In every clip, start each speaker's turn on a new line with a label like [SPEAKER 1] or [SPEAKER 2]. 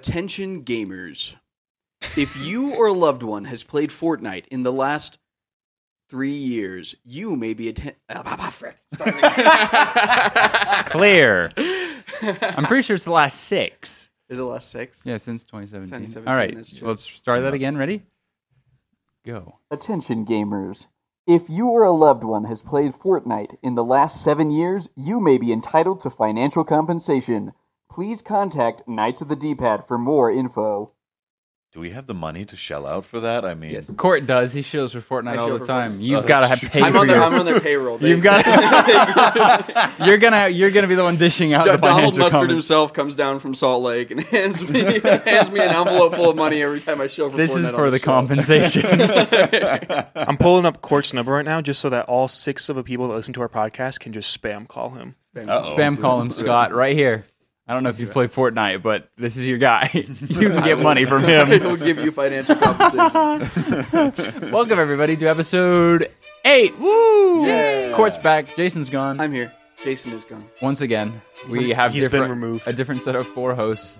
[SPEAKER 1] Attention gamers. If you or a loved one has played Fortnite in the last three years, you may be atten- ah, bah, bah, frick.
[SPEAKER 2] Clear. I'm pretty sure it's the last six.
[SPEAKER 1] Is it the last six?
[SPEAKER 2] Yeah, since 2017.
[SPEAKER 1] 2017,
[SPEAKER 2] All right,
[SPEAKER 1] that's true.
[SPEAKER 2] let's start that again. Ready? Go.
[SPEAKER 1] Attention gamers. If you or a loved one has played Fortnite in the last seven years, you may be entitled to financial compensation. Please contact Knights of the D-Pad for more info.
[SPEAKER 3] Do we have the money to shell out for that? I mean,
[SPEAKER 1] Yes.
[SPEAKER 2] Court does. He shows for Fortnite
[SPEAKER 1] I
[SPEAKER 2] all
[SPEAKER 1] show
[SPEAKER 2] the
[SPEAKER 1] for
[SPEAKER 2] time.
[SPEAKER 1] Fortnite.
[SPEAKER 2] You've
[SPEAKER 3] Oh,
[SPEAKER 2] got to
[SPEAKER 3] that's
[SPEAKER 2] have
[SPEAKER 3] true.
[SPEAKER 2] paid
[SPEAKER 1] I'm
[SPEAKER 2] for
[SPEAKER 1] on, their,
[SPEAKER 2] your-
[SPEAKER 1] I'm on their payroll. They-
[SPEAKER 2] You've got. you're gonna. You're gonna be the one dishing out the
[SPEAKER 1] Donald
[SPEAKER 2] financial
[SPEAKER 1] Mustard
[SPEAKER 2] comments.
[SPEAKER 1] himself comes down from Salt Lake and hands me hands me an envelope full of money every time I show. For
[SPEAKER 2] This
[SPEAKER 1] Fortnite
[SPEAKER 2] is
[SPEAKER 1] on
[SPEAKER 2] for the
[SPEAKER 1] show.
[SPEAKER 2] compensation.
[SPEAKER 4] I'm pulling up Court's number right now just so that all six of the people that listen to our podcast can just spam call him.
[SPEAKER 3] uh-oh.
[SPEAKER 1] Oh,
[SPEAKER 2] Spam call him Scott right here. I don't know if you play Fortnite, but this is your guy. you can get money from
[SPEAKER 1] I
[SPEAKER 2] him.
[SPEAKER 1] will give you financial compensation.
[SPEAKER 2] Welcome everybody to episode eight. Woo! Court's back. Jason's gone.
[SPEAKER 1] I'm here. Jason is gone.
[SPEAKER 2] Once again, we have
[SPEAKER 4] He's been
[SPEAKER 2] different-
[SPEAKER 4] removed.
[SPEAKER 2] a different set of four hosts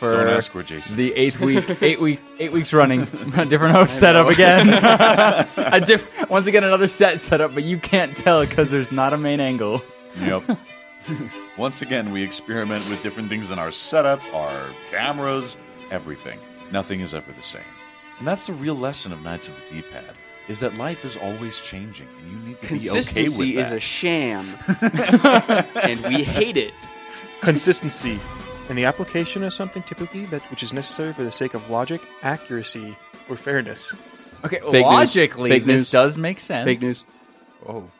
[SPEAKER 2] for
[SPEAKER 3] Don't ask where Jason
[SPEAKER 2] the
[SPEAKER 3] is.
[SPEAKER 2] eighth week, eight week, eight weeks running. A different host setup again. a diff- once again, another set setup, but you can't tell because there's not a main angle.
[SPEAKER 3] Yep. Once again, we experiment with different things in our setup, our cameras, everything. Nothing is ever the same. And that's the real lesson of Knights of the D-Pad, is that life is always changing, and you need to be okay with
[SPEAKER 1] Consistency
[SPEAKER 3] that.
[SPEAKER 1] is a sham, and we hate it.
[SPEAKER 4] Consistency. And the application of something typically that which is necessary for the sake of logic, accuracy, or fairness.
[SPEAKER 2] Okay,
[SPEAKER 1] news.
[SPEAKER 2] logically,
[SPEAKER 1] Fake
[SPEAKER 2] this
[SPEAKER 1] news.
[SPEAKER 2] does make sense.
[SPEAKER 1] Fake news.
[SPEAKER 2] Oh,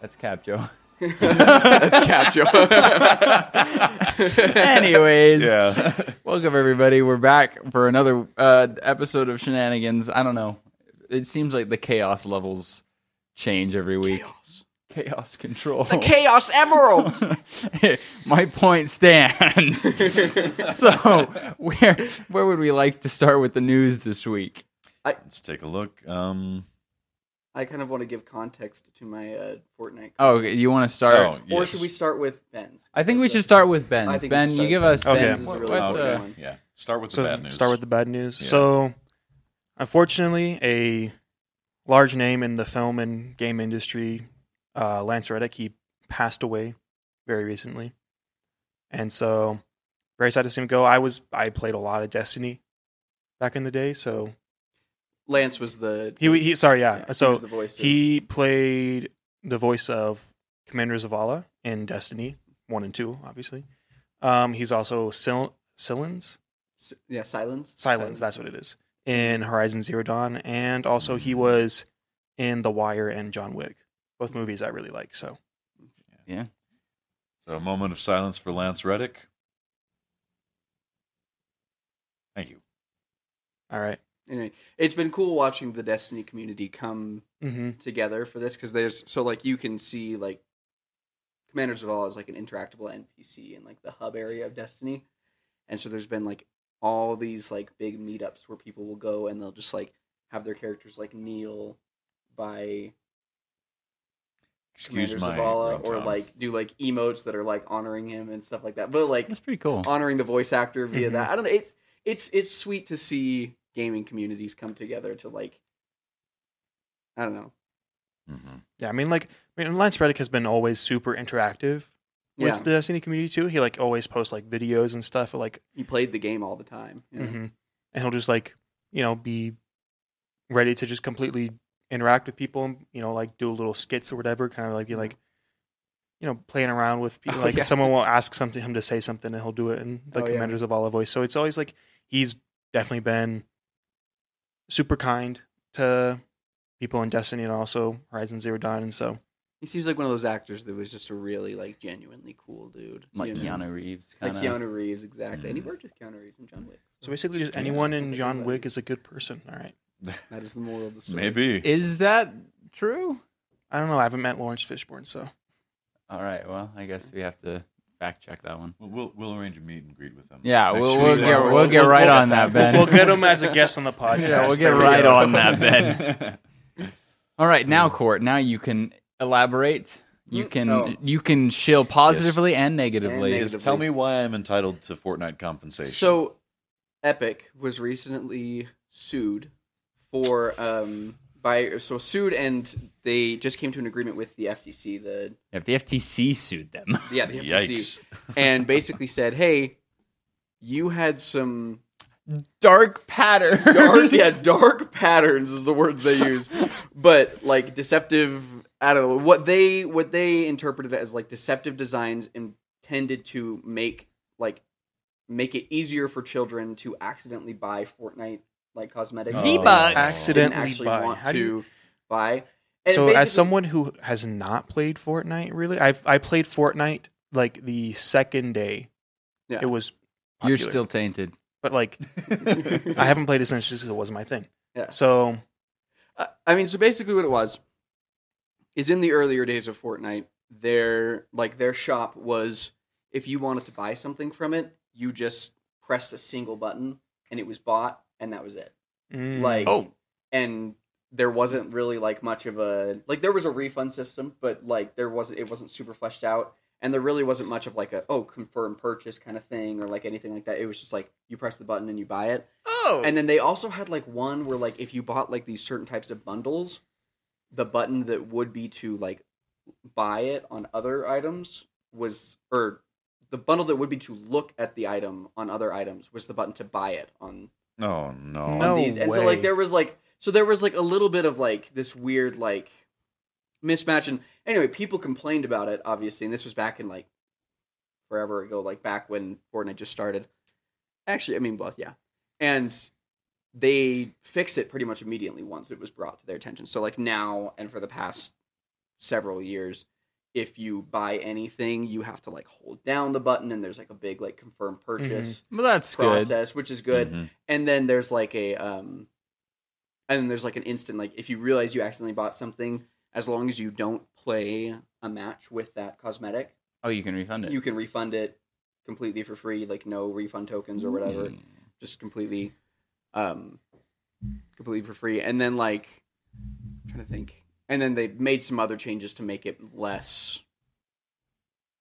[SPEAKER 2] that's Cap Joe.
[SPEAKER 1] Cap Joe.
[SPEAKER 2] Anyways,
[SPEAKER 3] yeah.
[SPEAKER 2] welcome everybody. We're back for another uh, episode of Shenanigans. I don't know. It seems like the chaos levels change every week. Chaos, control.
[SPEAKER 1] Chaos Emeralds.
[SPEAKER 2] My point stands. so, where where would we like to start with the news this week?
[SPEAKER 3] Let's take a look. Um,
[SPEAKER 1] I kind of want to give context to my uh, Fortnite.
[SPEAKER 2] Oh, you want to start?
[SPEAKER 3] oh, yes.
[SPEAKER 1] Or should we start with Ben's?
[SPEAKER 2] I think we should start with Ben's.
[SPEAKER 1] I think we
[SPEAKER 2] Ben,
[SPEAKER 1] should
[SPEAKER 2] you
[SPEAKER 1] start
[SPEAKER 2] give
[SPEAKER 1] with
[SPEAKER 2] us
[SPEAKER 4] Ben's.
[SPEAKER 2] Ben's.
[SPEAKER 1] Ben's is
[SPEAKER 2] What-
[SPEAKER 1] really
[SPEAKER 2] what,
[SPEAKER 1] good
[SPEAKER 2] uh,
[SPEAKER 1] one.
[SPEAKER 3] Oh, Yeah. Start with
[SPEAKER 4] So
[SPEAKER 3] the bad news.
[SPEAKER 4] start with the bad news.
[SPEAKER 3] Yeah.
[SPEAKER 4] So, unfortunately, a large name in the film and game industry, uh, Lance Reddick, he passed away very recently, and so very sad to see him go. I was I played a lot of Destiny back in the day, so
[SPEAKER 1] uh, Lance was the.
[SPEAKER 4] he he sorry yeah,
[SPEAKER 1] he
[SPEAKER 4] so
[SPEAKER 1] was the voice of-
[SPEAKER 4] he played the voice of Commander Zavala in Destiny one and two, obviously. Um, he's also Sil- Sillins,
[SPEAKER 1] S- yeah, silence.
[SPEAKER 4] Silence, that's what it is. In Horizon Zero Dawn, and also he was in The Wire and John Wick, both movies I really like. So
[SPEAKER 3] So a moment of silence for Lance Reddick. Thank you.
[SPEAKER 4] all right,
[SPEAKER 1] Anyway, it's been cool watching the Destiny community come
[SPEAKER 4] mm-hmm.
[SPEAKER 1] together for this because there's so like you can see like Commander Zavala is like an interactable NPC in like the hub area of Destiny, and so there's been like all these like big meetups where people will go and they'll just like have their characters like kneel by
[SPEAKER 3] Excuse
[SPEAKER 1] Commander
[SPEAKER 3] my
[SPEAKER 1] Zavala or
[SPEAKER 3] ringtone.
[SPEAKER 1] like do like emotes that are like honoring him and stuff like that. But like
[SPEAKER 2] That's pretty cool.
[SPEAKER 1] honoring the voice actor via
[SPEAKER 3] Mm-hmm.
[SPEAKER 4] Mhm.
[SPEAKER 1] that. I don't know. It's it's it's sweet to see gaming communities come together to like. I don't know.
[SPEAKER 3] Mhm.
[SPEAKER 4] yeah. I mean, like, I mean, Lance Reddick has been always super interactive with
[SPEAKER 1] Yeah,
[SPEAKER 4] the Destiny community too. He like always posts like videos and stuff, like,
[SPEAKER 1] he played the game all the time. you know?
[SPEAKER 4] mhm. and he'll just like you know be ready to just completely interact with people and you know like do little skits or whatever, kind of like be like. You know, playing around with people.
[SPEAKER 1] Mm-hmm. Oh,
[SPEAKER 4] Like
[SPEAKER 1] yeah.
[SPEAKER 4] someone will ask something him to say something, and he'll do it in the
[SPEAKER 1] Oh, yeah.
[SPEAKER 4] commanders of all voice. So it's always like he's definitely been super kind to people in Destiny and also Horizon Zero Dawn. And so
[SPEAKER 1] He seems like one of those actors that was just a really like genuinely cool dude.
[SPEAKER 2] Like
[SPEAKER 1] you know?
[SPEAKER 2] Keanu Reeves.
[SPEAKER 1] Like
[SPEAKER 2] kinda.
[SPEAKER 1] Keanu Reeves, exactly. And he worked with Keanu Reeves and John Wick.
[SPEAKER 4] So basically, just
[SPEAKER 3] Yeah,
[SPEAKER 4] anyone
[SPEAKER 1] I
[SPEAKER 4] in
[SPEAKER 1] think
[SPEAKER 4] John
[SPEAKER 1] that-
[SPEAKER 4] Wick is a good person. All right.
[SPEAKER 1] that is the moral of the story.
[SPEAKER 3] Maybe.
[SPEAKER 2] Is that true?
[SPEAKER 4] I don't know. I haven't met Lawrence Fishburne, so
[SPEAKER 2] All right. Well, I guess we have to fact check that one.
[SPEAKER 3] We'll, we'll, we'll arrange a meet and greet with them.
[SPEAKER 2] Yeah,
[SPEAKER 3] Next
[SPEAKER 2] we'll,
[SPEAKER 3] week.
[SPEAKER 2] we'll get we'll get right on that, Ben.
[SPEAKER 4] we'll get him as a guest on the podcast.
[SPEAKER 2] Yeah, we'll get
[SPEAKER 4] There we
[SPEAKER 2] right
[SPEAKER 4] go.
[SPEAKER 2] on that, Ben. All right, now, Court. Now you can elaborate. You
[SPEAKER 1] Mm,
[SPEAKER 2] can
[SPEAKER 1] oh.
[SPEAKER 2] you can shill positively and negatively.
[SPEAKER 1] And neg-
[SPEAKER 3] Yes, tell me why I'm entitled to Fortnite compensation.
[SPEAKER 1] So Epic was recently sued for um by so sued and they just came to an agreement with the FTC the
[SPEAKER 2] If the FTC sued them,
[SPEAKER 1] yeah the FTC
[SPEAKER 3] Yikes.
[SPEAKER 1] and basically said hey you had some
[SPEAKER 2] dark pattern.
[SPEAKER 1] dark yeah dark patterns is the word they use but like deceptive i don't know what they what they interpreted it as like deceptive designs intended to make like make it easier for children to accidentally buy fortnite like cosmetics
[SPEAKER 2] Oh. V-Bucks.
[SPEAKER 1] they didn't
[SPEAKER 4] Accidentally
[SPEAKER 1] actually
[SPEAKER 4] buy.
[SPEAKER 1] want
[SPEAKER 4] How
[SPEAKER 1] to
[SPEAKER 4] do you-
[SPEAKER 1] buy And it
[SPEAKER 4] so
[SPEAKER 1] basically-
[SPEAKER 4] as someone who has not played Fortnite, really, I I played Fortnite like the second day.
[SPEAKER 1] Yeah.
[SPEAKER 4] It was.
[SPEAKER 2] You're
[SPEAKER 4] popular.
[SPEAKER 2] still tainted.
[SPEAKER 4] but like I haven't played it since just 'cause it wasn't my thing.
[SPEAKER 1] Yeah.
[SPEAKER 4] So
[SPEAKER 1] I- I mean, so basically, what it was is in the earlier days of Fortnite, their like their shop was if you wanted to buy something from it, you just pressed a single button and it was bought, and that was it.
[SPEAKER 4] mm,
[SPEAKER 1] Like,
[SPEAKER 3] Oh.
[SPEAKER 1] and there wasn't really like much of a like there was a refund system, but like there wasn't it wasn't super fleshed out, and there really wasn't much of like a oh confirm purchase kind of thing or like anything like that. It was just like you press the button and you buy it.
[SPEAKER 2] Oh,
[SPEAKER 1] And then they also had like one where like if you bought like these certain types of bundles, the button that would be to like buy it on other items was or the bundle that would be to look at the item on other items was the button to buy it on,
[SPEAKER 3] oh no.
[SPEAKER 1] on
[SPEAKER 4] No
[SPEAKER 1] these. And so like
[SPEAKER 4] way.
[SPEAKER 1] there was like so there was like a little bit of like this weird like mismatch and anyway, people complained about it obviously, and this was back in like forever ago, like back when Fortnite just started. Actually, I mean, well, yeah. And they fixed it pretty much immediately once it was brought to their attention. So, like now and for the past several years, if you buy anything, you have to like hold down the button, and there's like a big like confirm
[SPEAKER 4] Mm-hmm.
[SPEAKER 1] purchase
[SPEAKER 2] well, that's good.
[SPEAKER 1] process, which is good.
[SPEAKER 3] Mhm.
[SPEAKER 1] And then there's like a um, and then there's like an instant like if you realize you accidentally bought something, as long as you don't play a match with that cosmetic,
[SPEAKER 2] Oh, you can refund it.
[SPEAKER 1] you can refund it completely for free, like no refund tokens or whatever,
[SPEAKER 2] Mm.
[SPEAKER 1] just completely, um, completely for free. And then like, I'm trying to think, and then they made some other changes to make it less.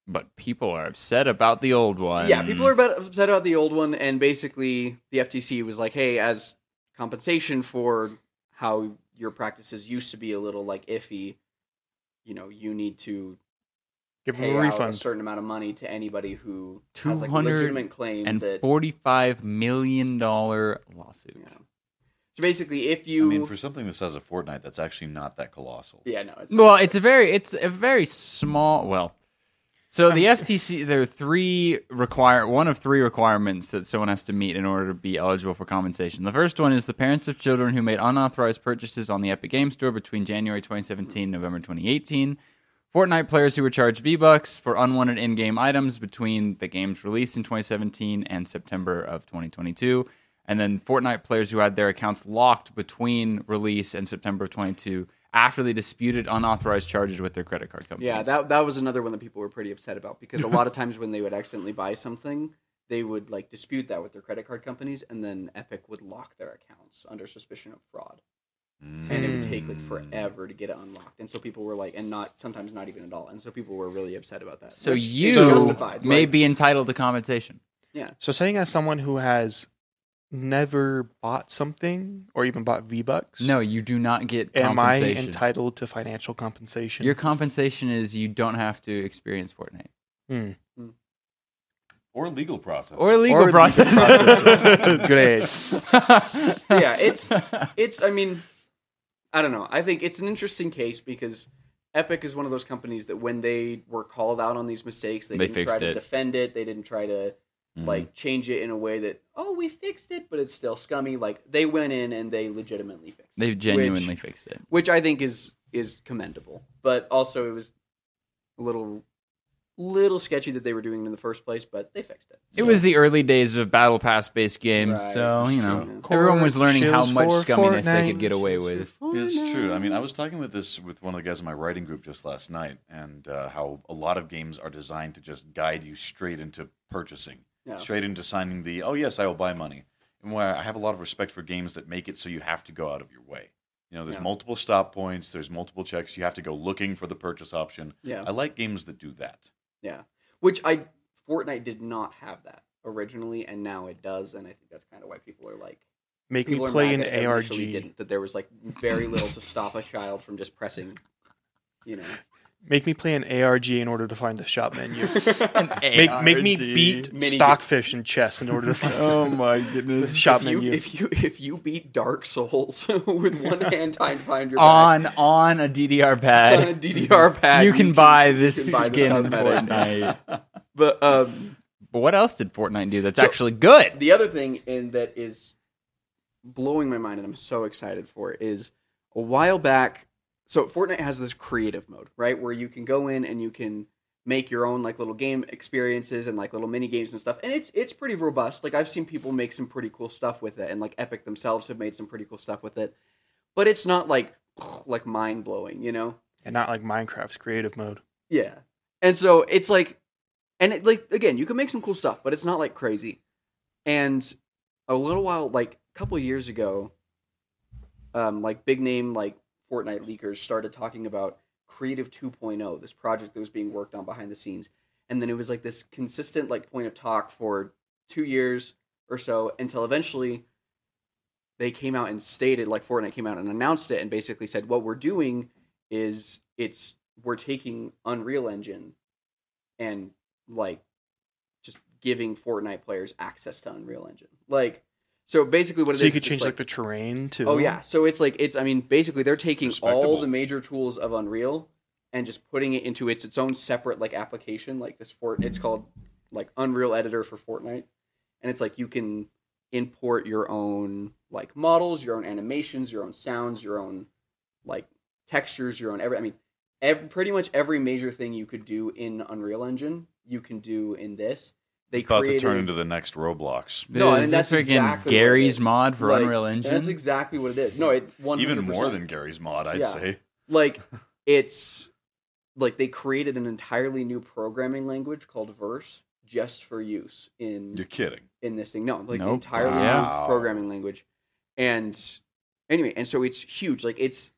[SPEAKER 2] But people are upset about the old one.
[SPEAKER 1] yeah, people are about, upset about the old one, and basically the FTC was like, hey, as compensation for how your practices used to be a little like iffy, you know, you need to
[SPEAKER 4] give
[SPEAKER 1] pay
[SPEAKER 4] them a
[SPEAKER 1] out a
[SPEAKER 4] refund.
[SPEAKER 1] certain amount of money to anybody who has like a legitimate claim
[SPEAKER 2] and
[SPEAKER 1] that
[SPEAKER 2] forty-five million dollar lawsuit.
[SPEAKER 1] Yeah. So basically, if you,
[SPEAKER 3] I mean, for something the size of Fortnite, that's actually not that colossal.
[SPEAKER 1] yeah, no, it's
[SPEAKER 2] Well, it's a very it's a very small well. So the
[SPEAKER 4] I'm-
[SPEAKER 2] FTC there are three require one of three requirements that someone has to meet in order to be eligible for compensation. The first one is the parents of children who made unauthorized purchases on the Epic Game Store between January 2017 and November 2018. Fortnite players who were charged V-bucks for unwanted in-game items between the game's release in 2017 and September of 2022, and then Fortnite players who had their accounts locked between release and September of 22 after they disputed unauthorized charges with their credit card companies.
[SPEAKER 1] yeah, that that was another one that people were pretty upset about because a lot of times when they would accidentally buy something, they would like dispute that with their credit card companies, and then Epic would lock their accounts under suspicion of fraud, and it would take like
[SPEAKER 3] Mm.
[SPEAKER 1] forever to get it unlocked. And so people were like, and not sometimes not even at all. And so people were really upset about that.
[SPEAKER 2] so
[SPEAKER 1] which is
[SPEAKER 2] you
[SPEAKER 4] So-
[SPEAKER 1] justified,
[SPEAKER 2] may
[SPEAKER 1] like-
[SPEAKER 2] be entitled to compensation.
[SPEAKER 4] So saying as someone who has never bought something or even bought V Bucks,
[SPEAKER 2] No, you do not get
[SPEAKER 4] am I
[SPEAKER 2] compensation.
[SPEAKER 4] entitled to financial compensation?
[SPEAKER 2] Your compensation is you don't have to experience Fortnite
[SPEAKER 4] Hmm.
[SPEAKER 3] Or legal process.
[SPEAKER 2] or legal
[SPEAKER 4] legal legal
[SPEAKER 2] process.
[SPEAKER 4] process. processes.
[SPEAKER 1] Yeah, it's- it's i mean i don't know i think it's an interesting case because epic is one of those companies that when they were called out on these mistakes they,
[SPEAKER 2] They
[SPEAKER 1] didn't try
[SPEAKER 2] fixed
[SPEAKER 1] to
[SPEAKER 2] it.
[SPEAKER 1] defend it they didn't try to like change it in a way that oh we fixed it but it's still scummy like they went in and they legitimately fixed it
[SPEAKER 2] they
[SPEAKER 1] which-
[SPEAKER 2] genuinely fixed it.
[SPEAKER 1] which i think is is commendable but also it was a little little sketchy that they were doing it in the first place but they fixed it
[SPEAKER 2] It was the early days of battle pass based games,
[SPEAKER 1] Right,
[SPEAKER 2] so
[SPEAKER 1] that's
[SPEAKER 2] you know
[SPEAKER 1] true.
[SPEAKER 2] everyone was learning how
[SPEAKER 4] Chills
[SPEAKER 2] much
[SPEAKER 4] for
[SPEAKER 2] scumminess they could
[SPEAKER 4] Fortnite.
[SPEAKER 2] get away with.
[SPEAKER 3] It's true. I mean, I was talking with this with one of the guys in my writing group just last night, and uh, how a lot of games are designed to just guide you straight into purchasing,
[SPEAKER 1] Yeah.
[SPEAKER 3] straight into signing the "Oh yes, I will buy money." And where I have a lot of respect for games that make it so you have to go out of your way. You know, there's
[SPEAKER 1] Yeah.
[SPEAKER 3] multiple stop points, there's multiple checks. You have to go looking for the purchase option.
[SPEAKER 1] yeah
[SPEAKER 3] I like games that do that.
[SPEAKER 1] yeah which i fortnite did not have that originally, and now it does, and I think that's kind of why people are like
[SPEAKER 4] Make me
[SPEAKER 1] people are
[SPEAKER 4] play
[SPEAKER 1] mad
[SPEAKER 4] an
[SPEAKER 1] that it
[SPEAKER 4] ARG.
[SPEAKER 1] initially Didn't, that there was like very little to stop a child from just pressing, you know,
[SPEAKER 4] Make me play an ARG in order to find the shop menu.
[SPEAKER 2] An
[SPEAKER 4] make make me
[SPEAKER 2] ARG.
[SPEAKER 4] beat
[SPEAKER 1] Mini-
[SPEAKER 4] stockfish in chess in order to find
[SPEAKER 3] Oh my
[SPEAKER 4] the
[SPEAKER 3] goodness.
[SPEAKER 4] shop
[SPEAKER 1] if you,
[SPEAKER 4] menu.
[SPEAKER 1] if you if you beat Dark Souls with one hand tied behind your back
[SPEAKER 2] on on a DDR
[SPEAKER 1] on
[SPEAKER 2] pad.
[SPEAKER 1] a DDR pad,
[SPEAKER 2] Ah, you can buy this
[SPEAKER 1] can buy this
[SPEAKER 2] skin in
[SPEAKER 1] cosmetic.
[SPEAKER 2] Fortnite.
[SPEAKER 1] But um,
[SPEAKER 2] but what else did Fortnite do that's
[SPEAKER 1] So-
[SPEAKER 2] actually good?
[SPEAKER 1] the other thing in that is blowing my mind and I'm so excited for it is a while back so Fortnite has this creative mode, right? Where you can go in and you can make your own like little game experiences and like little mini games and stuff. And it's it's pretty robust. Like I've seen people make some pretty cool stuff with it and like Epic themselves have made some pretty cool stuff with it. But it's not like like mind blowing, you know?
[SPEAKER 4] and not like Minecraft's creative mode.
[SPEAKER 1] Yeah. And so it's like and it like again, you can make some cool stuff, but it's not like crazy. And a little while like a couple years ago, um like big name like Fortnite leakers started talking about Creative 2.0, this project that was being worked on behind the scenes. And then it was like this consistent like point of talk for 2 years or so until eventually they came out and stated like Fortnite came out and announced it and basically said what we're doing is it's we're taking Unreal Engine and like just giving Fortnite players access to Unreal Engine. Like so basically what it is
[SPEAKER 4] So you could
[SPEAKER 1] is it's,
[SPEAKER 4] change like, the terrain too.
[SPEAKER 1] Oh yeah, so it's like it's. I mean, basically they're taking all
[SPEAKER 3] Respectable.
[SPEAKER 1] the major tools of Unreal and just putting it into its its own separate like application, like this Fort. It's called like Unreal Editor for Fortnite, and it's like you can import your own like models, your own animations, your own sounds, your own like textures, your own every. I mean, ev pretty much every major thing you could do in Unreal Engine, you can do in this. They
[SPEAKER 3] it's about
[SPEAKER 1] created,
[SPEAKER 3] to turn into the next Roblox.
[SPEAKER 1] No, I mean,
[SPEAKER 2] Is
[SPEAKER 1] that's
[SPEAKER 2] this freaking
[SPEAKER 1] exactly what it
[SPEAKER 2] Gary's
[SPEAKER 1] is.
[SPEAKER 2] mod for
[SPEAKER 1] like,
[SPEAKER 2] Unreal Engine.
[SPEAKER 1] That's exactly what it is. No, it one
[SPEAKER 3] Even more than Gary's mod, I'd
[SPEAKER 1] Yeah.
[SPEAKER 3] say.
[SPEAKER 1] like it's like they created an entirely new programming language called verse just for use in
[SPEAKER 3] You're kidding.
[SPEAKER 1] in this thing no like
[SPEAKER 2] Nope.
[SPEAKER 1] entirely
[SPEAKER 3] Wow.
[SPEAKER 1] new programming language and anyway and so it's huge like it's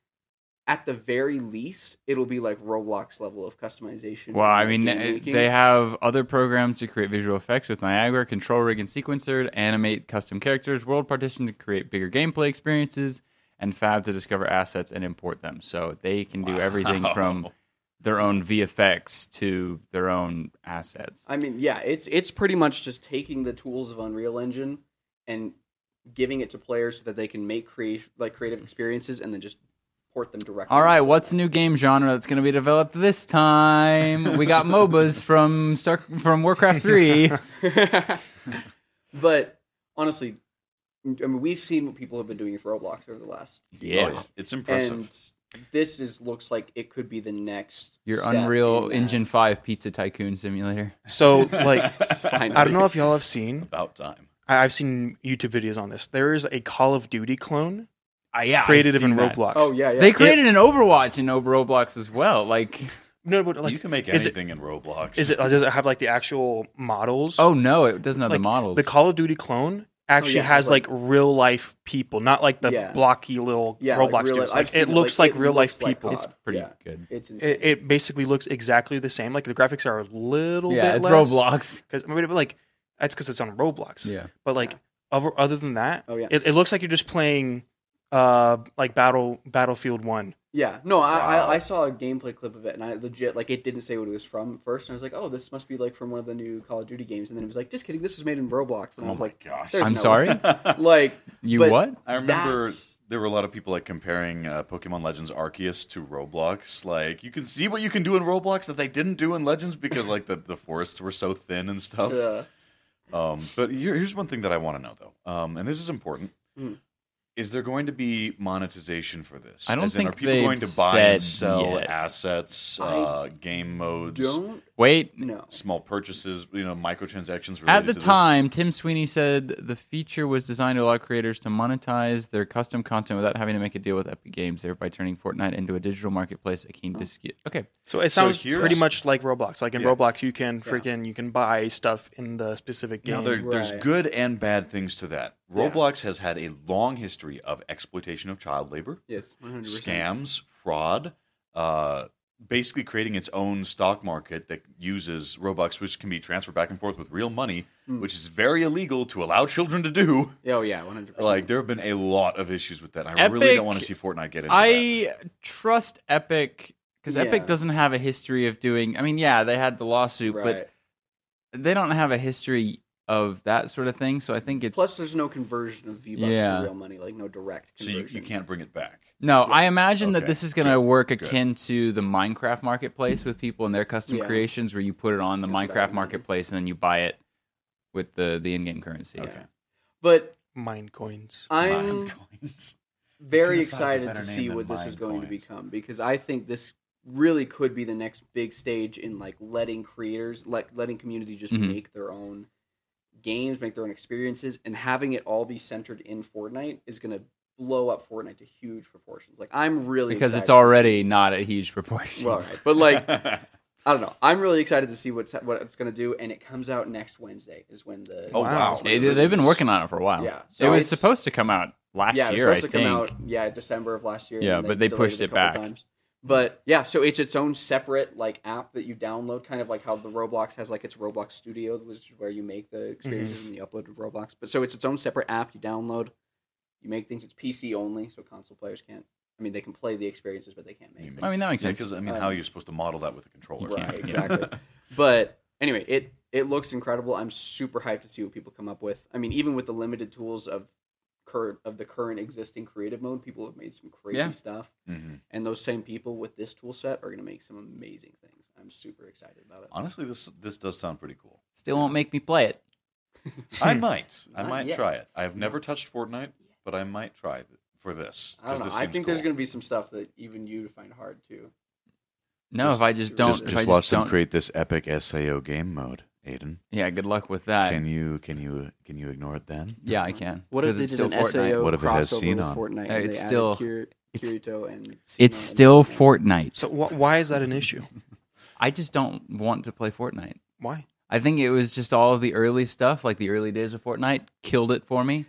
[SPEAKER 1] at the very least it'll be like roblox level of customization
[SPEAKER 2] Well, I
[SPEAKER 1] and, like, game
[SPEAKER 2] mean, eh,
[SPEAKER 1] making.
[SPEAKER 2] they have other programs to create visual effects with Niagara, Control Rig and Sequencer to animate custom characters, World Partition to create bigger gameplay experiences, and Fab to discover assets and import them. So they can do everything
[SPEAKER 3] Wow.
[SPEAKER 2] from their own VFX to their own assets.
[SPEAKER 1] I mean, yeah, it's it's pretty much just taking the tools of Unreal Engine and giving it to players so that they can make create like creative experiences and then just port them directly.
[SPEAKER 2] All right,
[SPEAKER 1] into
[SPEAKER 2] what's a
[SPEAKER 1] Fortnite.
[SPEAKER 2] new game genre that's going to be developed this time? We got MOBAs from Star- from Warcraft 3.
[SPEAKER 1] but honestly, I mean, we've seen what people have been doing with Roblox over the last
[SPEAKER 3] Oh,
[SPEAKER 2] Yeah.
[SPEAKER 3] It's impressive.
[SPEAKER 1] and this is looks like it could be the next
[SPEAKER 2] Your
[SPEAKER 1] step
[SPEAKER 2] Unreal
[SPEAKER 1] in that.
[SPEAKER 2] Engine 5 Pizza Tycoon Simulator.
[SPEAKER 4] So like
[SPEAKER 1] Finally.
[SPEAKER 4] I don't know if y'all have seen.
[SPEAKER 3] About time.
[SPEAKER 4] I- I've seen YouTube videos on this. There is a Call of Duty clone
[SPEAKER 2] Ah, yeah, I've
[SPEAKER 4] created in
[SPEAKER 2] seen that.
[SPEAKER 4] Roblox.
[SPEAKER 1] Oh yeah, yeah.
[SPEAKER 2] They created an Overwatch in Roblox as well. Like,
[SPEAKER 4] no, but like
[SPEAKER 3] you can make
[SPEAKER 4] is it-
[SPEAKER 3] anything in Roblox.
[SPEAKER 4] is it does it have like the actual models?
[SPEAKER 2] oh no, it doesn't have
[SPEAKER 4] Like,
[SPEAKER 2] the models.
[SPEAKER 4] the Call of Duty clone actually
[SPEAKER 1] yeah,
[SPEAKER 4] has like,
[SPEAKER 1] like-
[SPEAKER 4] real life people, not like the
[SPEAKER 1] Yeah.
[SPEAKER 4] blocky little
[SPEAKER 1] yeah,
[SPEAKER 4] Roblox
[SPEAKER 1] like real-
[SPEAKER 4] dudes.
[SPEAKER 1] I've
[SPEAKER 4] Like
[SPEAKER 1] seen
[SPEAKER 4] it looks like,
[SPEAKER 1] it
[SPEAKER 4] real life
[SPEAKER 1] looks like
[SPEAKER 4] people.
[SPEAKER 1] COD.
[SPEAKER 4] It's-
[SPEAKER 2] Pretty
[SPEAKER 1] Yeah,
[SPEAKER 2] good.
[SPEAKER 1] It's insane.
[SPEAKER 4] it, it basically looks exactly the same. Like the graphics are a little
[SPEAKER 2] Yeah,
[SPEAKER 4] bit
[SPEAKER 2] it's
[SPEAKER 4] less.
[SPEAKER 2] Roblox.
[SPEAKER 4] because I mean, but, like that's because it's on Roblox.
[SPEAKER 2] Yeah.
[SPEAKER 4] But like
[SPEAKER 1] Yeah.
[SPEAKER 4] other other than that,
[SPEAKER 1] Oh, yeah.
[SPEAKER 4] it, it looks like you're just playing uh like battle Battlefield One.
[SPEAKER 1] Yeah, no, I,
[SPEAKER 3] Wow.
[SPEAKER 1] I I saw a gameplay clip of it, and I legit like it didn't say what it was from at first, and I was like, oh, this must be like from one of the new Call of Duty games, and then it was like, just kidding, this was made in Roblox, and I
[SPEAKER 3] oh
[SPEAKER 1] was
[SPEAKER 3] my
[SPEAKER 1] like,
[SPEAKER 3] gosh.
[SPEAKER 1] there's
[SPEAKER 2] I'm
[SPEAKER 1] no
[SPEAKER 2] sorry?
[SPEAKER 1] way. like
[SPEAKER 2] You
[SPEAKER 1] But-
[SPEAKER 2] what?
[SPEAKER 3] I remember
[SPEAKER 1] That's-
[SPEAKER 3] there were a lot of people like comparing uh, Pokemon Legends Arceus to Roblox. Like you can see what you can do in Roblox that they didn't do in Legends because like the, the forests were so thin and stuff.
[SPEAKER 1] uh,
[SPEAKER 3] Um, but here, here's one thing that I want to know though, um, and this is important.
[SPEAKER 1] Mm.
[SPEAKER 3] Is there going to be monetization for this?
[SPEAKER 2] I don't
[SPEAKER 3] As in,
[SPEAKER 2] think
[SPEAKER 3] are people going to
[SPEAKER 2] they've
[SPEAKER 3] buy
[SPEAKER 2] said
[SPEAKER 3] and sell
[SPEAKER 2] yet.
[SPEAKER 3] assets,
[SPEAKER 1] I
[SPEAKER 3] uh, game modes,
[SPEAKER 1] don't
[SPEAKER 2] Wait.
[SPEAKER 1] know.
[SPEAKER 3] small purchases, you know, microtransactions related
[SPEAKER 2] At the
[SPEAKER 3] to this?
[SPEAKER 2] time, Tim Sweeney said the feature was designed to allow creators to monetize their custom content without having to make a deal with Epic Games, thereby turning Fortnite into a digital marketplace akin to Sk- Okay,
[SPEAKER 4] So it
[SPEAKER 3] So
[SPEAKER 4] sounds
[SPEAKER 3] here's-
[SPEAKER 4] pretty much like Roblox. Like in
[SPEAKER 3] Yeah.
[SPEAKER 4] Roblox, you can freaking you can buy stuff in the specific game.
[SPEAKER 3] Now, there, there's
[SPEAKER 1] Right.
[SPEAKER 3] good and bad things to that.
[SPEAKER 1] Yeah.
[SPEAKER 3] Roblox has had a long history of exploitation of child labor,
[SPEAKER 1] Yes, 100%.
[SPEAKER 3] scams, fraud, uh, basically creating its own stock market that uses Robux, which can be transferred back and forth with real money,
[SPEAKER 1] Hmm.
[SPEAKER 3] which is very illegal to allow children to do.
[SPEAKER 1] Oh yeah, one hundred percent.
[SPEAKER 3] Like there have been a lot of issues with that. I really
[SPEAKER 2] Epic-
[SPEAKER 3] don't want to see Fortnite get into that.
[SPEAKER 2] I trust Epic because
[SPEAKER 1] Yeah.
[SPEAKER 2] Epic doesn't have a history of doing. I mean, yeah, they had the lawsuit,
[SPEAKER 1] right.
[SPEAKER 2] but they don't have a history of that sort of thing. So I think it's
[SPEAKER 1] Plus, there's no conversion of V bucks
[SPEAKER 2] Yeah.
[SPEAKER 1] to real money, like no direct
[SPEAKER 3] So you,
[SPEAKER 1] conversion.
[SPEAKER 3] you can't bring it back.
[SPEAKER 2] no. I imagine
[SPEAKER 3] Okay.
[SPEAKER 2] that this is going to
[SPEAKER 3] Good.
[SPEAKER 2] work
[SPEAKER 3] Good.
[SPEAKER 2] akin to the Minecraft marketplace with people and their custom
[SPEAKER 1] Yeah.
[SPEAKER 2] creations, where you put it on the
[SPEAKER 1] That's what I
[SPEAKER 2] Minecraft
[SPEAKER 1] mean.
[SPEAKER 2] marketplace and then you buy it with the the in-game currency.
[SPEAKER 1] Okay.
[SPEAKER 3] Okay.
[SPEAKER 1] But
[SPEAKER 4] Mine coins.
[SPEAKER 1] I'm
[SPEAKER 3] Mine coins.
[SPEAKER 1] very
[SPEAKER 3] could've thought of a
[SPEAKER 1] excited to
[SPEAKER 3] better
[SPEAKER 1] see
[SPEAKER 3] name
[SPEAKER 1] what
[SPEAKER 3] than
[SPEAKER 1] this is
[SPEAKER 3] Mind
[SPEAKER 1] going to
[SPEAKER 3] Coins.
[SPEAKER 1] become because I think this really could be the next big stage in like letting creators, let letting community just
[SPEAKER 3] Mm-hmm.
[SPEAKER 2] Mhm.
[SPEAKER 1] make their own games, make their own experiences, and having it all be centered in Fortnite is going to blow up Fortnite to huge proportions. Like I'm really
[SPEAKER 2] Because
[SPEAKER 1] excited
[SPEAKER 2] it's
[SPEAKER 1] to see-
[SPEAKER 2] already not a huge proportion.
[SPEAKER 1] well, all right, but like I don't know. I'm really excited to see what's what it's going to do, and it comes out next Wednesday is when the
[SPEAKER 3] oh wow,
[SPEAKER 4] Wow.
[SPEAKER 3] So
[SPEAKER 2] It-
[SPEAKER 3] this
[SPEAKER 2] they've been
[SPEAKER 3] is-
[SPEAKER 2] working on it for a while.
[SPEAKER 1] Yeah,
[SPEAKER 2] it
[SPEAKER 1] so
[SPEAKER 2] was
[SPEAKER 1] it's-
[SPEAKER 2] supposed to come out last
[SPEAKER 1] yeah,
[SPEAKER 2] year,
[SPEAKER 1] it
[SPEAKER 2] I
[SPEAKER 1] was supposed
[SPEAKER 2] think.
[SPEAKER 1] to come out yeah December of last year. and
[SPEAKER 2] Yeah,
[SPEAKER 1] then
[SPEAKER 2] but they
[SPEAKER 1] delayed
[SPEAKER 2] pushed
[SPEAKER 1] a
[SPEAKER 2] it
[SPEAKER 1] couple
[SPEAKER 2] back.
[SPEAKER 1] Times. But yeah, so it's its own separate like app that you download, kind of like how the Roblox has like its Roblox Studio, which is where you make
[SPEAKER 2] Mm-hmm.
[SPEAKER 1] the experiences and you upload to Roblox. But so it's its own separate app you download, you make things. It's PC only, so console players can't. I mean, they can play the experiences, but they can't make.
[SPEAKER 3] You
[SPEAKER 1] them.
[SPEAKER 2] I mean, that makes sense.
[SPEAKER 3] Because I mean, how are you supposed to model that with a controller?
[SPEAKER 2] You can't,
[SPEAKER 1] um, Right, exactly. but anyway, it it looks incredible. I'm super hyped to see what people come up with. I mean, even with the limited tools of current of the current existing creative mode, people have made some crazy
[SPEAKER 2] Yeah.
[SPEAKER 1] stuff.
[SPEAKER 3] hmm
[SPEAKER 1] And those same people with this tool set are going to make some amazing things. I'm super excited about it.
[SPEAKER 3] Honestly, this this does sound pretty cool.
[SPEAKER 2] Still won't make me play it.
[SPEAKER 3] I might, I
[SPEAKER 1] Not
[SPEAKER 3] might
[SPEAKER 1] yet.
[SPEAKER 3] try it. I have never touched Fortnite, but I might try th- for this.
[SPEAKER 1] I don't
[SPEAKER 3] 'cause
[SPEAKER 1] know.
[SPEAKER 3] This
[SPEAKER 1] I
[SPEAKER 3] seems
[SPEAKER 1] think there's
[SPEAKER 3] cool.
[SPEAKER 1] going to be some stuff that even you find hard too.
[SPEAKER 2] No,
[SPEAKER 1] Just-
[SPEAKER 2] if I just don't,
[SPEAKER 3] just,
[SPEAKER 2] if
[SPEAKER 3] just
[SPEAKER 2] I
[SPEAKER 3] watch
[SPEAKER 2] just
[SPEAKER 3] them
[SPEAKER 2] don't,
[SPEAKER 3] create this epic SAO game mode, Aiden.
[SPEAKER 2] yeah. Good luck with that.
[SPEAKER 3] Can you can you can you ignore it then?
[SPEAKER 2] yeah, I can.
[SPEAKER 1] What if
[SPEAKER 2] 'Cause
[SPEAKER 1] they
[SPEAKER 2] it's
[SPEAKER 1] did
[SPEAKER 2] still
[SPEAKER 1] an
[SPEAKER 2] Fortnite.
[SPEAKER 1] SAO
[SPEAKER 3] What if it has
[SPEAKER 1] crossover
[SPEAKER 3] Xenon?
[SPEAKER 1] with Fortnite?
[SPEAKER 2] Uh,
[SPEAKER 1] and
[SPEAKER 2] it's
[SPEAKER 1] they
[SPEAKER 2] still-
[SPEAKER 1] added
[SPEAKER 2] it's-
[SPEAKER 1] Kir- Kirito and
[SPEAKER 2] It's
[SPEAKER 1] Xenon and
[SPEAKER 2] still
[SPEAKER 1] Fortnite.
[SPEAKER 2] Fortnite.
[SPEAKER 4] So wh- why is that an issue?
[SPEAKER 2] I just don't want to play Fortnite.
[SPEAKER 4] Why?
[SPEAKER 2] I think it was just all of the early stuff, like the early days of Fortnite, killed it for me.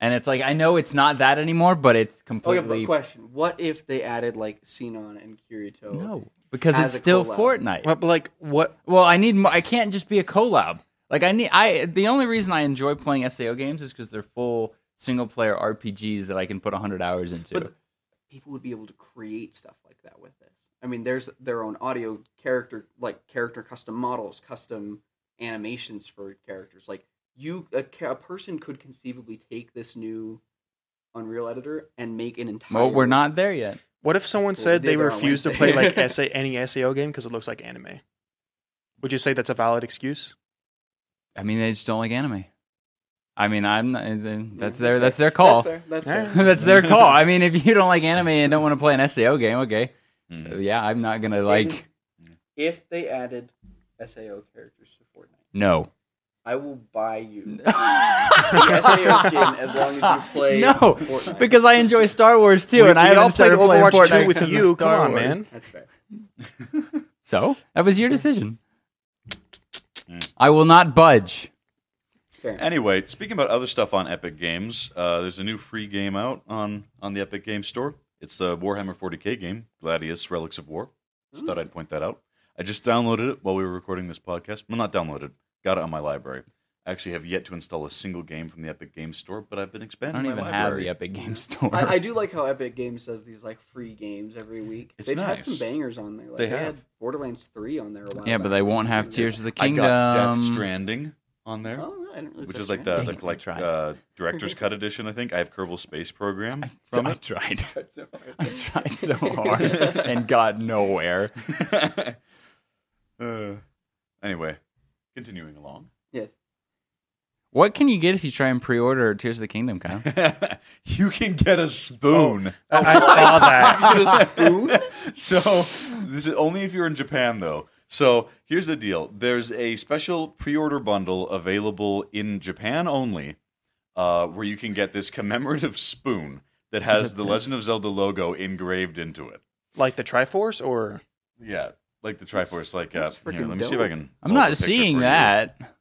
[SPEAKER 2] And it's like I know it's not that anymore, but it's
[SPEAKER 1] Okay,
[SPEAKER 2] completely
[SPEAKER 1] Oh, but question: What if they added like Xenon and Kirito?
[SPEAKER 2] no because
[SPEAKER 1] As
[SPEAKER 2] it's
[SPEAKER 1] a
[SPEAKER 2] still
[SPEAKER 1] collab.
[SPEAKER 2] Fortnite.
[SPEAKER 4] Well, but like what?
[SPEAKER 2] Well, I need. More, I can't just be a collab. Like I need. I the only reason I enjoy playing SAO games is because they're full single player RPGs that I can put hundred hours into.
[SPEAKER 1] But people would be able to create stuff like that with this. I mean, there's their own audio character, like character custom models, custom animations for characters. Like you, a, ca- a person could conceivably take this new Unreal Editor and make an entire.
[SPEAKER 2] well, we're not there yet.
[SPEAKER 4] What if someone
[SPEAKER 1] Well,
[SPEAKER 4] said
[SPEAKER 1] we did
[SPEAKER 4] they
[SPEAKER 1] that on
[SPEAKER 4] refused to
[SPEAKER 1] Wednesday.
[SPEAKER 4] play like SA, any SAO game because it looks like anime? Would you say that's a valid excuse?
[SPEAKER 2] I mean, they just don't like anime. I mean, I'm. Not, and then-
[SPEAKER 1] Yeah, Mm-hmm.
[SPEAKER 2] that's
[SPEAKER 1] that's
[SPEAKER 2] their.
[SPEAKER 1] fair.
[SPEAKER 2] That's their call.
[SPEAKER 1] That's fair. That's
[SPEAKER 4] Alright.
[SPEAKER 1] fair.
[SPEAKER 2] That's their call. I mean, if you don't like anime and don't want to play an SAO game, okay,
[SPEAKER 3] Mhm.
[SPEAKER 2] Mm. yeah, I'm not gonna like.
[SPEAKER 1] If they added SAO characters to Fortnite,
[SPEAKER 2] No.
[SPEAKER 1] I will buy you.
[SPEAKER 2] The
[SPEAKER 1] SAO skin as long as you play
[SPEAKER 2] No,
[SPEAKER 1] Fortnite.
[SPEAKER 2] because I enjoy Star Wars too,
[SPEAKER 4] we,
[SPEAKER 2] and
[SPEAKER 4] we
[SPEAKER 2] I
[SPEAKER 4] all
[SPEAKER 2] haven't
[SPEAKER 4] played
[SPEAKER 2] started playing
[SPEAKER 4] Overwatch
[SPEAKER 2] Fortnite
[SPEAKER 4] 2 with
[SPEAKER 2] because of
[SPEAKER 4] you. Come
[SPEAKER 2] Star
[SPEAKER 4] on,
[SPEAKER 2] Wars.
[SPEAKER 4] man.
[SPEAKER 1] That's fair.
[SPEAKER 2] So that was your decision.
[SPEAKER 3] Mm.
[SPEAKER 2] I will not budge.
[SPEAKER 1] Fair.
[SPEAKER 3] Anyway, speaking about other stuff on Epic Games, uh, there's a new free game out on on the Epic Games Store. It's the Warhammer 40k game, Gladius: Relics of War. Just thought I'd point that out. I just downloaded it while we were recording this podcast. Well, not downloaded. Got it on my library. I actually have yet to install a single game from the Epic Games Store, but I've been
[SPEAKER 2] I
[SPEAKER 3] expanding
[SPEAKER 2] don't
[SPEAKER 3] my
[SPEAKER 2] even have
[SPEAKER 3] library.
[SPEAKER 2] the Epic Game Store.
[SPEAKER 1] I, I do like how Epic Games does these like free games every week.
[SPEAKER 3] It's
[SPEAKER 1] They've had
[SPEAKER 3] nice.
[SPEAKER 1] some bangers on there. Like,
[SPEAKER 3] They
[SPEAKER 1] they,
[SPEAKER 3] have.
[SPEAKER 1] had Borderlands three on there. A while
[SPEAKER 2] yeah, but
[SPEAKER 1] back.
[SPEAKER 2] they won't have Tears of the
[SPEAKER 3] I
[SPEAKER 2] Kingdom.
[SPEAKER 3] got Death Stranding on there,
[SPEAKER 1] Oh, really? I didn't realize
[SPEAKER 3] which
[SPEAKER 1] that's
[SPEAKER 3] is like
[SPEAKER 1] right.
[SPEAKER 3] the
[SPEAKER 2] Dang
[SPEAKER 3] like,
[SPEAKER 2] it, I
[SPEAKER 3] like
[SPEAKER 2] tried.
[SPEAKER 3] uh, director's cut edition. I think I have Kerbal Space Program
[SPEAKER 2] So
[SPEAKER 3] from
[SPEAKER 2] I
[SPEAKER 3] it.
[SPEAKER 2] tried.
[SPEAKER 1] That's so hard.
[SPEAKER 2] I tried so hard and got nowhere.
[SPEAKER 3] uh, anyway, continuing along.
[SPEAKER 1] Yes.
[SPEAKER 2] What can you get if you try and pre-order Tears of the Kingdom, Kyle?
[SPEAKER 3] you can get a spoon.
[SPEAKER 1] Oh.
[SPEAKER 2] Oh,
[SPEAKER 4] I, I saw that.
[SPEAKER 3] so this is only if you're in Japan though. So here's the deal. There's a special pre-order bundle available in Japan only, uh, where you can get this commemorative spoon that has
[SPEAKER 2] it
[SPEAKER 3] the
[SPEAKER 2] this?
[SPEAKER 3] Legend of Zelda logo engraved into it.
[SPEAKER 4] Like the Triforce or
[SPEAKER 3] Yeah, like the Triforce. Like, uh,
[SPEAKER 1] that's
[SPEAKER 3] here,
[SPEAKER 1] freaking
[SPEAKER 3] let me see if I
[SPEAKER 1] dope.
[SPEAKER 3] can.
[SPEAKER 2] I'm
[SPEAKER 3] hold the
[SPEAKER 2] not
[SPEAKER 3] picture
[SPEAKER 2] seeing
[SPEAKER 3] for you.
[SPEAKER 2] that.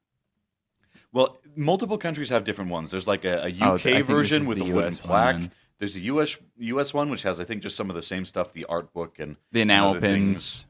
[SPEAKER 3] Well, multiple countries have different ones. There's like a, a
[SPEAKER 2] Oh,
[SPEAKER 3] UK
[SPEAKER 2] I think this
[SPEAKER 3] version
[SPEAKER 2] is
[SPEAKER 3] with
[SPEAKER 2] the
[SPEAKER 3] a wooden
[SPEAKER 2] US
[SPEAKER 3] plaque.
[SPEAKER 2] one.
[SPEAKER 3] There's a US US one which has I think just some of the same stuff, the art book and
[SPEAKER 2] The enamel
[SPEAKER 3] Other
[SPEAKER 2] pins.
[SPEAKER 3] things.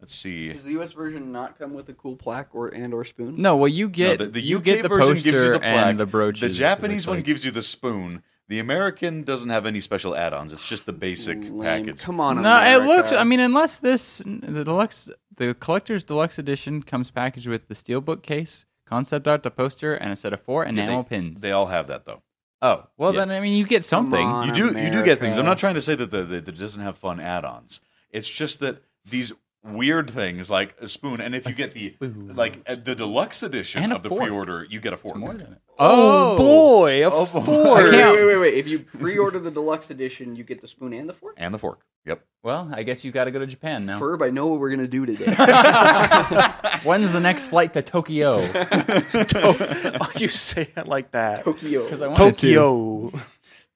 [SPEAKER 3] let's see.
[SPEAKER 1] Does the U.S. version not come with a cool plaque or and or spoon?
[SPEAKER 2] No, well you
[SPEAKER 3] No,
[SPEAKER 2] get
[SPEAKER 3] the, the
[SPEAKER 2] you
[SPEAKER 3] UK
[SPEAKER 2] get the
[SPEAKER 3] version
[SPEAKER 2] poster
[SPEAKER 3] gives you the plaque.
[SPEAKER 2] and the brooches.
[SPEAKER 3] The
[SPEAKER 2] It
[SPEAKER 3] Japanese
[SPEAKER 2] looks
[SPEAKER 3] one
[SPEAKER 2] like.
[SPEAKER 3] gives you the spoon. The American doesn't have any special add-ons. It's just the basic
[SPEAKER 1] Lame.
[SPEAKER 3] package.
[SPEAKER 1] Come on,
[SPEAKER 2] No, it
[SPEAKER 1] America.
[SPEAKER 2] looks. I mean, unless this the deluxe, the collector's deluxe edition comes packaged with the steelbook case, concept art, the poster, and a set of four
[SPEAKER 3] Yeah,
[SPEAKER 2] enamel pins.
[SPEAKER 3] They all have that though.
[SPEAKER 2] oh, well
[SPEAKER 3] yeah.
[SPEAKER 2] then I mean you get something.
[SPEAKER 1] on.
[SPEAKER 3] you do you do get things. I'm
[SPEAKER 1] America.
[SPEAKER 3] not trying to say that the, the, that it doesn't have fun add-ons. It's just that these weird things like a spoon, and if you get the like uh, the deluxe edition
[SPEAKER 2] And a
[SPEAKER 3] of the
[SPEAKER 2] fork.
[SPEAKER 3] pre-order, you get a fork.
[SPEAKER 2] More than it.
[SPEAKER 4] Oh, boy, a
[SPEAKER 3] Oh, boy.
[SPEAKER 1] Wait,
[SPEAKER 4] fork.
[SPEAKER 1] wait,
[SPEAKER 2] Count.
[SPEAKER 1] wait, wait, wait. If you pre-order the deluxe edition, you get the spoon and the fork.
[SPEAKER 3] And the fork. Yep.
[SPEAKER 2] Well, I guess you got to go to Japan now.
[SPEAKER 1] Ferb, I know what we're gonna do today.
[SPEAKER 2] When's the next flight to Tokyo?
[SPEAKER 4] Why'd you say it like that?
[SPEAKER 2] Because I
[SPEAKER 1] Tokyo.
[SPEAKER 2] wanted
[SPEAKER 4] Tokyo.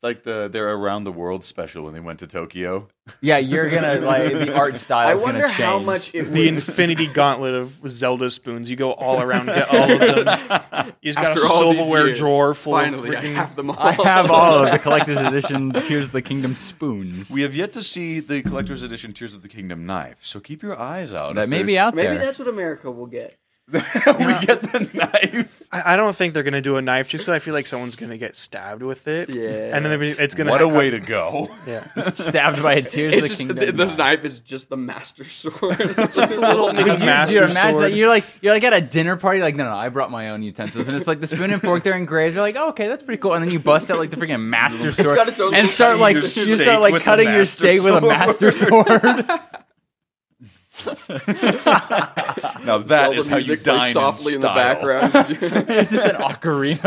[SPEAKER 3] Like the their around the world special when they went to Tokyo.
[SPEAKER 2] to. Yeah, you're gonna like the art style.
[SPEAKER 1] I
[SPEAKER 2] is
[SPEAKER 1] wonder
[SPEAKER 2] gonna
[SPEAKER 1] how
[SPEAKER 2] change.
[SPEAKER 1] much it
[SPEAKER 4] The
[SPEAKER 1] would.
[SPEAKER 4] infinity gauntlet of Zelda spoons. You go all around, get all of them. You just got a silverware drawer full
[SPEAKER 1] Finally,
[SPEAKER 4] of freaking.
[SPEAKER 1] I have them all.
[SPEAKER 2] I have all of the collector's edition Tears of the Kingdom spoons
[SPEAKER 3] We have yet to see the collector's edition Tears of the Kingdom knife, so keep your eyes out.
[SPEAKER 2] that
[SPEAKER 3] if
[SPEAKER 2] may be
[SPEAKER 3] there's-
[SPEAKER 2] out
[SPEAKER 1] Maybe
[SPEAKER 2] there.
[SPEAKER 1] that's what America will get.
[SPEAKER 3] we get the knife.
[SPEAKER 4] I I don't think they're gonna do a knife, just 'cause I feel like someone's gonna get stabbed with it.
[SPEAKER 1] Yeah.
[SPEAKER 4] and then they're gonna- it's gonna.
[SPEAKER 3] What a
[SPEAKER 4] have
[SPEAKER 3] way
[SPEAKER 4] cons-
[SPEAKER 3] to go!
[SPEAKER 4] Yeah,
[SPEAKER 2] Stabbed by a Tears of
[SPEAKER 1] It's
[SPEAKER 2] the
[SPEAKER 1] just
[SPEAKER 2] Kingdom.
[SPEAKER 1] the, the
[SPEAKER 2] knife.
[SPEAKER 1] knife is just the master sword. It's just a little
[SPEAKER 4] Would
[SPEAKER 2] Dude,
[SPEAKER 1] knife.
[SPEAKER 2] you-
[SPEAKER 4] Master
[SPEAKER 2] dude, imagine
[SPEAKER 4] sword.
[SPEAKER 2] that. You're like you're like at a dinner party. Like no, no, I brought my own utensils, and it's like the spoon and fork they're engraved. You're like, oh, okay, that's pretty cool. And then you bust out like the freaking master sword
[SPEAKER 1] got its own
[SPEAKER 2] and
[SPEAKER 1] little
[SPEAKER 2] start like you
[SPEAKER 3] cutting your
[SPEAKER 2] start
[SPEAKER 3] steak
[SPEAKER 2] like
[SPEAKER 3] with
[SPEAKER 2] cutting your
[SPEAKER 3] a master
[SPEAKER 2] steak with a
[SPEAKER 3] sword.
[SPEAKER 2] master sword.
[SPEAKER 3] Now that
[SPEAKER 1] Zelda
[SPEAKER 3] is how you
[SPEAKER 1] music plays
[SPEAKER 3] dine
[SPEAKER 1] softly
[SPEAKER 3] in,
[SPEAKER 1] in the
[SPEAKER 3] style.
[SPEAKER 1] background.
[SPEAKER 2] it's just an ocarina.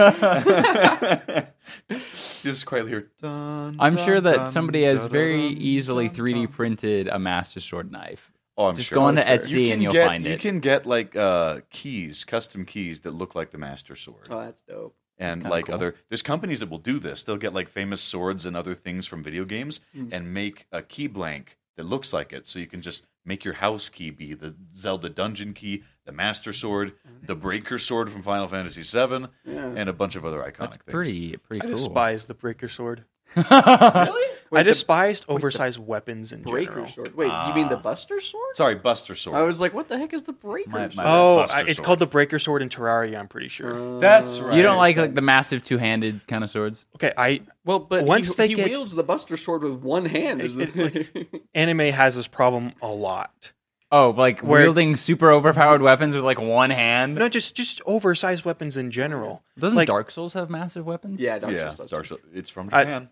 [SPEAKER 3] you just quietly hear. Dun,
[SPEAKER 2] I'm
[SPEAKER 3] dun,
[SPEAKER 2] sure
[SPEAKER 3] dun,
[SPEAKER 2] that somebody has
[SPEAKER 3] dun,
[SPEAKER 2] very
[SPEAKER 3] dun,
[SPEAKER 2] easily
[SPEAKER 3] dun,
[SPEAKER 2] 3D
[SPEAKER 3] dun.
[SPEAKER 2] printed a master sword knife.
[SPEAKER 3] Oh, I'm
[SPEAKER 2] Just
[SPEAKER 3] sure.
[SPEAKER 2] go on to
[SPEAKER 3] I'm
[SPEAKER 2] Etsy
[SPEAKER 3] sure. You
[SPEAKER 2] and
[SPEAKER 3] can
[SPEAKER 2] you'll
[SPEAKER 3] get-
[SPEAKER 2] find
[SPEAKER 3] You
[SPEAKER 2] it.
[SPEAKER 3] can get like uh, keys, custom keys that look like the master sword,
[SPEAKER 1] oh, that's dope.
[SPEAKER 3] and
[SPEAKER 2] kinda
[SPEAKER 3] like
[SPEAKER 2] cool.
[SPEAKER 3] other. There's companies that will do this. They'll get like famous swords and other things from video games
[SPEAKER 1] Mm.
[SPEAKER 3] and make a key blank that looks like it, so you can just make your house key be the Zelda dungeon key, the master sword, the breaker sword from Final Fantasy VII,
[SPEAKER 1] Yeah.
[SPEAKER 3] and a bunch of other iconic
[SPEAKER 2] That's
[SPEAKER 3] things.
[SPEAKER 2] pretty pretty
[SPEAKER 4] I
[SPEAKER 2] cool.
[SPEAKER 4] despise the breaker sword.
[SPEAKER 1] really?
[SPEAKER 4] I
[SPEAKER 1] Wait, the
[SPEAKER 4] despised oversized weapons in
[SPEAKER 1] breaker
[SPEAKER 4] general.
[SPEAKER 1] sword. Wait, you
[SPEAKER 3] Ah.
[SPEAKER 1] mean the Buster sword?
[SPEAKER 3] Sorry, Buster sword.
[SPEAKER 1] I was like, what the heck is the breaker
[SPEAKER 3] My-
[SPEAKER 1] sword?
[SPEAKER 3] my-
[SPEAKER 4] Oh,
[SPEAKER 3] Buster
[SPEAKER 4] I, it's
[SPEAKER 3] sword.
[SPEAKER 4] called the breaker sword in Terraria. I'm pretty sure.
[SPEAKER 3] That's
[SPEAKER 1] Uh,
[SPEAKER 3] right.
[SPEAKER 2] You don't like
[SPEAKER 1] makes
[SPEAKER 2] like the
[SPEAKER 1] sense.
[SPEAKER 2] massive two-handed kind of swords?
[SPEAKER 4] Okay, I
[SPEAKER 1] Well, but
[SPEAKER 4] Once
[SPEAKER 1] he,
[SPEAKER 4] they
[SPEAKER 1] he
[SPEAKER 4] get-
[SPEAKER 1] wields the Buster sword with one hand. Is the
[SPEAKER 4] It- anime has this problem a lot.
[SPEAKER 2] Oh, like
[SPEAKER 4] Where-
[SPEAKER 2] wielding super overpowered weapons with like one hand.
[SPEAKER 4] No, just just oversized weapons in general.
[SPEAKER 2] Doesn't
[SPEAKER 4] like-
[SPEAKER 2] Dark Souls have massive weapons?
[SPEAKER 1] yeah, Dark
[SPEAKER 3] yeah,
[SPEAKER 1] Souls does.
[SPEAKER 3] Dark Souls. It's from
[SPEAKER 4] I-
[SPEAKER 3] Japan.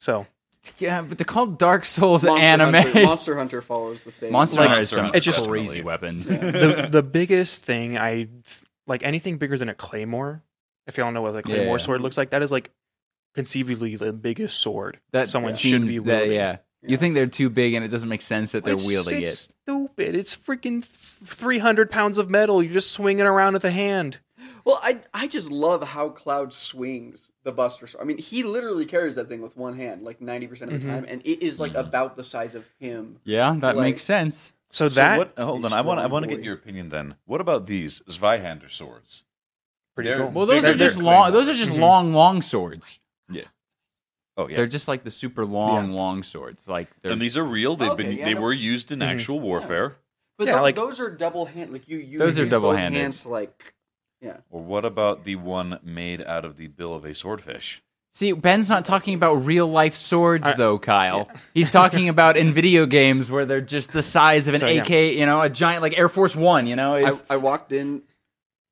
[SPEAKER 4] So
[SPEAKER 2] yeah, but they're called Dark Souls
[SPEAKER 1] Monster
[SPEAKER 2] anime.
[SPEAKER 1] Hunter, Monster Hunter follows the same.
[SPEAKER 2] Monster
[SPEAKER 4] Like,
[SPEAKER 2] Hunter is
[SPEAKER 3] Monster
[SPEAKER 2] some
[SPEAKER 3] Hunter,
[SPEAKER 4] it's just-
[SPEAKER 2] crazy
[SPEAKER 3] definitely.
[SPEAKER 2] weapons.
[SPEAKER 4] the the biggest thing I like anything bigger than a claymore. If y'all know what a claymore
[SPEAKER 2] yeah.
[SPEAKER 4] sword looks like, that is like conceivably the biggest sword
[SPEAKER 2] That
[SPEAKER 4] someone
[SPEAKER 2] seems
[SPEAKER 4] should be
[SPEAKER 2] that-
[SPEAKER 4] wielding.
[SPEAKER 2] yeah. you
[SPEAKER 1] Yeah.
[SPEAKER 2] think they're too big, and it doesn't make sense that they're
[SPEAKER 4] It's-
[SPEAKER 2] wielding
[SPEAKER 4] it's
[SPEAKER 2] it.
[SPEAKER 4] Stupid! It's freaking three hundred pounds of metal. You're just swinging around with a hand.
[SPEAKER 1] Well, I I just love how Cloud swings the Buster sword. I mean, he literally carries that thing with one hand, like ninety percent of the
[SPEAKER 2] Mm-hmm.
[SPEAKER 4] Mhm.
[SPEAKER 1] time, and it is like about the size of him.
[SPEAKER 2] Yeah, that
[SPEAKER 1] Like-
[SPEAKER 2] makes sense.
[SPEAKER 4] So
[SPEAKER 3] So
[SPEAKER 4] that
[SPEAKER 3] what, hold on, I want I
[SPEAKER 1] strong
[SPEAKER 3] want to
[SPEAKER 1] boy.
[SPEAKER 3] get your opinion then. What about these Zweihander swords?
[SPEAKER 4] pretty
[SPEAKER 3] they're-
[SPEAKER 4] cool.
[SPEAKER 2] Well, those
[SPEAKER 3] They're-
[SPEAKER 2] are just
[SPEAKER 3] they're
[SPEAKER 2] long.
[SPEAKER 3] claymores.
[SPEAKER 2] Those are just
[SPEAKER 4] Mhm.
[SPEAKER 2] long, long swords.
[SPEAKER 3] Oh yeah,
[SPEAKER 2] Mm-hmm. They're just like the super long, long swords. Like they're
[SPEAKER 3] and these are real. They've
[SPEAKER 1] Okay,
[SPEAKER 3] been
[SPEAKER 1] yeah,
[SPEAKER 3] they
[SPEAKER 1] no-
[SPEAKER 3] were used in
[SPEAKER 4] Mhm.
[SPEAKER 3] actual warfare.
[SPEAKER 1] But
[SPEAKER 4] Yeah,
[SPEAKER 1] tho-
[SPEAKER 4] like-
[SPEAKER 1] those are double hand. Like you, you
[SPEAKER 2] Those are
[SPEAKER 1] use both
[SPEAKER 2] double-handed.
[SPEAKER 1] hands to like. Yeah,
[SPEAKER 3] Or what about the one made out of the bill of a swordfish?
[SPEAKER 2] See, Ben's not talking about real life swords
[SPEAKER 4] I-
[SPEAKER 2] though, Kyle. He's talking about in video games where they're just the size of an
[SPEAKER 4] So, yeah.
[SPEAKER 2] AK, you know, a giant like Air Force One, you know.
[SPEAKER 1] I,
[SPEAKER 2] Is,
[SPEAKER 1] I walked in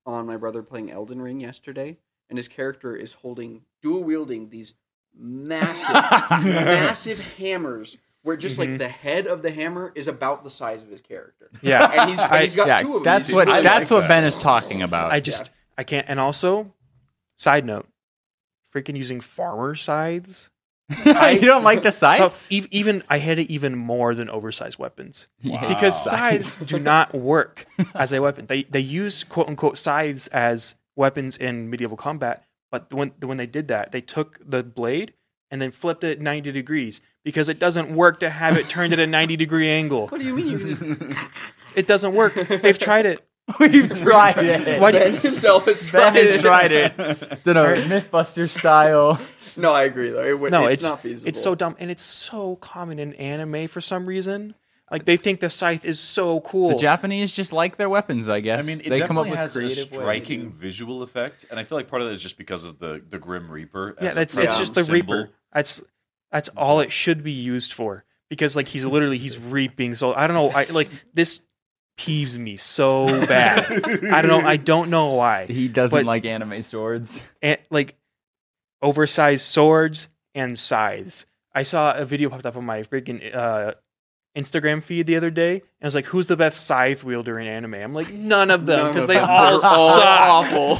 [SPEAKER 1] on my brother playing Elden Ring yesterday, and his character is holding dual wielding these massive, massive hammers. Where just like
[SPEAKER 2] Mm-hmm.
[SPEAKER 1] the head of the hammer is about the size of his character,
[SPEAKER 4] yeah,
[SPEAKER 1] and he's,
[SPEAKER 4] I-
[SPEAKER 1] he's got
[SPEAKER 2] yeah,
[SPEAKER 1] two of them.
[SPEAKER 2] that's
[SPEAKER 1] He's
[SPEAKER 2] what
[SPEAKER 1] really
[SPEAKER 2] that's
[SPEAKER 1] like
[SPEAKER 2] what
[SPEAKER 3] that.
[SPEAKER 2] Ben is talking about.
[SPEAKER 4] I just I can't. And also, side note, freaking using farmer scythes. I-
[SPEAKER 2] you don't like the
[SPEAKER 4] So
[SPEAKER 2] sights?
[SPEAKER 4] ev- even I hate it even more than oversized weapons
[SPEAKER 3] Wow.
[SPEAKER 4] because scythes do not work as a weapon. They they use quote unquote scythes as weapons in medieval combat, but when when they did that, they took the blade and then flipped it 90 degrees because it doesn't work to have it turned at a 90 degree angle.
[SPEAKER 1] What do you mean? You can just
[SPEAKER 4] It doesn't work. They've tried it.
[SPEAKER 2] We've tried it.
[SPEAKER 1] What ben himself has tried
[SPEAKER 2] Ben has
[SPEAKER 1] it.
[SPEAKER 2] tried it. Dinner, MythBuster style.
[SPEAKER 1] No, I agree though. It, would-
[SPEAKER 4] No,
[SPEAKER 1] it's,
[SPEAKER 4] it's-
[SPEAKER 1] not feasible.
[SPEAKER 4] It's so dumb, and it's so common in anime for some reason. Like they think the scythe is so cool.
[SPEAKER 2] The Japanese just like their weapons, I guess.
[SPEAKER 3] I mean, it
[SPEAKER 2] they
[SPEAKER 3] definitely
[SPEAKER 2] come up with
[SPEAKER 3] has a
[SPEAKER 2] creative ways.
[SPEAKER 3] striking visual effect, and I feel like part of that is just because of the the Grim Reaper.
[SPEAKER 4] yeah,
[SPEAKER 3] as a
[SPEAKER 4] that's it's
[SPEAKER 1] Yeah.
[SPEAKER 4] just the
[SPEAKER 3] symbol.
[SPEAKER 4] reaper. That's that's all it should be used for because like he's literally he's reaping. So I don't know. I like this peeves me so bad. I don't know. I don't know why.
[SPEAKER 2] He doesn't
[SPEAKER 4] But-
[SPEAKER 2] like anime swords.
[SPEAKER 4] and like oversized swords and scythes. I saw a video popped up on my freaking uh, Instagram feed the other day, and I was like, "Who's the best scythe wielder in anime?" I'm like, "None of them,"
[SPEAKER 1] None
[SPEAKER 4] because
[SPEAKER 1] of
[SPEAKER 4] they
[SPEAKER 1] them.
[SPEAKER 4] all
[SPEAKER 1] They're all
[SPEAKER 4] suck.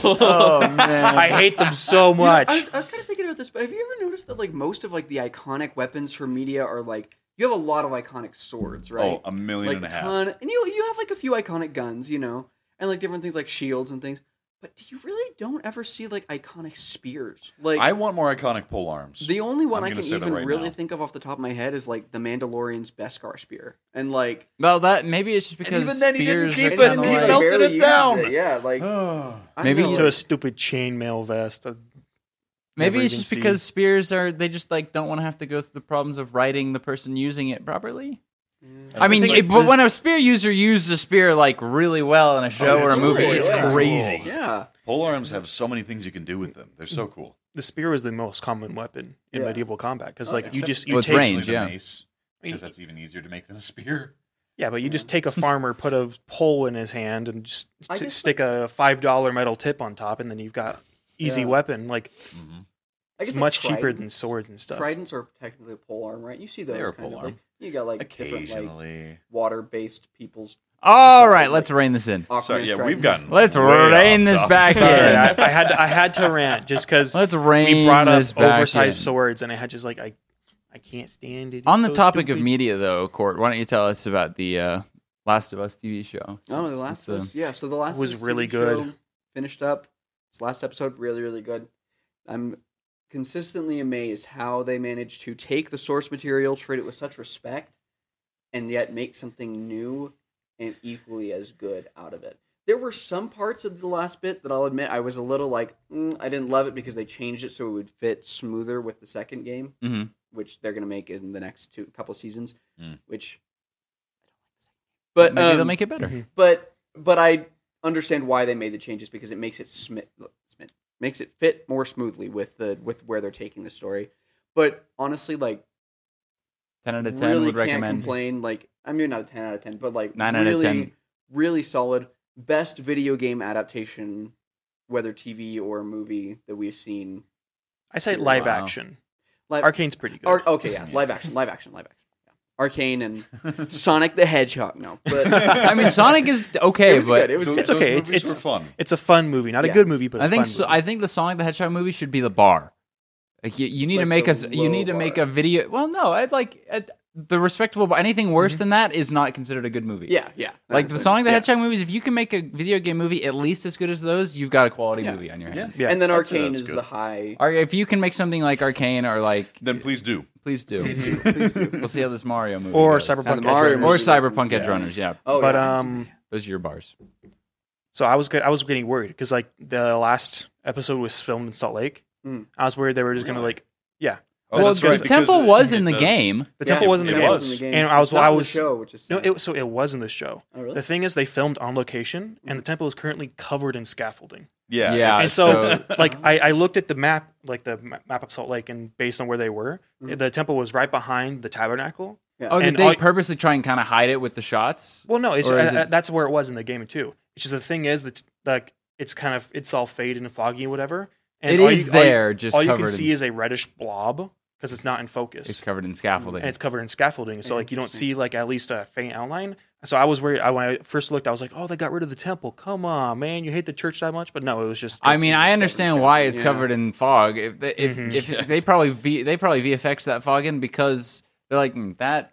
[SPEAKER 1] awful.
[SPEAKER 2] Oh man.
[SPEAKER 4] I hate them so
[SPEAKER 1] You know,
[SPEAKER 4] much.
[SPEAKER 1] I was, I was kind of thinking about this, but have you ever noticed that like most of like the iconic weapons for media are like you have a lot of iconic swords, right?
[SPEAKER 3] Oh, a million
[SPEAKER 1] like
[SPEAKER 3] and a half.
[SPEAKER 1] ton, and you you have like a few iconic guns, you know, and like different things like shields and things. But you really don't ever see like iconic spears. Like
[SPEAKER 3] I want more iconic pole arms.
[SPEAKER 1] the only one
[SPEAKER 3] I'm
[SPEAKER 1] I
[SPEAKER 3] gonna
[SPEAKER 1] can
[SPEAKER 3] say that
[SPEAKER 1] even
[SPEAKER 3] right
[SPEAKER 1] really
[SPEAKER 3] now.
[SPEAKER 1] think of off the top of my head is like the Mandalorian's Beskar spear, and like
[SPEAKER 2] Well, that maybe it's just because
[SPEAKER 3] And even then he didn't
[SPEAKER 2] spears
[SPEAKER 3] keep
[SPEAKER 2] are
[SPEAKER 3] it,
[SPEAKER 1] and
[SPEAKER 2] kinda
[SPEAKER 1] he
[SPEAKER 3] he
[SPEAKER 2] like-
[SPEAKER 3] melted
[SPEAKER 1] barely
[SPEAKER 3] it
[SPEAKER 1] uses
[SPEAKER 3] down.
[SPEAKER 1] it. Yeah, like I
[SPEAKER 2] Maybe
[SPEAKER 1] don't
[SPEAKER 2] you
[SPEAKER 1] know,
[SPEAKER 4] to a
[SPEAKER 1] like,
[SPEAKER 4] stupid chainmail vest. I
[SPEAKER 2] Maybe
[SPEAKER 4] never
[SPEAKER 2] it's
[SPEAKER 4] even
[SPEAKER 2] just
[SPEAKER 4] seen.
[SPEAKER 2] because spears are they just like don't want to have to go through the problems of writing the person using it properly. I, mean,
[SPEAKER 4] think
[SPEAKER 2] it- but
[SPEAKER 4] this-
[SPEAKER 2] when a spear user uses a spear like really well in a
[SPEAKER 4] Oh,
[SPEAKER 2] show or a
[SPEAKER 1] it's
[SPEAKER 2] movie,
[SPEAKER 1] cool,
[SPEAKER 2] it's
[SPEAKER 1] yeah.
[SPEAKER 2] crazy.
[SPEAKER 1] yeah.
[SPEAKER 3] pole arms have so many things you can do with them. They're so cool.
[SPEAKER 4] the spear was the most common weapon in
[SPEAKER 1] Yeah.
[SPEAKER 4] medieval combat because
[SPEAKER 1] Oh,
[SPEAKER 4] like
[SPEAKER 1] yeah.
[SPEAKER 4] you
[SPEAKER 3] Except
[SPEAKER 4] just you
[SPEAKER 2] Well, it's
[SPEAKER 4] take
[SPEAKER 2] range,
[SPEAKER 3] Usually the
[SPEAKER 2] yeah.
[SPEAKER 3] mace, because that's even easier to make than a spear.
[SPEAKER 4] yeah, but you just take a farmer, put a pole in his hand, and just
[SPEAKER 1] I
[SPEAKER 4] t-
[SPEAKER 1] guess,
[SPEAKER 4] stick a five dollar metal tip on top, and then you've got easy
[SPEAKER 1] Yeah.
[SPEAKER 4] weapon. Like
[SPEAKER 3] Mhm.
[SPEAKER 1] I
[SPEAKER 4] it's
[SPEAKER 1] guess, like,
[SPEAKER 4] much cheaper
[SPEAKER 1] trident-
[SPEAKER 4] than swords and stuff.
[SPEAKER 1] Tridents are technically a pole arm, right? You see those
[SPEAKER 3] They are
[SPEAKER 1] kind
[SPEAKER 3] pole
[SPEAKER 1] of
[SPEAKER 3] arm.
[SPEAKER 1] like you got like different like
[SPEAKER 3] Occasionally.
[SPEAKER 1] water-based people's.
[SPEAKER 2] All right, let's rein this in.
[SPEAKER 1] Aquaman's
[SPEAKER 3] Sorry, yeah,
[SPEAKER 1] trident.
[SPEAKER 3] we've gotten.
[SPEAKER 2] Let's
[SPEAKER 3] way
[SPEAKER 2] rein
[SPEAKER 3] off
[SPEAKER 2] this
[SPEAKER 3] topic.
[SPEAKER 2] back
[SPEAKER 4] Sorry,
[SPEAKER 2] in.
[SPEAKER 4] I, I had to, I had to rant just because
[SPEAKER 2] Let's rein
[SPEAKER 4] we brought up
[SPEAKER 2] this back in.
[SPEAKER 4] oversized swords, and I had just like I I can't stand it. It's
[SPEAKER 2] On the
[SPEAKER 4] so
[SPEAKER 2] topic of
[SPEAKER 4] stupid.
[SPEAKER 2] media, though, Court, why don't you tell us about the uh, Last of Us TV show?
[SPEAKER 1] Oh, the last
[SPEAKER 2] It's, uh,
[SPEAKER 1] was yeah. So the last
[SPEAKER 4] was
[SPEAKER 1] of Us
[SPEAKER 4] really
[SPEAKER 1] TV
[SPEAKER 4] good.
[SPEAKER 1] show Finished up. This last episode really really good. I'm consistently amazed how they managed to take the source material, treat it with such respect, and yet make something new and equally as good out of it. There were some parts of the last bit that I'll admit I was a little like mm, I didn't love it because they changed it so it would fit smoother with the second game,
[SPEAKER 2] Mm-hmm.
[SPEAKER 1] which they're going to make in the next two couple seasons,
[SPEAKER 3] Mm.
[SPEAKER 1] which I don't like the second game. But
[SPEAKER 2] Maybe they'll
[SPEAKER 1] um,
[SPEAKER 2] make it better.
[SPEAKER 1] but but I understand why they made the changes because it makes it smi- smi- makes it fit more smoothly with the with where they're taking the story. But honestly, like
[SPEAKER 2] Ten out of ten
[SPEAKER 1] Mm-hmm. really
[SPEAKER 2] would
[SPEAKER 1] can't
[SPEAKER 2] recommend.
[SPEAKER 1] complain. Like I mean, not a ten out of ten, but like
[SPEAKER 2] Nine out
[SPEAKER 1] really,
[SPEAKER 2] of 10.
[SPEAKER 1] really solid. Best video game adaptation, whether TV or movie that we've seen.
[SPEAKER 4] I say live
[SPEAKER 2] Wow.
[SPEAKER 4] action.
[SPEAKER 1] Live,
[SPEAKER 4] Arcane's pretty good.
[SPEAKER 1] Ar- okay, yeah, live action, live action, live action. Yeah. Arcane and Sonic the Hedgehog. No, but
[SPEAKER 2] I mean, Sonic is okay,
[SPEAKER 1] it was
[SPEAKER 2] but
[SPEAKER 1] good. It was
[SPEAKER 3] Those-
[SPEAKER 1] good.
[SPEAKER 4] It's okay,
[SPEAKER 3] Those
[SPEAKER 4] it's-
[SPEAKER 3] movies
[SPEAKER 4] it's-
[SPEAKER 3] were fun.
[SPEAKER 4] it's a fun movie, not
[SPEAKER 1] Yeah.
[SPEAKER 4] a good movie, but I
[SPEAKER 2] I think
[SPEAKER 4] fun
[SPEAKER 2] so,
[SPEAKER 4] movie.
[SPEAKER 2] I think the Sonic the Hedgehog movie should be the bar. Like you, you need to
[SPEAKER 1] Like
[SPEAKER 2] make
[SPEAKER 1] the
[SPEAKER 2] us. You
[SPEAKER 1] low
[SPEAKER 2] need to make
[SPEAKER 1] bar.
[SPEAKER 2] a video. Well, no, I'd like i the respectable. But anything worse than that is not considered a good movie.
[SPEAKER 1] Mm-hmm. yeah, yeah.
[SPEAKER 2] Like the
[SPEAKER 1] That's it.
[SPEAKER 2] Sonic the
[SPEAKER 1] Yeah.
[SPEAKER 2] Hedgehog movies, if you can make a video game movie at least as good as those, you've got a quality
[SPEAKER 1] Yeah.
[SPEAKER 2] movie on your
[SPEAKER 3] Yeah.
[SPEAKER 2] hands.
[SPEAKER 4] Yeah,
[SPEAKER 1] and then
[SPEAKER 3] I'd say
[SPEAKER 1] Arcane
[SPEAKER 3] that's
[SPEAKER 1] is
[SPEAKER 3] good.
[SPEAKER 1] the high.
[SPEAKER 2] Or if you can make something like Arcane or like,
[SPEAKER 3] Then please do.
[SPEAKER 2] please do.
[SPEAKER 1] Please do, please do.
[SPEAKER 2] We'll see how this Mario movie
[SPEAKER 4] or
[SPEAKER 2] goes.
[SPEAKER 1] And
[SPEAKER 4] Cyberpunk
[SPEAKER 1] the
[SPEAKER 4] Edge
[SPEAKER 1] Mario
[SPEAKER 2] or
[SPEAKER 4] Runners.
[SPEAKER 1] movie makes
[SPEAKER 2] Cyberpunk
[SPEAKER 1] sense,
[SPEAKER 2] Edge
[SPEAKER 1] yeah.
[SPEAKER 2] Runners. Yeah,
[SPEAKER 1] Oh,
[SPEAKER 4] but
[SPEAKER 1] yeah.
[SPEAKER 4] um,
[SPEAKER 2] those are your bars.
[SPEAKER 4] So I was good. I was getting worried because like the last episode was filmed in Salt Lake.
[SPEAKER 1] Mm.
[SPEAKER 4] I was worried they were just gonna
[SPEAKER 3] Hmm. Really?
[SPEAKER 4] like yeah.
[SPEAKER 3] Oh,
[SPEAKER 2] well,
[SPEAKER 3] that's
[SPEAKER 2] the
[SPEAKER 3] right, because
[SPEAKER 2] temple
[SPEAKER 3] it-
[SPEAKER 4] uh,
[SPEAKER 2] was
[SPEAKER 3] it
[SPEAKER 2] in the
[SPEAKER 3] does-
[SPEAKER 2] game.
[SPEAKER 1] Yeah,
[SPEAKER 4] The temple was in the
[SPEAKER 3] it
[SPEAKER 4] game,
[SPEAKER 3] was.
[SPEAKER 4] and I was
[SPEAKER 1] It's not
[SPEAKER 4] I
[SPEAKER 1] in the
[SPEAKER 4] was
[SPEAKER 1] show, which is
[SPEAKER 4] no.
[SPEAKER 1] sad.
[SPEAKER 4] It, so it was in the show.
[SPEAKER 1] oh, really?
[SPEAKER 4] The thing is, they filmed on location,
[SPEAKER 3] Hmm.
[SPEAKER 4] and the temple is currently covered in scaffolding.
[SPEAKER 3] Yeah.
[SPEAKER 2] Yeah,
[SPEAKER 3] it's-
[SPEAKER 4] and so, like, I, I looked at the map, like the ma- map of Salt Lake, and based on where they were,
[SPEAKER 3] Hmm.
[SPEAKER 1] Mhm.
[SPEAKER 4] the temple was right behind the tabernacle.
[SPEAKER 1] Yeah.
[SPEAKER 2] Oh, did
[SPEAKER 4] And
[SPEAKER 2] they
[SPEAKER 4] all-
[SPEAKER 2] purposely try and kind of hide it with the shots?
[SPEAKER 4] Well, no, it's,
[SPEAKER 2] Or is
[SPEAKER 4] uh, uh,
[SPEAKER 2] it-
[SPEAKER 4] that's where it was in the game too. It's just the thing is that like it's kind of it's all faded and foggy and whatever. And
[SPEAKER 2] it
[SPEAKER 4] all
[SPEAKER 2] is
[SPEAKER 4] you- all you-
[SPEAKER 2] there, just
[SPEAKER 4] all you
[SPEAKER 2] covered
[SPEAKER 4] can
[SPEAKER 2] in-
[SPEAKER 4] see is a reddish blob because it's not in focus
[SPEAKER 2] It's covered in scaffolding.
[SPEAKER 4] and it's covered in scaffolding so like you don't
[SPEAKER 1] Interesting.
[SPEAKER 4] see like at least a faint outline so i was worried I, when i first looked i was like oh they got rid of the temple come on man you hate the church that much but no it was just
[SPEAKER 2] I mean, I
[SPEAKER 1] in
[SPEAKER 2] understand
[SPEAKER 1] scaffolding,
[SPEAKER 2] why it's
[SPEAKER 1] yeah.
[SPEAKER 2] covered in fog. If they, if,
[SPEAKER 4] Mhm.
[SPEAKER 2] if they probably v, they probably VFX that fog in because they're like "Hmm, that.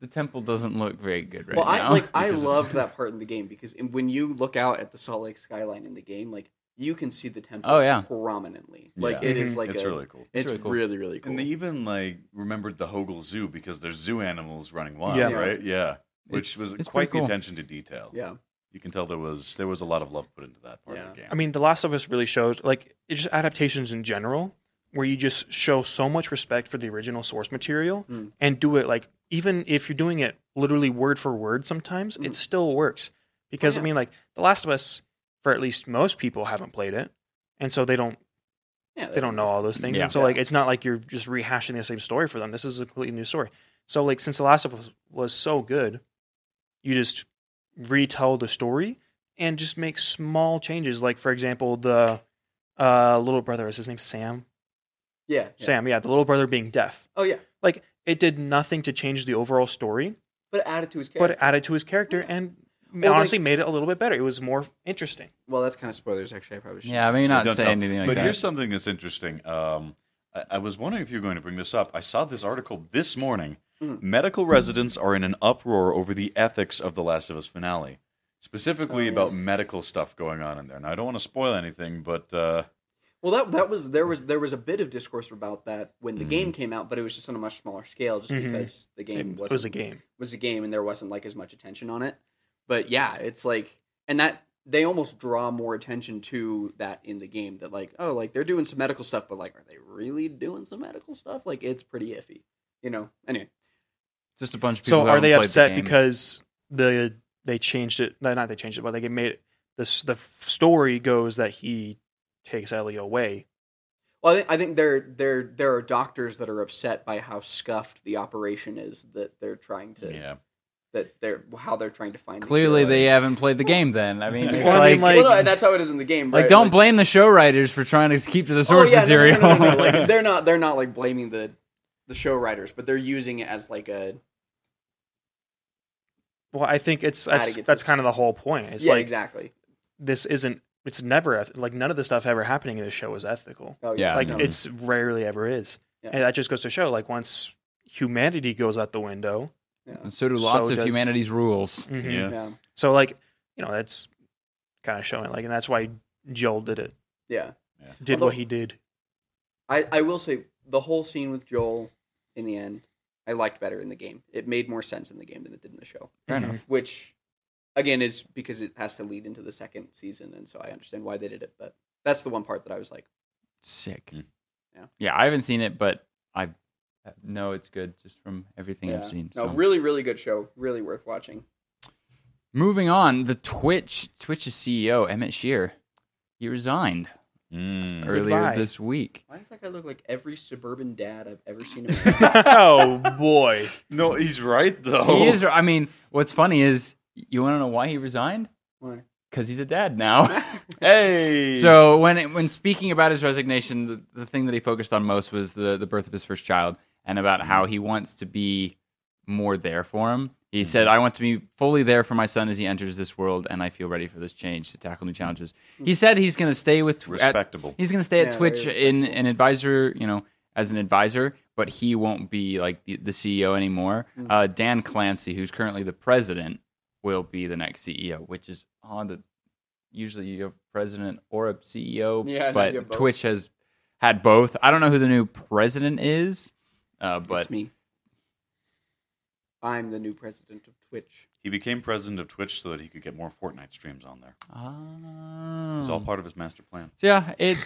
[SPEAKER 2] The temple doesn't look very good right
[SPEAKER 1] well, I
[SPEAKER 2] now.
[SPEAKER 1] like I
[SPEAKER 2] because it's-
[SPEAKER 1] love that part in the game because in- when you look out at the Salt Lake skyline in the game, like you can see the temple.
[SPEAKER 2] Oh, yeah.
[SPEAKER 1] prominently. Like
[SPEAKER 3] Yeah.
[SPEAKER 1] it is like
[SPEAKER 3] it's
[SPEAKER 1] a-
[SPEAKER 3] really cool.
[SPEAKER 1] Mhm. It's,
[SPEAKER 2] really
[SPEAKER 1] really,
[SPEAKER 2] cool.
[SPEAKER 1] really cool.
[SPEAKER 3] And they even like remembered the Hogel Zoo because there's zoo animals running wild,
[SPEAKER 4] Yeah.
[SPEAKER 3] right? Yeah, which
[SPEAKER 2] It's-
[SPEAKER 3] was
[SPEAKER 2] it's pretty
[SPEAKER 3] quite the
[SPEAKER 2] cool.
[SPEAKER 3] attention to detail.
[SPEAKER 1] yeah,
[SPEAKER 3] You can tell there was there was a lot of love put into that part of the game.
[SPEAKER 4] I mean, The Last of Us really showed like it's just adaptations in general, where you just show so much respect for the original source material
[SPEAKER 1] Mm.
[SPEAKER 4] and do it like even if you're doing it literally word for word, sometimes
[SPEAKER 1] Mm.
[SPEAKER 4] it still works because
[SPEAKER 1] yeah.
[SPEAKER 4] I mean, like The Last of Us, for at least most people, haven't played it, and so they don't
[SPEAKER 1] Yeah,
[SPEAKER 4] they don't know all those things,
[SPEAKER 2] Yeah.
[SPEAKER 4] and so like it's not like you're just rehashing the same story for them. This is a completely new story. So like since The Last of Us was so good, you just retell the story and just make small changes. Like for example, the uh, little brother is his name Sam.
[SPEAKER 1] Yeah, yeah.
[SPEAKER 4] Sam, yeah, the little brother being deaf.
[SPEAKER 1] Oh yeah,
[SPEAKER 4] Like it did nothing to change the overall story,
[SPEAKER 1] but add it to his
[SPEAKER 4] but
[SPEAKER 1] character.
[SPEAKER 4] it added to his character and
[SPEAKER 1] Well, like-
[SPEAKER 4] honestly made it a little bit better. It was more interesting.
[SPEAKER 1] well, that's kind of spoilers. Actually, I probably should.
[SPEAKER 2] Yeah, maybe
[SPEAKER 3] Yeah,
[SPEAKER 2] not
[SPEAKER 3] don't
[SPEAKER 2] say
[SPEAKER 3] tell.
[SPEAKER 2] anything like
[SPEAKER 3] but
[SPEAKER 2] that.
[SPEAKER 3] here's something that's interesting. Um, I, I was wondering if you were going to bring this up. I saw this article this morning.
[SPEAKER 1] Mm.
[SPEAKER 3] Medical residents are in an uproar over the ethics of The Last of Us finale, specifically
[SPEAKER 1] Oh, yeah.
[SPEAKER 3] about medical stuff going on in there. Now, I don't want to spoil anything, but uh,
[SPEAKER 1] Well, that that was there
[SPEAKER 4] Mm-hmm.
[SPEAKER 1] was there was a bit of discourse about that when the
[SPEAKER 3] Mhm.
[SPEAKER 1] game came out, but it was just on a much smaller scale, just
[SPEAKER 4] Mhm.
[SPEAKER 1] because the game
[SPEAKER 4] Mm-hmm. It
[SPEAKER 1] wasn't,
[SPEAKER 4] was a game.
[SPEAKER 1] was a game and there wasn't like as much attention on it. But yeah, it's like and that they almost draw more attention to that in the game that like oh like they're doing some medical stuff, but like are they really doing some medical stuff? Like it's pretty iffy, you know. Anyway,
[SPEAKER 2] just a bunch of people.
[SPEAKER 4] So
[SPEAKER 2] who
[SPEAKER 4] are
[SPEAKER 2] haven't
[SPEAKER 4] they
[SPEAKER 2] played the
[SPEAKER 4] upset
[SPEAKER 2] game.
[SPEAKER 4] because the they changed it? no, Not they changed it, but they made it. This the f- story goes that he takes Ellie away.
[SPEAKER 1] well, I think, I think there there there are doctors that are upset by how scuffed the operation is that they're trying to
[SPEAKER 3] yeah.
[SPEAKER 1] that they're how they're trying to find. a
[SPEAKER 2] clearly
[SPEAKER 1] cure.
[SPEAKER 2] they haven't played the game? Then I mean,
[SPEAKER 3] Well,
[SPEAKER 2] it's
[SPEAKER 4] I
[SPEAKER 2] like,
[SPEAKER 4] mean,
[SPEAKER 2] like,
[SPEAKER 4] like-
[SPEAKER 1] well, no, and that's how it is in the game. right?
[SPEAKER 2] don't
[SPEAKER 1] Like-
[SPEAKER 2] blame the show writers for trying to keep to the source
[SPEAKER 1] Oh, yeah, no, no,
[SPEAKER 2] material.
[SPEAKER 1] no, no, no, no. Like, they're not they're not like blaming the the show writers, but they're using it as like a
[SPEAKER 4] Well, I think it's
[SPEAKER 1] Gotta
[SPEAKER 4] that's
[SPEAKER 1] get
[SPEAKER 4] that's
[SPEAKER 1] this.
[SPEAKER 4] kind of the whole point. It's
[SPEAKER 1] yeah
[SPEAKER 4] like
[SPEAKER 1] exactly.
[SPEAKER 4] this isn't. It's never eth- like none of the stuff ever happening in this show is ethical.
[SPEAKER 1] Oh,
[SPEAKER 2] Yeah,
[SPEAKER 4] like
[SPEAKER 1] no.
[SPEAKER 2] no.
[SPEAKER 4] it's rarely ever is,
[SPEAKER 1] Yeah.
[SPEAKER 4] and that just goes to show like once humanity goes out the window.
[SPEAKER 1] yeah.
[SPEAKER 2] And so do
[SPEAKER 4] So
[SPEAKER 2] lots of
[SPEAKER 4] does-
[SPEAKER 2] humanity's rules.
[SPEAKER 4] mhm.
[SPEAKER 3] Yeah.
[SPEAKER 1] yeah,
[SPEAKER 4] So like you know that's kind of showing like, and that's why Joel did it,
[SPEAKER 1] yeah.
[SPEAKER 4] did
[SPEAKER 1] Although-
[SPEAKER 4] what he did.
[SPEAKER 1] I I will say the whole scene with Joel in the end, I liked better in the game. It made more sense in the game than it did in the show,
[SPEAKER 2] Fair
[SPEAKER 4] Mhm.
[SPEAKER 2] enough.
[SPEAKER 1] which again is because it has to lead into the second season, and so I understand why they did it. But that's the one part that I was like,
[SPEAKER 2] Sick.
[SPEAKER 3] Mm.
[SPEAKER 1] Yeah.
[SPEAKER 2] Yeah, I haven't seen it, but I know it's good just from everything I've
[SPEAKER 1] yeah.
[SPEAKER 2] seen.
[SPEAKER 1] no,
[SPEAKER 2] so.
[SPEAKER 1] really, really good show, really worth watching.
[SPEAKER 2] Moving on, the Twitch Twitch's CEO Emmett Shear, he resigned
[SPEAKER 3] Mm.
[SPEAKER 2] earlier
[SPEAKER 4] Goodbye.
[SPEAKER 2] this week.
[SPEAKER 1] Why does that guy look like every suburban dad I've ever seen? In my life?
[SPEAKER 4] oh boy.
[SPEAKER 3] No, he's right, though.
[SPEAKER 1] Oh.
[SPEAKER 2] He is. I mean, what's funny is you want to know why he resigned?
[SPEAKER 1] Why?
[SPEAKER 2] Because he's a dad now.
[SPEAKER 3] Hey.
[SPEAKER 2] so when it, when speaking about his resignation, the, the thing that he focused on most was the the birth of his first child and about how he wants to be more there for him. He said, "I want to be fully there for my son as he enters this world, and I feel ready for this change to tackle new challenges." He said he's going to stay with at-
[SPEAKER 3] Respectable.
[SPEAKER 2] He's going to stay at
[SPEAKER 1] Yeah,
[SPEAKER 2] Twitch
[SPEAKER 1] very
[SPEAKER 2] in an advisor, you know, as an advisor, but he won't be like the, the CEO anymore.
[SPEAKER 1] Mm.
[SPEAKER 2] Uh, Dan Clancy, who's currently the president, will be the next CEO, which is odd that usually you have a president or a CEO,
[SPEAKER 1] Yeah, no, you have
[SPEAKER 2] but
[SPEAKER 1] both.
[SPEAKER 2] Twitch has had both. I don't know who the new president is, uh, but
[SPEAKER 1] it's me. I'm the new president of Twitch.
[SPEAKER 3] He became president of Twitch so that he could get more Fortnite streams on there.
[SPEAKER 2] Ah.
[SPEAKER 3] It's all part of his master plan.
[SPEAKER 2] So, yeah, it,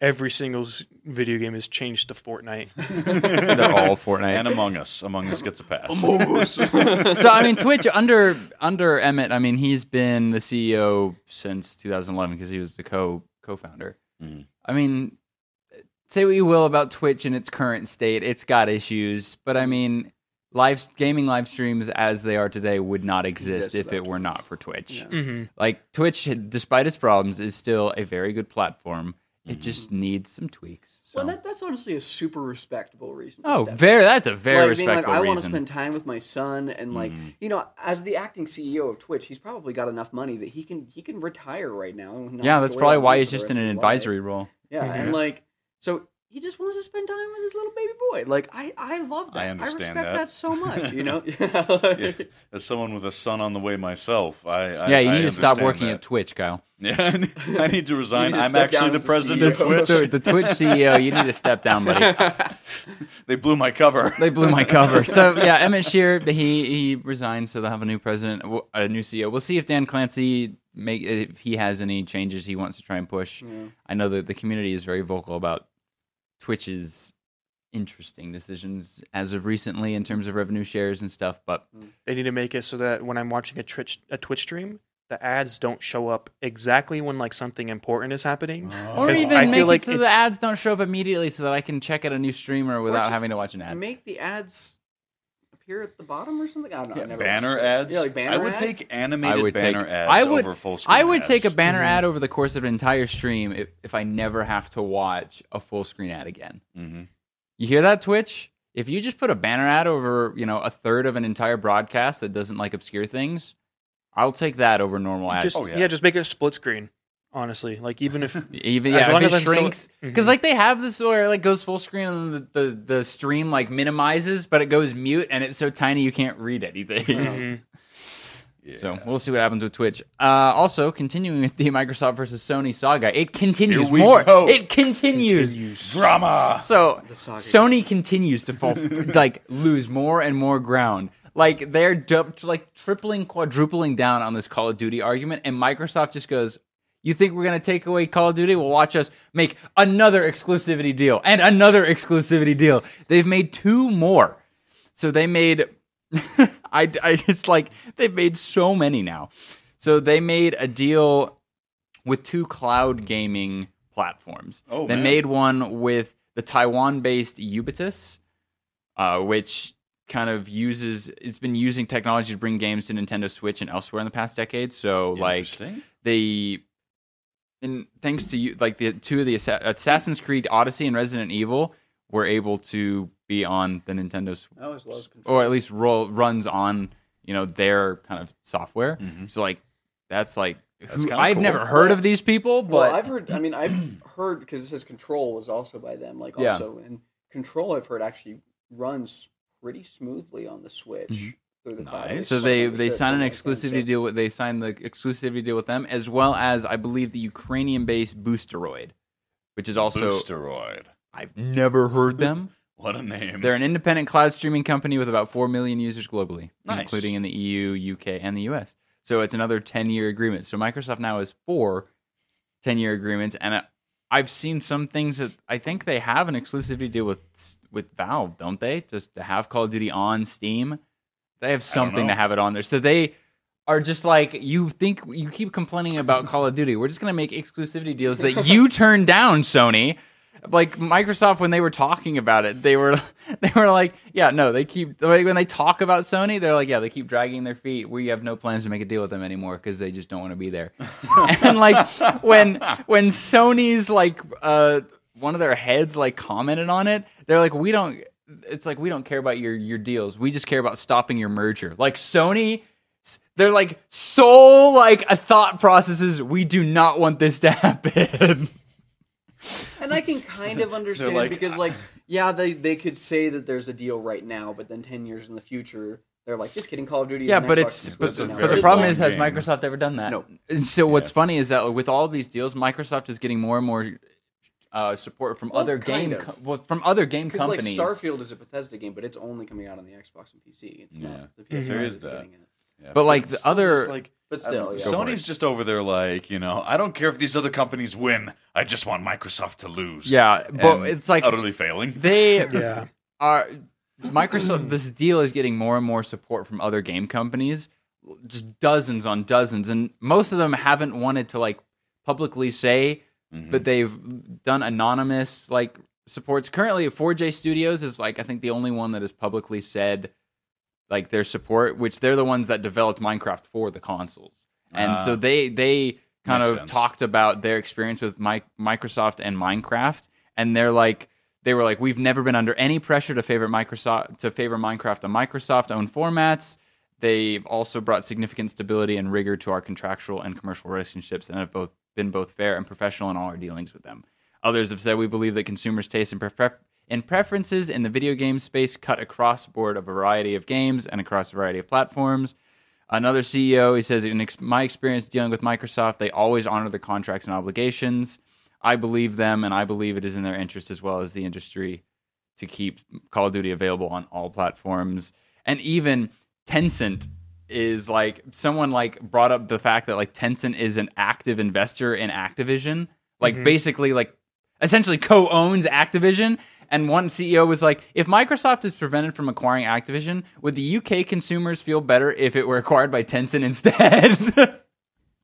[SPEAKER 4] every single s- video game is changed to Fortnite.
[SPEAKER 2] they're all Fortnite.
[SPEAKER 3] And Among Us. Among Us gets a pass.
[SPEAKER 2] so I mean, Twitch under under Emmett, I mean, he's been the CEO since 2011 because he was the co co-founder.
[SPEAKER 1] Mm-hmm.
[SPEAKER 3] Mhm.
[SPEAKER 2] I mean, say what you will about Twitch in its current state, it's got issues, but I mean, live gaming live streams as they are today would not exist
[SPEAKER 1] Exist
[SPEAKER 2] if it
[SPEAKER 1] without
[SPEAKER 2] were
[SPEAKER 1] Twitch.
[SPEAKER 2] not for Twitch.
[SPEAKER 1] Yeah.
[SPEAKER 4] hmm
[SPEAKER 2] Like Twitch, despite its problems, is still a very good platform. It
[SPEAKER 1] Mm-hmm.
[SPEAKER 2] just needs some tweaks. So.
[SPEAKER 1] Well, that, that's honestly a super respectable reason. to
[SPEAKER 2] oh,
[SPEAKER 1] step
[SPEAKER 2] very. That's a very
[SPEAKER 1] like, being like,
[SPEAKER 2] respectful
[SPEAKER 1] I want to
[SPEAKER 2] reason. Mm-hmm.
[SPEAKER 1] spend time with my son, and like
[SPEAKER 3] Mhm.
[SPEAKER 1] you know, as the acting CEO of Twitch, he's probably got enough money that he can he can retire right now. and not
[SPEAKER 2] yeah,
[SPEAKER 1] have to
[SPEAKER 2] that's
[SPEAKER 1] wait
[SPEAKER 2] probably
[SPEAKER 1] on
[SPEAKER 2] why
[SPEAKER 1] me
[SPEAKER 2] he's
[SPEAKER 1] for the
[SPEAKER 2] just
[SPEAKER 1] rest
[SPEAKER 2] in
[SPEAKER 1] of
[SPEAKER 2] an
[SPEAKER 1] his life.
[SPEAKER 2] advisory role.
[SPEAKER 1] Yeah,
[SPEAKER 4] Mhm.
[SPEAKER 1] and like so, he just wants to spend time with his little baby boy. Like I, I love that.
[SPEAKER 3] I
[SPEAKER 1] I, respect
[SPEAKER 3] understand that.
[SPEAKER 1] that. so much. You know.
[SPEAKER 3] Yeah. As someone with a son on the way myself, I, I
[SPEAKER 2] yeah, you
[SPEAKER 3] I
[SPEAKER 2] need to stop
[SPEAKER 3] understand
[SPEAKER 2] working
[SPEAKER 3] that.
[SPEAKER 2] at Twitch, Kyle.
[SPEAKER 3] Yeah, I need, I need to resign.
[SPEAKER 1] You need to
[SPEAKER 3] I'm
[SPEAKER 1] step
[SPEAKER 3] actually
[SPEAKER 1] down
[SPEAKER 3] the
[SPEAKER 1] as the E
[SPEAKER 3] president
[SPEAKER 1] CEO.
[SPEAKER 3] of Twitch.
[SPEAKER 2] The, the Twitch CEO, you need to step down, buddy.
[SPEAKER 3] They blew my cover.
[SPEAKER 2] They blew my cover. So yeah, Emmett Shear he he resigned, so they'll have a new president, w- a new CEO. We'll see if Dan Clancy make if he has any changes he wants to try and push.
[SPEAKER 1] Yeah.
[SPEAKER 2] I know that the community is very vocal about Twitch's interesting decisions as of recently in terms of revenue shares and stuff, but
[SPEAKER 4] They need to make it so that when I'm watching a Twitch a Twitch stream, the ads don't show up exactly when like something important is happening.
[SPEAKER 2] or
[SPEAKER 4] 'Cause
[SPEAKER 2] even
[SPEAKER 4] I
[SPEAKER 2] make
[SPEAKER 4] feel
[SPEAKER 2] it
[SPEAKER 4] like
[SPEAKER 2] so
[SPEAKER 4] it's-
[SPEAKER 2] the ads don't show up immediately so that I can check out a new streamer without
[SPEAKER 1] just
[SPEAKER 2] having to watch an ad.
[SPEAKER 1] Make the ads appear at the bottom or something. I don't know.
[SPEAKER 2] Yeah,
[SPEAKER 1] I never
[SPEAKER 3] banner
[SPEAKER 1] watched it.
[SPEAKER 3] ads.
[SPEAKER 1] Yeah, like banner
[SPEAKER 3] I would
[SPEAKER 1] ads?
[SPEAKER 3] take animated banner ads
[SPEAKER 2] I would,
[SPEAKER 3] over full screen.
[SPEAKER 2] I would take a
[SPEAKER 3] ads.
[SPEAKER 2] banner
[SPEAKER 4] Mm-hmm.
[SPEAKER 2] ad over the course of an entire stream if, if I never have to watch a full screen ad again.
[SPEAKER 3] Mhm.
[SPEAKER 2] You hear that, Twitch? If you just put a banner ad over, you know, a third of an entire broadcast that doesn't like obscure things, I'll take that over normal ads.
[SPEAKER 4] Just
[SPEAKER 3] Oh, yeah.
[SPEAKER 4] yeah. just make it a split screen. Honestly, like even if
[SPEAKER 2] Even
[SPEAKER 4] As
[SPEAKER 2] yeah,
[SPEAKER 4] long
[SPEAKER 2] if
[SPEAKER 4] as I'm
[SPEAKER 2] it
[SPEAKER 4] still-
[SPEAKER 2] shrinks, because
[SPEAKER 4] Mhm.
[SPEAKER 2] like they have this where it like goes full screen and the, the the stream like minimizes, but it goes mute and it's so tiny you can't read
[SPEAKER 1] Oh,
[SPEAKER 2] anything.
[SPEAKER 4] Mhm.
[SPEAKER 3] Yeah.
[SPEAKER 2] So we'll see what happens with Twitch. Uh, also, continuing with the Microsoft versus Sony saga, it continues
[SPEAKER 3] Here we
[SPEAKER 2] more.
[SPEAKER 3] go.
[SPEAKER 2] It continues.
[SPEAKER 4] continues.
[SPEAKER 3] drama.
[SPEAKER 2] So
[SPEAKER 1] The saga.
[SPEAKER 2] Sony continues to fall, like lose more and more ground. Like they're du- like tripling, quadrupling down on this Call of Duty argument, and Microsoft just goes, "You think we're gonna take away Call of Duty? Well, watch us make another exclusivity deal and another exclusivity deal. They've made two more." So they made, I, I, it's like they've made so many now. So they made a deal with two cloud gaming platforms.
[SPEAKER 3] Oh,
[SPEAKER 2] they
[SPEAKER 3] man.
[SPEAKER 2] made one with the Taiwan-based Ubisoft, uh, which kind of uses it's been using technology to bring games to Nintendo Switch and elsewhere in the past decade. So like
[SPEAKER 3] Interesting.
[SPEAKER 2] they and thanks to you like the two of the Assa- Assassin's Creed Odyssey and Resident Evil were able to be on the Nintendo Switch
[SPEAKER 1] I always loved control.
[SPEAKER 2] or at least roll, runs on you know their kind of software.
[SPEAKER 3] Mhm.
[SPEAKER 2] So like that's like
[SPEAKER 3] That's
[SPEAKER 2] who-
[SPEAKER 3] kinda
[SPEAKER 2] I've
[SPEAKER 3] cool.
[SPEAKER 2] never heard of these people, but
[SPEAKER 1] well, I've heard. I mean, I've heard because it says Control was also by them. Like
[SPEAKER 2] Yeah.
[SPEAKER 1] also, and Control I've heard actually runs pretty smoothly on the Switch
[SPEAKER 2] Mhm.
[SPEAKER 1] through the cloud.
[SPEAKER 3] Nice.
[SPEAKER 1] It's
[SPEAKER 2] so
[SPEAKER 1] something
[SPEAKER 2] they
[SPEAKER 1] I've
[SPEAKER 2] they
[SPEAKER 1] said
[SPEAKER 2] signed
[SPEAKER 1] for a
[SPEAKER 2] an
[SPEAKER 1] long time, so-
[SPEAKER 2] exclusivity deal with they signed the exclusivity deal with them as well as I believe the Ukrainian-based Boosteroid, which is also
[SPEAKER 3] Boosteroid.
[SPEAKER 2] I've never heard them.
[SPEAKER 3] What a name.
[SPEAKER 2] They're an independent cloud streaming company with about 4 million users globally,
[SPEAKER 3] Nice.
[SPEAKER 2] including in the E EU, UK, and the US. So it's another 10 year agreement. So Microsoft now has four 10 year agreements. And uh, I- I've seen some things that I think they have an exclusivity deal with with Valve, don't they? Just to have Call of Duty on Steam. They have something
[SPEAKER 3] know.
[SPEAKER 2] to have it on there. So they are just like, you think you keep complaining about Call of Duty. We're just going to make exclusivity deals that you turned down, Sony like Microsoft when they were talking about it, they were they were like, yeah, no, they keep like, when they talk about Sony, they're like, yeah, they keep dragging their feet. We have no plans to make a deal with them anymore because they just don't want to be there. and like when when Sony's like uh one of their heads like commented on it, they're like, we don't. It's like we don't care about your your deals. We just care about stopping your merger. Like Sony. They're like sole like a thought processes. We do not want this to happen.
[SPEAKER 1] And I can kind of understand
[SPEAKER 3] like,
[SPEAKER 1] because, like, yeah, they they could say that there's a deal right now, but then ten years in the future, they're like, just kidding, Call of Duty. is
[SPEAKER 2] yeah,
[SPEAKER 1] an
[SPEAKER 2] but
[SPEAKER 1] Xbox
[SPEAKER 2] it's but,
[SPEAKER 1] exclusive
[SPEAKER 3] a
[SPEAKER 1] now.
[SPEAKER 2] but the
[SPEAKER 3] very
[SPEAKER 2] problem
[SPEAKER 3] long
[SPEAKER 2] is, has
[SPEAKER 3] game.
[SPEAKER 2] Microsoft ever done that?
[SPEAKER 1] No.
[SPEAKER 2] And so what's funny is that with all these deals, Microsoft is getting more and more uh, support from
[SPEAKER 1] Well,
[SPEAKER 2] other
[SPEAKER 1] kind
[SPEAKER 2] game
[SPEAKER 1] of.
[SPEAKER 2] co- well, from other game
[SPEAKER 1] because like
[SPEAKER 2] companies.
[SPEAKER 1] Starfield is a Bethesda game, but it's only coming out on the Xbox and PC. It's
[SPEAKER 3] Yeah.
[SPEAKER 1] not the
[SPEAKER 4] Mhm.
[SPEAKER 1] PS5
[SPEAKER 3] There is
[SPEAKER 1] that's
[SPEAKER 3] that.
[SPEAKER 1] getting it.
[SPEAKER 3] Yeah,
[SPEAKER 2] but, like,
[SPEAKER 3] it's
[SPEAKER 2] the
[SPEAKER 3] still
[SPEAKER 2] other-
[SPEAKER 3] just like,
[SPEAKER 1] But
[SPEAKER 3] I
[SPEAKER 1] still,
[SPEAKER 3] don't-
[SPEAKER 1] yeah.
[SPEAKER 2] Go for
[SPEAKER 3] Sony's just over there like, you know, I don't care if these other companies win. I just want Microsoft to lose.
[SPEAKER 2] yeah, but
[SPEAKER 3] And
[SPEAKER 2] it's like
[SPEAKER 3] utterly failing.
[SPEAKER 2] they
[SPEAKER 4] Yeah.
[SPEAKER 2] are Microsoft. this deal is getting more and more support from other game companies, just dozens on dozens, and most of them haven't wanted to like publicly say
[SPEAKER 1] Mm-hmm.
[SPEAKER 3] Mhm.
[SPEAKER 2] but they've done anonymous like supports currently 4j studios is like i think the only one that has publicly said like their support which they're the ones that developed minecraft for the consoles and
[SPEAKER 3] Ah.
[SPEAKER 2] so they they kind
[SPEAKER 3] Makes
[SPEAKER 2] of
[SPEAKER 3] sense.
[SPEAKER 2] talked about their experience with Mi- microsoft and minecraft and they're like they were like we've never been under any pressure to favor microsoft to favor minecraft on microsoft owned formats They've also brought significant stability and rigor to our contractual and commercial relationships and have both been both fair and professional in all our dealings with them. Others have said we believe that consumers' tastes and, prefer- and preferences in the video game space cut across board a variety of games and across a variety of platforms. Another CEO, he says, in ex- my experience dealing with Microsoft, they always honor the contracts and obligations. I believe them, and I believe it is in their interest as well as the industry to keep Call of Duty available on all platforms. And even Tencent is like someone like brought up the fact that like Tencent is an active investor in Activision, like
[SPEAKER 4] Mhm.
[SPEAKER 2] basically like essentially co-owns Activision. And one CEO was like, if Microsoft is prevented from acquiring Activision, would the UK consumers feel better if it were acquired by Tencent instead?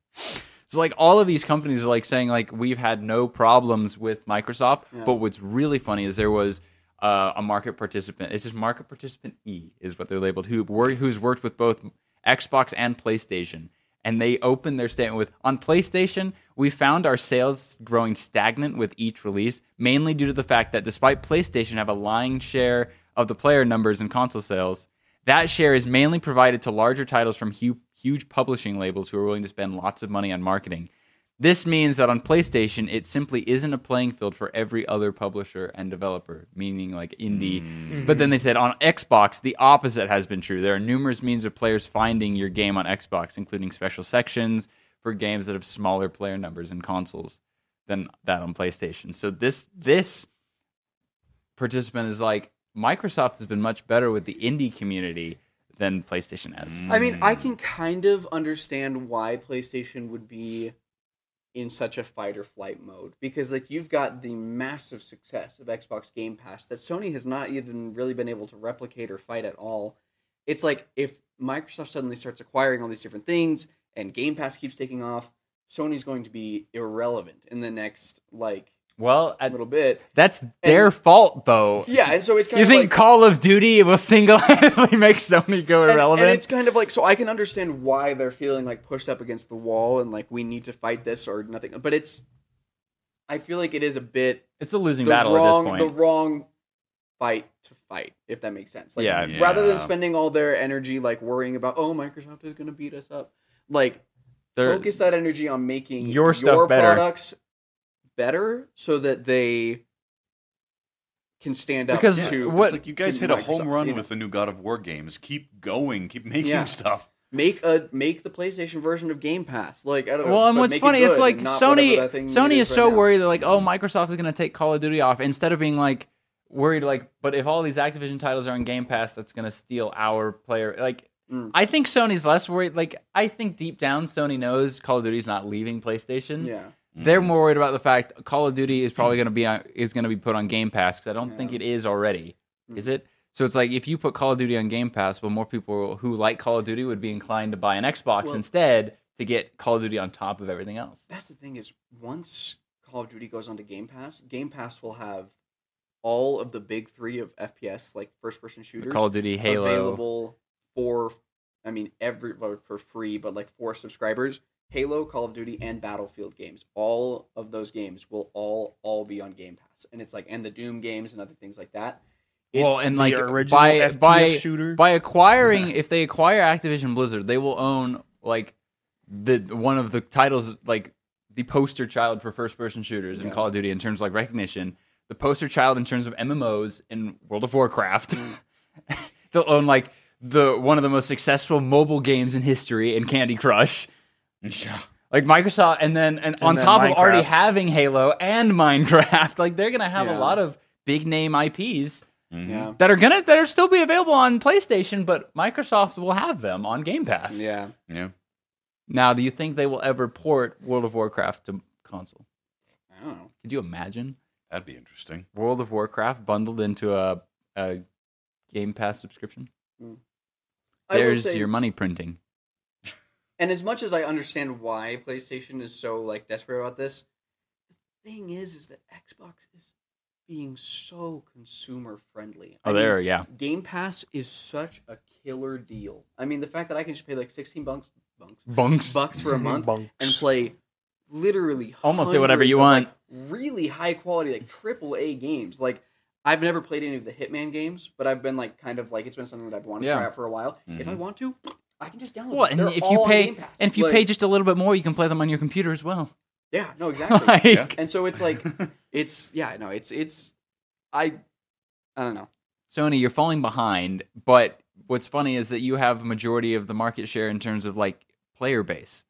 [SPEAKER 2] So like all of these companies are like saying like we've had no problems with Microsoft.
[SPEAKER 1] Yeah.
[SPEAKER 2] But what's really funny is there was uh, a market participant. It's just market participant E is what they're labeled. Who wor- who's worked with both Xbox and PlayStation, and they opened their statement with on PlayStation we found our sales growing stagnant with each release, mainly due to the fact that despite PlayStation have a lying share of the player numbers and console sales. That share is mainly provided to larger titles from hu- huge publishing labels who are willing to spend lots of money on marketing. This means that on PlayStation, it simply isn't a playing field for every other publisher and developer, meaning like indie. But then they said on Xbox, the opposite has been true. There are numerous means of players finding your game on Xbox, including special sections for games that have smaller player numbers and consoles than that on PlayStation. So this this participant is like Microsoft has been much better with the indie community than PlayStation has.
[SPEAKER 1] I mean,
[SPEAKER 3] Mm.
[SPEAKER 1] I can kind of understand why PlayStation would be in such a fight or flight mode because like you've got the massive success of Xbox Game Pass that Sony has not even really been able to replicate or fight at all. It's like if Microsoft suddenly starts acquiring all these different things and Game Pass keeps taking off, Sony's going to be irrelevant in the next like
[SPEAKER 2] Well,
[SPEAKER 1] a
[SPEAKER 2] at,
[SPEAKER 1] little bit.
[SPEAKER 2] that's their fault though.
[SPEAKER 1] Yeah, and so it's kind
[SPEAKER 2] You
[SPEAKER 1] of
[SPEAKER 2] think
[SPEAKER 1] like,
[SPEAKER 2] Call of Duty will single-handedly make Sony go
[SPEAKER 1] And-
[SPEAKER 2] irrelevant?
[SPEAKER 1] And, it's kind of like so I can understand why they're feeling like pushed up against the wall and like we need to fight this or nothing. But it's I feel like it is a bit
[SPEAKER 2] It's a
[SPEAKER 1] the
[SPEAKER 2] losing battle
[SPEAKER 1] wrong
[SPEAKER 2] at
[SPEAKER 1] the
[SPEAKER 2] this point.
[SPEAKER 1] wrong fight to fight, if that makes sense. Like
[SPEAKER 2] Yeah.
[SPEAKER 1] rather than
[SPEAKER 3] Yeah.
[SPEAKER 1] spending all their energy like worrying about oh Microsoft is gonna beat us up. Like
[SPEAKER 2] They're-
[SPEAKER 1] focus that energy on making
[SPEAKER 2] Your stuff better.
[SPEAKER 1] products better so that they can stand up
[SPEAKER 2] Because
[SPEAKER 1] to
[SPEAKER 2] Yeah.
[SPEAKER 1] to,
[SPEAKER 2] what-
[SPEAKER 3] It's like you guys
[SPEAKER 1] to
[SPEAKER 3] hit a home
[SPEAKER 1] Microsoft,
[SPEAKER 3] run
[SPEAKER 1] you know?
[SPEAKER 3] with the new God of War games. Keep going. Keep making
[SPEAKER 1] Yeah.
[SPEAKER 3] stuff.
[SPEAKER 1] make a make the PlayStation version of Game Pass. Like I don't know.
[SPEAKER 2] Well, and
[SPEAKER 1] but
[SPEAKER 2] what's
[SPEAKER 1] make it
[SPEAKER 2] funny,
[SPEAKER 1] good
[SPEAKER 2] it's like
[SPEAKER 1] and not whatever
[SPEAKER 2] Sony.
[SPEAKER 1] that thing it
[SPEAKER 2] Sony is
[SPEAKER 1] right
[SPEAKER 2] so
[SPEAKER 1] now.
[SPEAKER 2] worried that like, oh, Microsoft is going to take Call of Duty off. Instead of being like worried, like, but if all these Activision titles are on Game Pass, that's going to steal our player. Like,
[SPEAKER 1] Mm.
[SPEAKER 2] I think Sony's less worried. Like, I think deep down, Sony knows Call of Duty's not leaving PlayStation.
[SPEAKER 1] Yeah,
[SPEAKER 2] They're
[SPEAKER 1] Mm-hmm.
[SPEAKER 2] more worried about the fact Call of Duty is probably going to be on, is going to be put on Game Pass because I don't
[SPEAKER 1] Yeah.
[SPEAKER 2] think it is already.
[SPEAKER 1] Mm.
[SPEAKER 2] Is it? So it's like if you put Call of Duty on Game Pass, well, more people who like Call of Duty would be inclined to buy an Xbox
[SPEAKER 1] Well-
[SPEAKER 2] instead to get Call of Duty on top of everything else.
[SPEAKER 1] that's the thing is once Call of Duty goes onto Game Pass, Game Pass will have all of the big three of FPS like first person shooters
[SPEAKER 2] Call of Duty, Halo.
[SPEAKER 1] available for. I mean, every well, for free, but like for subscribers. Halo, Call of Duty, and Battlefield games. All of those games will all all be on Game Pass, and it's like and the Doom games and other things like that.
[SPEAKER 2] Well,
[SPEAKER 1] It's-
[SPEAKER 2] and like
[SPEAKER 4] the original
[SPEAKER 2] by
[SPEAKER 4] FPS
[SPEAKER 2] by
[SPEAKER 4] shooter.
[SPEAKER 2] by acquiring, if they acquire Activision Blizzard, they will own like the one of the titles, like the poster child for first person shooters in
[SPEAKER 1] Yeah.
[SPEAKER 2] Call of Duty in terms of like recognition, the poster child in terms of MMOs in World of Warcraft. They'll own like the one of the most successful mobile games in history in Candy Crush.
[SPEAKER 3] Mm. Yeah.
[SPEAKER 2] Like Microsoft, and then and, on
[SPEAKER 4] then
[SPEAKER 2] top of already
[SPEAKER 4] Minecraft.
[SPEAKER 2] having Halo and Minecraft, like they're gonna have a
[SPEAKER 1] Yeah.
[SPEAKER 2] lot of big name IPs
[SPEAKER 3] Mhm.
[SPEAKER 1] yeah,
[SPEAKER 2] that are gonna that are still be available on PlayStation, but Microsoft will have them on Game Pass.
[SPEAKER 1] yeah.
[SPEAKER 3] Yeah.
[SPEAKER 2] Now, do you think they will ever port World of Warcraft to console?
[SPEAKER 1] I don't know.
[SPEAKER 2] Could you imagine
[SPEAKER 3] That'd be interesting.
[SPEAKER 2] World of Warcraft bundled into a, a Game Pass subscription?
[SPEAKER 1] I will
[SPEAKER 2] There's
[SPEAKER 1] say-
[SPEAKER 2] your money printing.
[SPEAKER 1] And as much as I understand why PlayStation is so like desperate about this, the thing is, is that Xbox is being so consumer friendly.
[SPEAKER 2] Oh, there, yeah.
[SPEAKER 1] Game Pass is such a killer deal. I mean, the fact that I can just pay like sixteen bucks, bucks,
[SPEAKER 2] Bunks.
[SPEAKER 1] bucks
[SPEAKER 4] Mm-hmm.
[SPEAKER 1] for a month
[SPEAKER 4] Bunks.
[SPEAKER 1] and play literally
[SPEAKER 2] Almost do whatever
[SPEAKER 1] hundreds
[SPEAKER 2] you
[SPEAKER 1] of,
[SPEAKER 2] want.
[SPEAKER 1] like, really high quality like triple A games. Like I've never played any of the Hitman games, but I've been like kind of like it's been something that I've wanted
[SPEAKER 2] Yeah. Mm-hmm.
[SPEAKER 1] to try out for a while. If I
[SPEAKER 3] Mhm.
[SPEAKER 1] want to, I can just download.
[SPEAKER 2] Well,
[SPEAKER 1] them.
[SPEAKER 2] and
[SPEAKER 1] They're
[SPEAKER 2] if
[SPEAKER 1] all
[SPEAKER 2] you
[SPEAKER 1] on
[SPEAKER 2] pay
[SPEAKER 1] Game Pass.
[SPEAKER 2] and if you
[SPEAKER 1] Like,
[SPEAKER 2] pay just a little bit more, you can play them on your computer as well.
[SPEAKER 1] Yeah, no, exactly.
[SPEAKER 2] like,
[SPEAKER 3] Yeah.
[SPEAKER 1] and so it's like it's yeah, no, it's it's I I don't know.
[SPEAKER 2] Sony, you're falling behind. But what's funny is that you have a majority of the market share in terms of like player base.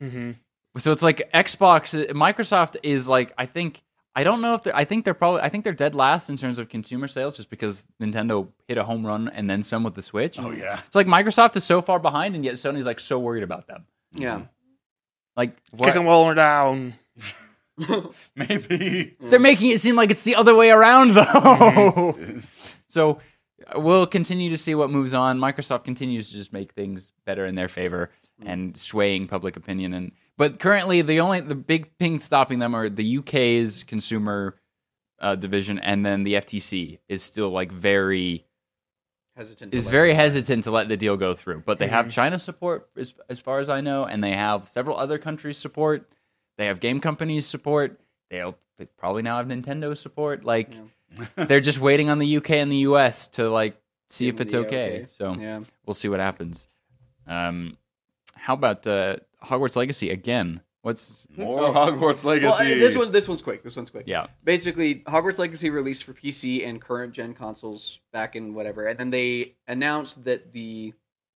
[SPEAKER 4] hmm
[SPEAKER 2] So it's like Xbox, Microsoft is like I think I don't know if they're, I think they're probably I think they're dead last in terms of consumer sales just because Nintendo hit a home run and then some with the Switch.
[SPEAKER 3] oh yeah.
[SPEAKER 2] It's like Microsoft is so far behind and yet Sony's like so worried about them. Mm-hmm.
[SPEAKER 1] Yeah.
[SPEAKER 2] Like
[SPEAKER 4] Kick them
[SPEAKER 2] what?
[SPEAKER 4] all down.
[SPEAKER 3] Maybe.
[SPEAKER 2] they're making it seem like it's the other way around though. So uh, we'll continue to see what moves on. Microsoft continues to just make things better in their favor and swaying public opinion. And but currently, the only the big thing stopping them are the UK's consumer uh, division, and then the FTC is still like very
[SPEAKER 1] hesitant to
[SPEAKER 2] is
[SPEAKER 1] let
[SPEAKER 2] very
[SPEAKER 1] them. Mm-hmm.
[SPEAKER 2] hesitant to let the deal go through. But they have
[SPEAKER 4] Mhm.
[SPEAKER 2] China support as as far as I know, and they have several other countries support. They have game companies support. They'll they probably now have Nintendo support. Like
[SPEAKER 1] Yeah.
[SPEAKER 2] they're just waiting on the UK and the US to like see
[SPEAKER 1] Give
[SPEAKER 2] if
[SPEAKER 1] them
[SPEAKER 2] it's
[SPEAKER 1] the
[SPEAKER 2] okay.
[SPEAKER 1] okay.
[SPEAKER 2] So
[SPEAKER 1] Yeah.
[SPEAKER 2] we'll see what happens. Um, how about uh, Hogwarts Legacy again? What's
[SPEAKER 3] More Hogwarts Legacy.
[SPEAKER 1] Oh. Well, this one this one's quick. This one's quick.
[SPEAKER 2] yeah?
[SPEAKER 1] basically Hogwarts Legacy released for PC and current gen consoles back in whatever, and then they announced that the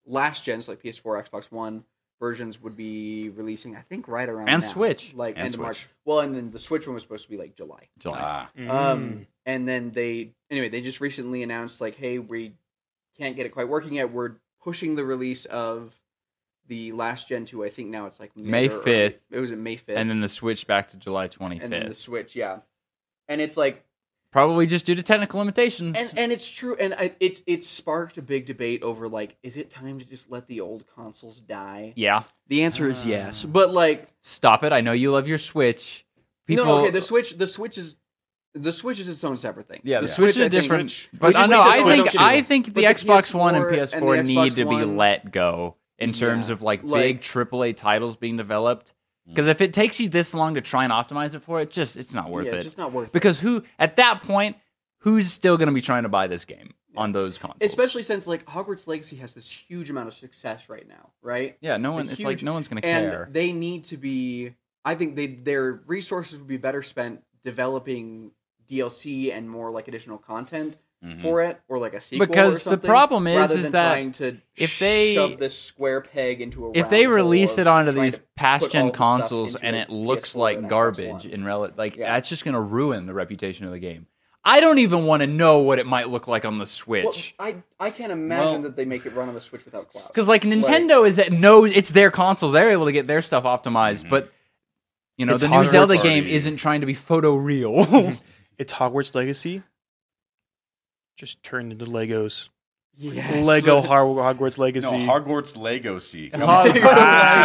[SPEAKER 1] last gens like PS4, Xbox One versions would be releasing, I think, right around
[SPEAKER 2] And
[SPEAKER 1] now,
[SPEAKER 2] Switch.
[SPEAKER 1] like
[SPEAKER 3] And
[SPEAKER 1] end of March.
[SPEAKER 3] Switch.
[SPEAKER 1] Well, and then the Switch one was supposed to be like July.
[SPEAKER 2] July.
[SPEAKER 3] Ah.
[SPEAKER 4] Mm-hmm.
[SPEAKER 2] Mm.
[SPEAKER 1] Um, and then they anyway they just recently announced like, hey, we can't get it quite working yet. We're pushing the release of the last gen to I think now it's like
[SPEAKER 2] May
[SPEAKER 1] or early-
[SPEAKER 2] 5th.
[SPEAKER 1] It was at May fifth,
[SPEAKER 2] and then the switch back to July twenty
[SPEAKER 1] and then the
[SPEAKER 2] fifth.
[SPEAKER 1] Switch, yeah. And it's like
[SPEAKER 2] Probably just due to technical limitations.
[SPEAKER 1] and and it's true and I, it's it's sparked a big debate over like is it time to just let the old consoles die
[SPEAKER 2] yeah,
[SPEAKER 1] the answer
[SPEAKER 2] Ah.
[SPEAKER 1] is yes but like
[SPEAKER 2] stop it. I know you love your Switch. People,
[SPEAKER 1] no okay the switch the switch is the switch is its own separate thing
[SPEAKER 2] yeah, the
[SPEAKER 1] The
[SPEAKER 2] Switch is
[SPEAKER 1] I think-
[SPEAKER 2] different.
[SPEAKER 3] Switch-
[SPEAKER 2] but
[SPEAKER 1] Which
[SPEAKER 2] I
[SPEAKER 1] is
[SPEAKER 2] no,
[SPEAKER 1] just
[SPEAKER 2] I
[SPEAKER 1] Switch
[SPEAKER 2] think
[SPEAKER 1] too.
[SPEAKER 2] I think the,
[SPEAKER 1] But the
[SPEAKER 2] Xbox One and
[SPEAKER 1] PS4 and
[SPEAKER 2] PS4
[SPEAKER 1] the
[SPEAKER 2] need
[SPEAKER 1] Xbox
[SPEAKER 2] to be
[SPEAKER 1] One-
[SPEAKER 2] let go in terms
[SPEAKER 1] Yeah.
[SPEAKER 2] of like,
[SPEAKER 1] Like-
[SPEAKER 2] big AAA titles being developed. Because if it takes you this long to try and optimize it for it, just it's not worth
[SPEAKER 1] yeah,
[SPEAKER 2] it.
[SPEAKER 1] it's just not worth
[SPEAKER 2] because who at that point who's still going to be trying to buy this game on those consoles
[SPEAKER 1] it especially since like hogwarts legacy has this huge amount of success right now right
[SPEAKER 2] yeah no one
[SPEAKER 1] a
[SPEAKER 2] it's like
[SPEAKER 1] huge-
[SPEAKER 2] no one's going to
[SPEAKER 1] and
[SPEAKER 2] care
[SPEAKER 1] they need to be i think they their resources would be better spent developing dlc and more like additional content
[SPEAKER 3] Mhm.
[SPEAKER 1] for it or like a sequel
[SPEAKER 2] Mm-hmm. Because
[SPEAKER 1] or
[SPEAKER 2] the
[SPEAKER 1] something,
[SPEAKER 2] problem is-
[SPEAKER 1] rather
[SPEAKER 2] is
[SPEAKER 1] than
[SPEAKER 2] that
[SPEAKER 1] trying to
[SPEAKER 2] if they-
[SPEAKER 1] shove this square peg into a
[SPEAKER 2] if they
[SPEAKER 1] round hole
[SPEAKER 2] release
[SPEAKER 1] of
[SPEAKER 2] it onto
[SPEAKER 1] trying
[SPEAKER 2] these
[SPEAKER 1] to
[SPEAKER 2] past
[SPEAKER 1] all
[SPEAKER 2] gen
[SPEAKER 1] the stuff
[SPEAKER 2] consoles
[SPEAKER 1] into
[SPEAKER 2] and
[SPEAKER 1] a
[SPEAKER 2] it looks
[SPEAKER 1] PS4 and
[SPEAKER 2] like
[SPEAKER 1] Xbox
[SPEAKER 2] garbage
[SPEAKER 1] One.
[SPEAKER 2] in rel like
[SPEAKER 1] Yeah.
[SPEAKER 2] that's just going to ruin the reputation of the game i don't even want to know what it might look like on the
[SPEAKER 1] well,
[SPEAKER 2] switch
[SPEAKER 1] I I can't imagine
[SPEAKER 3] Well-
[SPEAKER 1] that they make it run on the Switch without cloud.
[SPEAKER 2] because like nintendo is at no it's their console they're able to get their stuff optimized
[SPEAKER 1] Mm-hmm.
[SPEAKER 2] but you know
[SPEAKER 4] It's
[SPEAKER 2] the new
[SPEAKER 4] Hogwarts.
[SPEAKER 2] zelda game
[SPEAKER 3] Party.
[SPEAKER 2] isn't trying to be photoreal
[SPEAKER 4] It's Hogwarts Legacy. Just turned into Legos.
[SPEAKER 1] yes.
[SPEAKER 4] Lego Har- Hogwarts
[SPEAKER 3] No,
[SPEAKER 4] Legacy.
[SPEAKER 3] Hogwarts Legacy. Come on.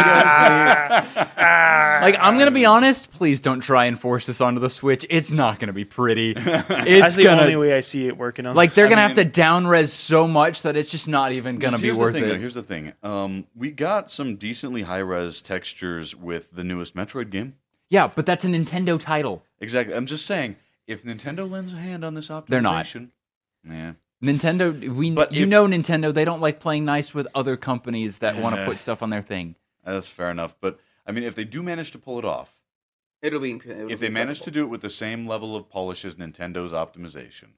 [SPEAKER 2] Hogwarts Like I'm gonna be honest, please don't try and force this onto the Switch. It's not gonna be pretty.
[SPEAKER 4] That's
[SPEAKER 2] It's
[SPEAKER 4] the
[SPEAKER 2] gonna
[SPEAKER 4] only way I see it working on.
[SPEAKER 2] like they're
[SPEAKER 3] I
[SPEAKER 2] gonna have to
[SPEAKER 3] mean-
[SPEAKER 2] down res so much that it's just not even gonna
[SPEAKER 3] Because
[SPEAKER 2] be
[SPEAKER 3] here's
[SPEAKER 2] worth
[SPEAKER 3] the thing,
[SPEAKER 2] it.
[SPEAKER 3] though, here's the thing. Um, we got some decently high res textures with the newest Metroid game.
[SPEAKER 2] yeah, but that's a Nintendo title.
[SPEAKER 3] Exactly. I'm just saying, if Nintendo lends a hand on this optimization,
[SPEAKER 2] They're not.
[SPEAKER 3] Yeah.
[SPEAKER 2] Nintendo, we
[SPEAKER 3] But
[SPEAKER 2] you
[SPEAKER 3] if-
[SPEAKER 2] know Nintendo, they don't like playing nice with other companies that want to
[SPEAKER 3] Yeah.
[SPEAKER 2] put stuff on their thing.
[SPEAKER 3] That's fair enough. But I mean, if they do manage to pull it off,
[SPEAKER 1] It'll be inc- it'll
[SPEAKER 3] if
[SPEAKER 1] be
[SPEAKER 3] they manage to
[SPEAKER 1] incredible.
[SPEAKER 3] do it with the same level of polish as Nintendo's optimization,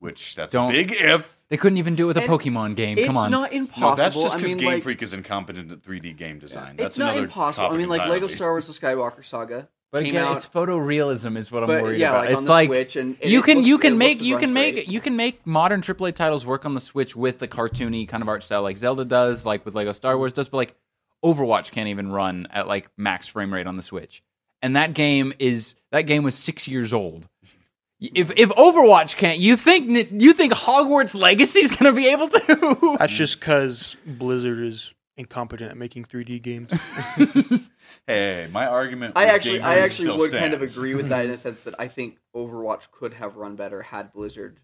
[SPEAKER 3] which that's
[SPEAKER 2] Don't-
[SPEAKER 3] a big if.
[SPEAKER 2] They couldn't even do it with a
[SPEAKER 1] And
[SPEAKER 2] Pokemon game.
[SPEAKER 1] it's
[SPEAKER 2] Come on,
[SPEAKER 1] not
[SPEAKER 3] No,
[SPEAKER 1] impossible.
[SPEAKER 3] that's just
[SPEAKER 1] I
[SPEAKER 3] because
[SPEAKER 1] mean,
[SPEAKER 3] Game
[SPEAKER 1] like,
[SPEAKER 3] Freak is incompetent at 3D game design. That's
[SPEAKER 1] it's not
[SPEAKER 3] another
[SPEAKER 1] impossible. I
[SPEAKER 3] topic
[SPEAKER 1] mean, like Lego
[SPEAKER 3] entirely.
[SPEAKER 1] Star Wars: The Skywalker Saga.
[SPEAKER 2] but
[SPEAKER 1] came
[SPEAKER 2] again,
[SPEAKER 1] out,
[SPEAKER 2] it's photorealism is what I'm
[SPEAKER 1] but
[SPEAKER 2] worried
[SPEAKER 1] yeah,
[SPEAKER 2] about.
[SPEAKER 1] like on
[SPEAKER 2] it's
[SPEAKER 1] the
[SPEAKER 2] like
[SPEAKER 1] Switch, and it-
[SPEAKER 2] you
[SPEAKER 1] it
[SPEAKER 2] can
[SPEAKER 1] looks-
[SPEAKER 2] you
[SPEAKER 1] it
[SPEAKER 2] can
[SPEAKER 1] looks
[SPEAKER 2] make
[SPEAKER 1] and
[SPEAKER 2] you
[SPEAKER 1] runs
[SPEAKER 2] can
[SPEAKER 1] great.
[SPEAKER 2] make you can make modern AAA titles work on the Switch with the cartoony kind of art style like Zelda does, like with Lego Star Wars does, but like Overwatch can't even run at like max frame rate on the Switch. And that game is that game was 6 years old. If if Overwatch can't, you think you think Hogwarts Legacy is going to be able to?
[SPEAKER 4] That's just because Blizzard is incompetent at making 3D games.
[SPEAKER 3] Hey, my argument.
[SPEAKER 1] I
[SPEAKER 3] with
[SPEAKER 1] actually,
[SPEAKER 3] Game
[SPEAKER 1] I
[SPEAKER 3] Freak
[SPEAKER 1] actually
[SPEAKER 3] still
[SPEAKER 1] would kind of
[SPEAKER 3] stands.
[SPEAKER 1] agree with that in the sense that I think Overwatch could have run better had Blizzard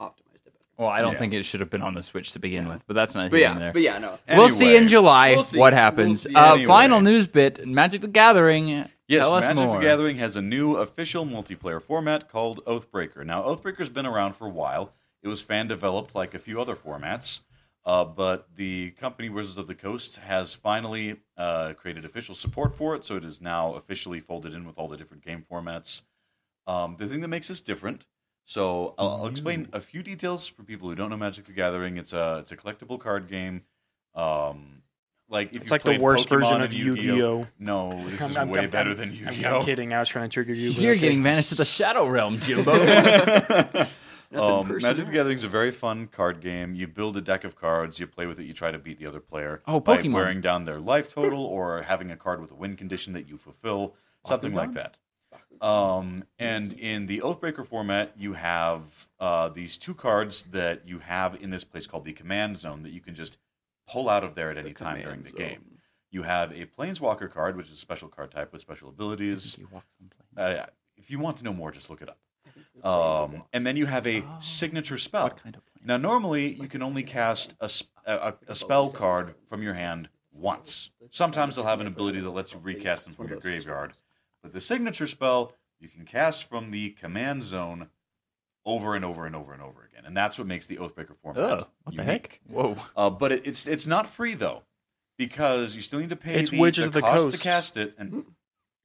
[SPEAKER 1] optimized it better.
[SPEAKER 2] Well, I don't
[SPEAKER 3] Yeah.
[SPEAKER 2] think it should have been on the Switch to begin with, but that's not
[SPEAKER 1] But
[SPEAKER 2] here
[SPEAKER 1] yeah,
[SPEAKER 2] nor there.
[SPEAKER 1] but yeah, no.
[SPEAKER 2] We'll see in
[SPEAKER 3] Anyway.
[SPEAKER 2] July
[SPEAKER 3] We'll see.
[SPEAKER 2] what
[SPEAKER 3] We'll
[SPEAKER 2] happens.
[SPEAKER 3] see
[SPEAKER 2] uh,
[SPEAKER 3] anyway.
[SPEAKER 2] Final news bit: Magic the Gathering.
[SPEAKER 3] Yes,
[SPEAKER 2] Tell us
[SPEAKER 3] Magic
[SPEAKER 2] more.
[SPEAKER 3] the Gathering has a new official multiplayer format called Oathbreaker. Now, Oathbreaker's been around for a while. It was fan developed like a few other formats. Uh, but the company Wizards of the Coast has finally uh, created official support for it, so it is now officially folded in with all the different game formats. Um, the thing that makes this different, so I'll, I'll explain
[SPEAKER 4] Mm-hmm.
[SPEAKER 3] a few details for people who don't know Magic the Gathering. It's a it's a collectible card game. Um, like if
[SPEAKER 4] it's
[SPEAKER 3] you
[SPEAKER 4] like the
[SPEAKER 3] played
[SPEAKER 4] worst
[SPEAKER 3] Pokemon
[SPEAKER 4] version
[SPEAKER 3] and
[SPEAKER 4] of Yu-Gi-Oh.
[SPEAKER 3] No, this
[SPEAKER 4] I'm-
[SPEAKER 3] is
[SPEAKER 4] I'm-
[SPEAKER 3] way
[SPEAKER 4] I'm-
[SPEAKER 3] better
[SPEAKER 4] I'm-
[SPEAKER 3] than Yu
[SPEAKER 4] I'm,
[SPEAKER 3] Gi
[SPEAKER 4] I'm
[SPEAKER 3] Oh.
[SPEAKER 4] kidding. I was trying to trigger you. but
[SPEAKER 2] You're
[SPEAKER 4] okay.
[SPEAKER 2] getting vanished to the Shadow Realm, Jimbo.
[SPEAKER 3] um, Magic
[SPEAKER 1] personal.
[SPEAKER 3] the Gathering is a very fun card game. You build a deck of cards, you play with it, you try to beat the other player
[SPEAKER 2] Oh,
[SPEAKER 3] by
[SPEAKER 2] Pokemon.
[SPEAKER 3] wearing down their life total or having a card with a win condition that you fulfill, something like that. Um, and in the Oathbreaker format, you have uh, these two cards that you have in this place called the Command Zone that you can just pull out of there at any time during the game. You have a Planeswalker card, which is a special card type with special abilities. Uh, if you want to know more, just look it up. Um, and then you have a
[SPEAKER 2] Oh.
[SPEAKER 3] signature spell.
[SPEAKER 2] What kind of plane?
[SPEAKER 3] Now, normally you can only cast a, sp- a, a- a spell card from your hand once. Sometimes they'll have an ability that lets you recast them from your graveyard. But the signature spell, you can cast from the command zone over and over and over and over again. And that's what makes the Oathbreaker format
[SPEAKER 2] Ugh, Oh, what the
[SPEAKER 3] unique.
[SPEAKER 2] heck? Whoa.
[SPEAKER 3] Uh, but it, it's it's not free though, because you still need to pay
[SPEAKER 4] It's
[SPEAKER 3] the,
[SPEAKER 4] Wizards
[SPEAKER 3] the
[SPEAKER 4] of the
[SPEAKER 3] cost to
[SPEAKER 4] Coast.
[SPEAKER 3] cast it. And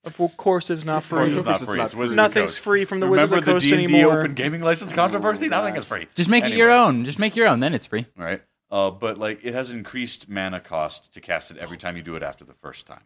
[SPEAKER 4] Of course, it's not
[SPEAKER 1] Of
[SPEAKER 3] of course,
[SPEAKER 4] free.
[SPEAKER 3] it's not free. It's Wizards of the
[SPEAKER 4] Nothing's
[SPEAKER 3] Coast.
[SPEAKER 4] free from the
[SPEAKER 3] Remember
[SPEAKER 4] Wizard of the Coast
[SPEAKER 3] D&D
[SPEAKER 4] anymore.
[SPEAKER 3] Open gaming license controversy? Nothing is free.
[SPEAKER 2] Just make it your
[SPEAKER 3] Anyway.
[SPEAKER 2] own. Just make your own. Then it's free.
[SPEAKER 3] right? Uh, but like it has increased mana cost to cast it every time you do it after the first time.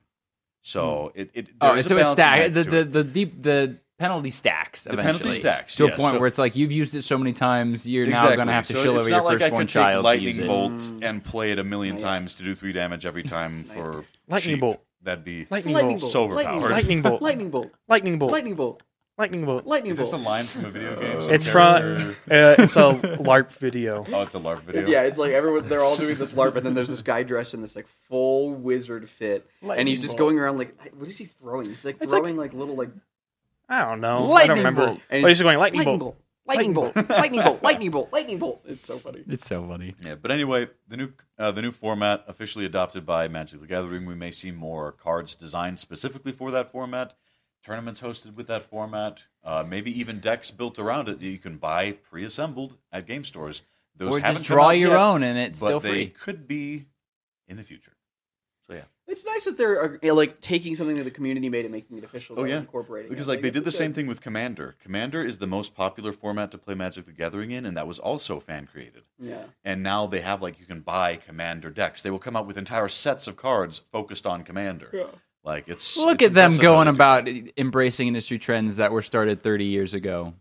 [SPEAKER 3] So
[SPEAKER 4] Hmm.
[SPEAKER 3] it it there
[SPEAKER 2] oh,
[SPEAKER 3] is
[SPEAKER 2] so
[SPEAKER 3] a
[SPEAKER 2] it's
[SPEAKER 3] balance
[SPEAKER 2] stack. The, the the deep the penalty stacks.
[SPEAKER 3] The penalty
[SPEAKER 2] eventually,
[SPEAKER 3] stacks,
[SPEAKER 2] to
[SPEAKER 3] yeah,
[SPEAKER 2] a point
[SPEAKER 3] so-
[SPEAKER 2] where it's like you've used it so many times, you're now
[SPEAKER 3] exactly.
[SPEAKER 2] going to have to
[SPEAKER 3] so
[SPEAKER 2] shill
[SPEAKER 3] it's
[SPEAKER 2] over
[SPEAKER 3] not
[SPEAKER 2] your
[SPEAKER 3] like I
[SPEAKER 2] firstborn
[SPEAKER 3] could
[SPEAKER 2] child
[SPEAKER 3] take
[SPEAKER 2] to use
[SPEAKER 3] lightning
[SPEAKER 2] it.
[SPEAKER 3] bolt
[SPEAKER 4] Hmm.
[SPEAKER 1] Mm.
[SPEAKER 3] and play it a million
[SPEAKER 1] Night.
[SPEAKER 3] times to do three damage every time for
[SPEAKER 4] Lightning
[SPEAKER 3] cheap.
[SPEAKER 4] bolt.
[SPEAKER 3] That'd be
[SPEAKER 4] Lightning,
[SPEAKER 1] Lightning
[SPEAKER 4] bolt.
[SPEAKER 1] bolt.
[SPEAKER 3] So overpowered.
[SPEAKER 4] Lightning bolt.
[SPEAKER 1] Lightning bolt.
[SPEAKER 4] Lightning bolt.
[SPEAKER 1] Lightning bolt.
[SPEAKER 4] Lightning bolt.
[SPEAKER 1] Lightning
[SPEAKER 3] is this a
[SPEAKER 1] bolt.
[SPEAKER 3] line from a video game? Some
[SPEAKER 4] It's from.
[SPEAKER 3] character-
[SPEAKER 4] Uh, it's a LARP video.
[SPEAKER 3] Oh, it's a LARP video.
[SPEAKER 1] Yeah, it's like everyone they're all doing this LARP and then there's this guy dressed in this like full wizard fit. and he's
[SPEAKER 2] Lightning
[SPEAKER 1] just
[SPEAKER 2] bolt.
[SPEAKER 1] going around like what is he throwing? He's like
[SPEAKER 4] It's like-
[SPEAKER 1] throwing like, little like
[SPEAKER 4] I don't know. I
[SPEAKER 1] Lightning
[SPEAKER 4] don't remember.
[SPEAKER 1] bolt.
[SPEAKER 4] But he's just going lightning, bolt.
[SPEAKER 1] Lightning bolt. Lightning bolt. Lightning bolt. Lightning bolt. It's so funny.
[SPEAKER 2] It's so funny.
[SPEAKER 3] Yeah, but anyway, the new uh, the new format officially adopted by Magic the Gathering, we may see more cards designed specifically for that format, tournaments hosted with that format, uh, maybe even decks built around it that you can buy pre-assembled at game stores. Those
[SPEAKER 2] or
[SPEAKER 3] haven't
[SPEAKER 2] just
[SPEAKER 3] come
[SPEAKER 2] draw
[SPEAKER 3] out
[SPEAKER 2] your
[SPEAKER 3] yet,
[SPEAKER 2] own, and it's
[SPEAKER 3] but
[SPEAKER 2] still
[SPEAKER 3] they
[SPEAKER 2] free.
[SPEAKER 3] Could be in the future. So yeah,
[SPEAKER 1] It's nice that they're uh, you know, like taking something that the community made and making it official.
[SPEAKER 3] Oh,
[SPEAKER 1] though,
[SPEAKER 3] yeah.
[SPEAKER 1] incorporating
[SPEAKER 3] because
[SPEAKER 1] it.
[SPEAKER 3] like they
[SPEAKER 1] it's
[SPEAKER 3] did the
[SPEAKER 1] good.
[SPEAKER 3] same thing with Commander. Commander is the most popular format to play Magic the Gathering in, and that was also fan created.
[SPEAKER 1] Yeah,
[SPEAKER 3] and now they have like you can buy commander decks they will come out with entire sets of cards focused on commander
[SPEAKER 1] Yeah.
[SPEAKER 3] like it's
[SPEAKER 2] Look
[SPEAKER 3] it's
[SPEAKER 2] at them
[SPEAKER 3] impressive how
[SPEAKER 2] going
[SPEAKER 3] they do
[SPEAKER 2] about e-, embracing industry trends that were started 30 years ago.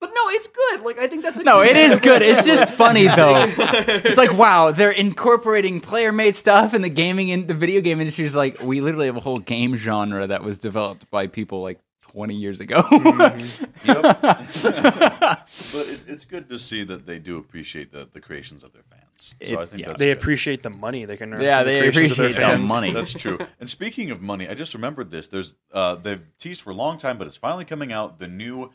[SPEAKER 1] but no, it's good. Like I think that's a
[SPEAKER 2] No, it is good. It's just funny though. It's
[SPEAKER 1] it's
[SPEAKER 2] like wow, they're incorporating player-made stuff, and the gaming in the video game industry is like we literally have a whole game genre that was developed by people like 20 years ago.
[SPEAKER 3] Mm-hmm. but it, it's good to see that they do appreciate the, the creations of their fans so
[SPEAKER 2] It-
[SPEAKER 3] i think
[SPEAKER 2] yeah.
[SPEAKER 3] that's
[SPEAKER 4] They
[SPEAKER 3] good.
[SPEAKER 4] appreciate the money they can earn.
[SPEAKER 2] Yeah,
[SPEAKER 4] from the
[SPEAKER 2] they
[SPEAKER 4] creations of their
[SPEAKER 2] appreciate the
[SPEAKER 4] fans.
[SPEAKER 2] money.
[SPEAKER 3] That's true. And speaking of money, I just remembered this. There's uh, they've teased for a long time, but it's finally coming out. The new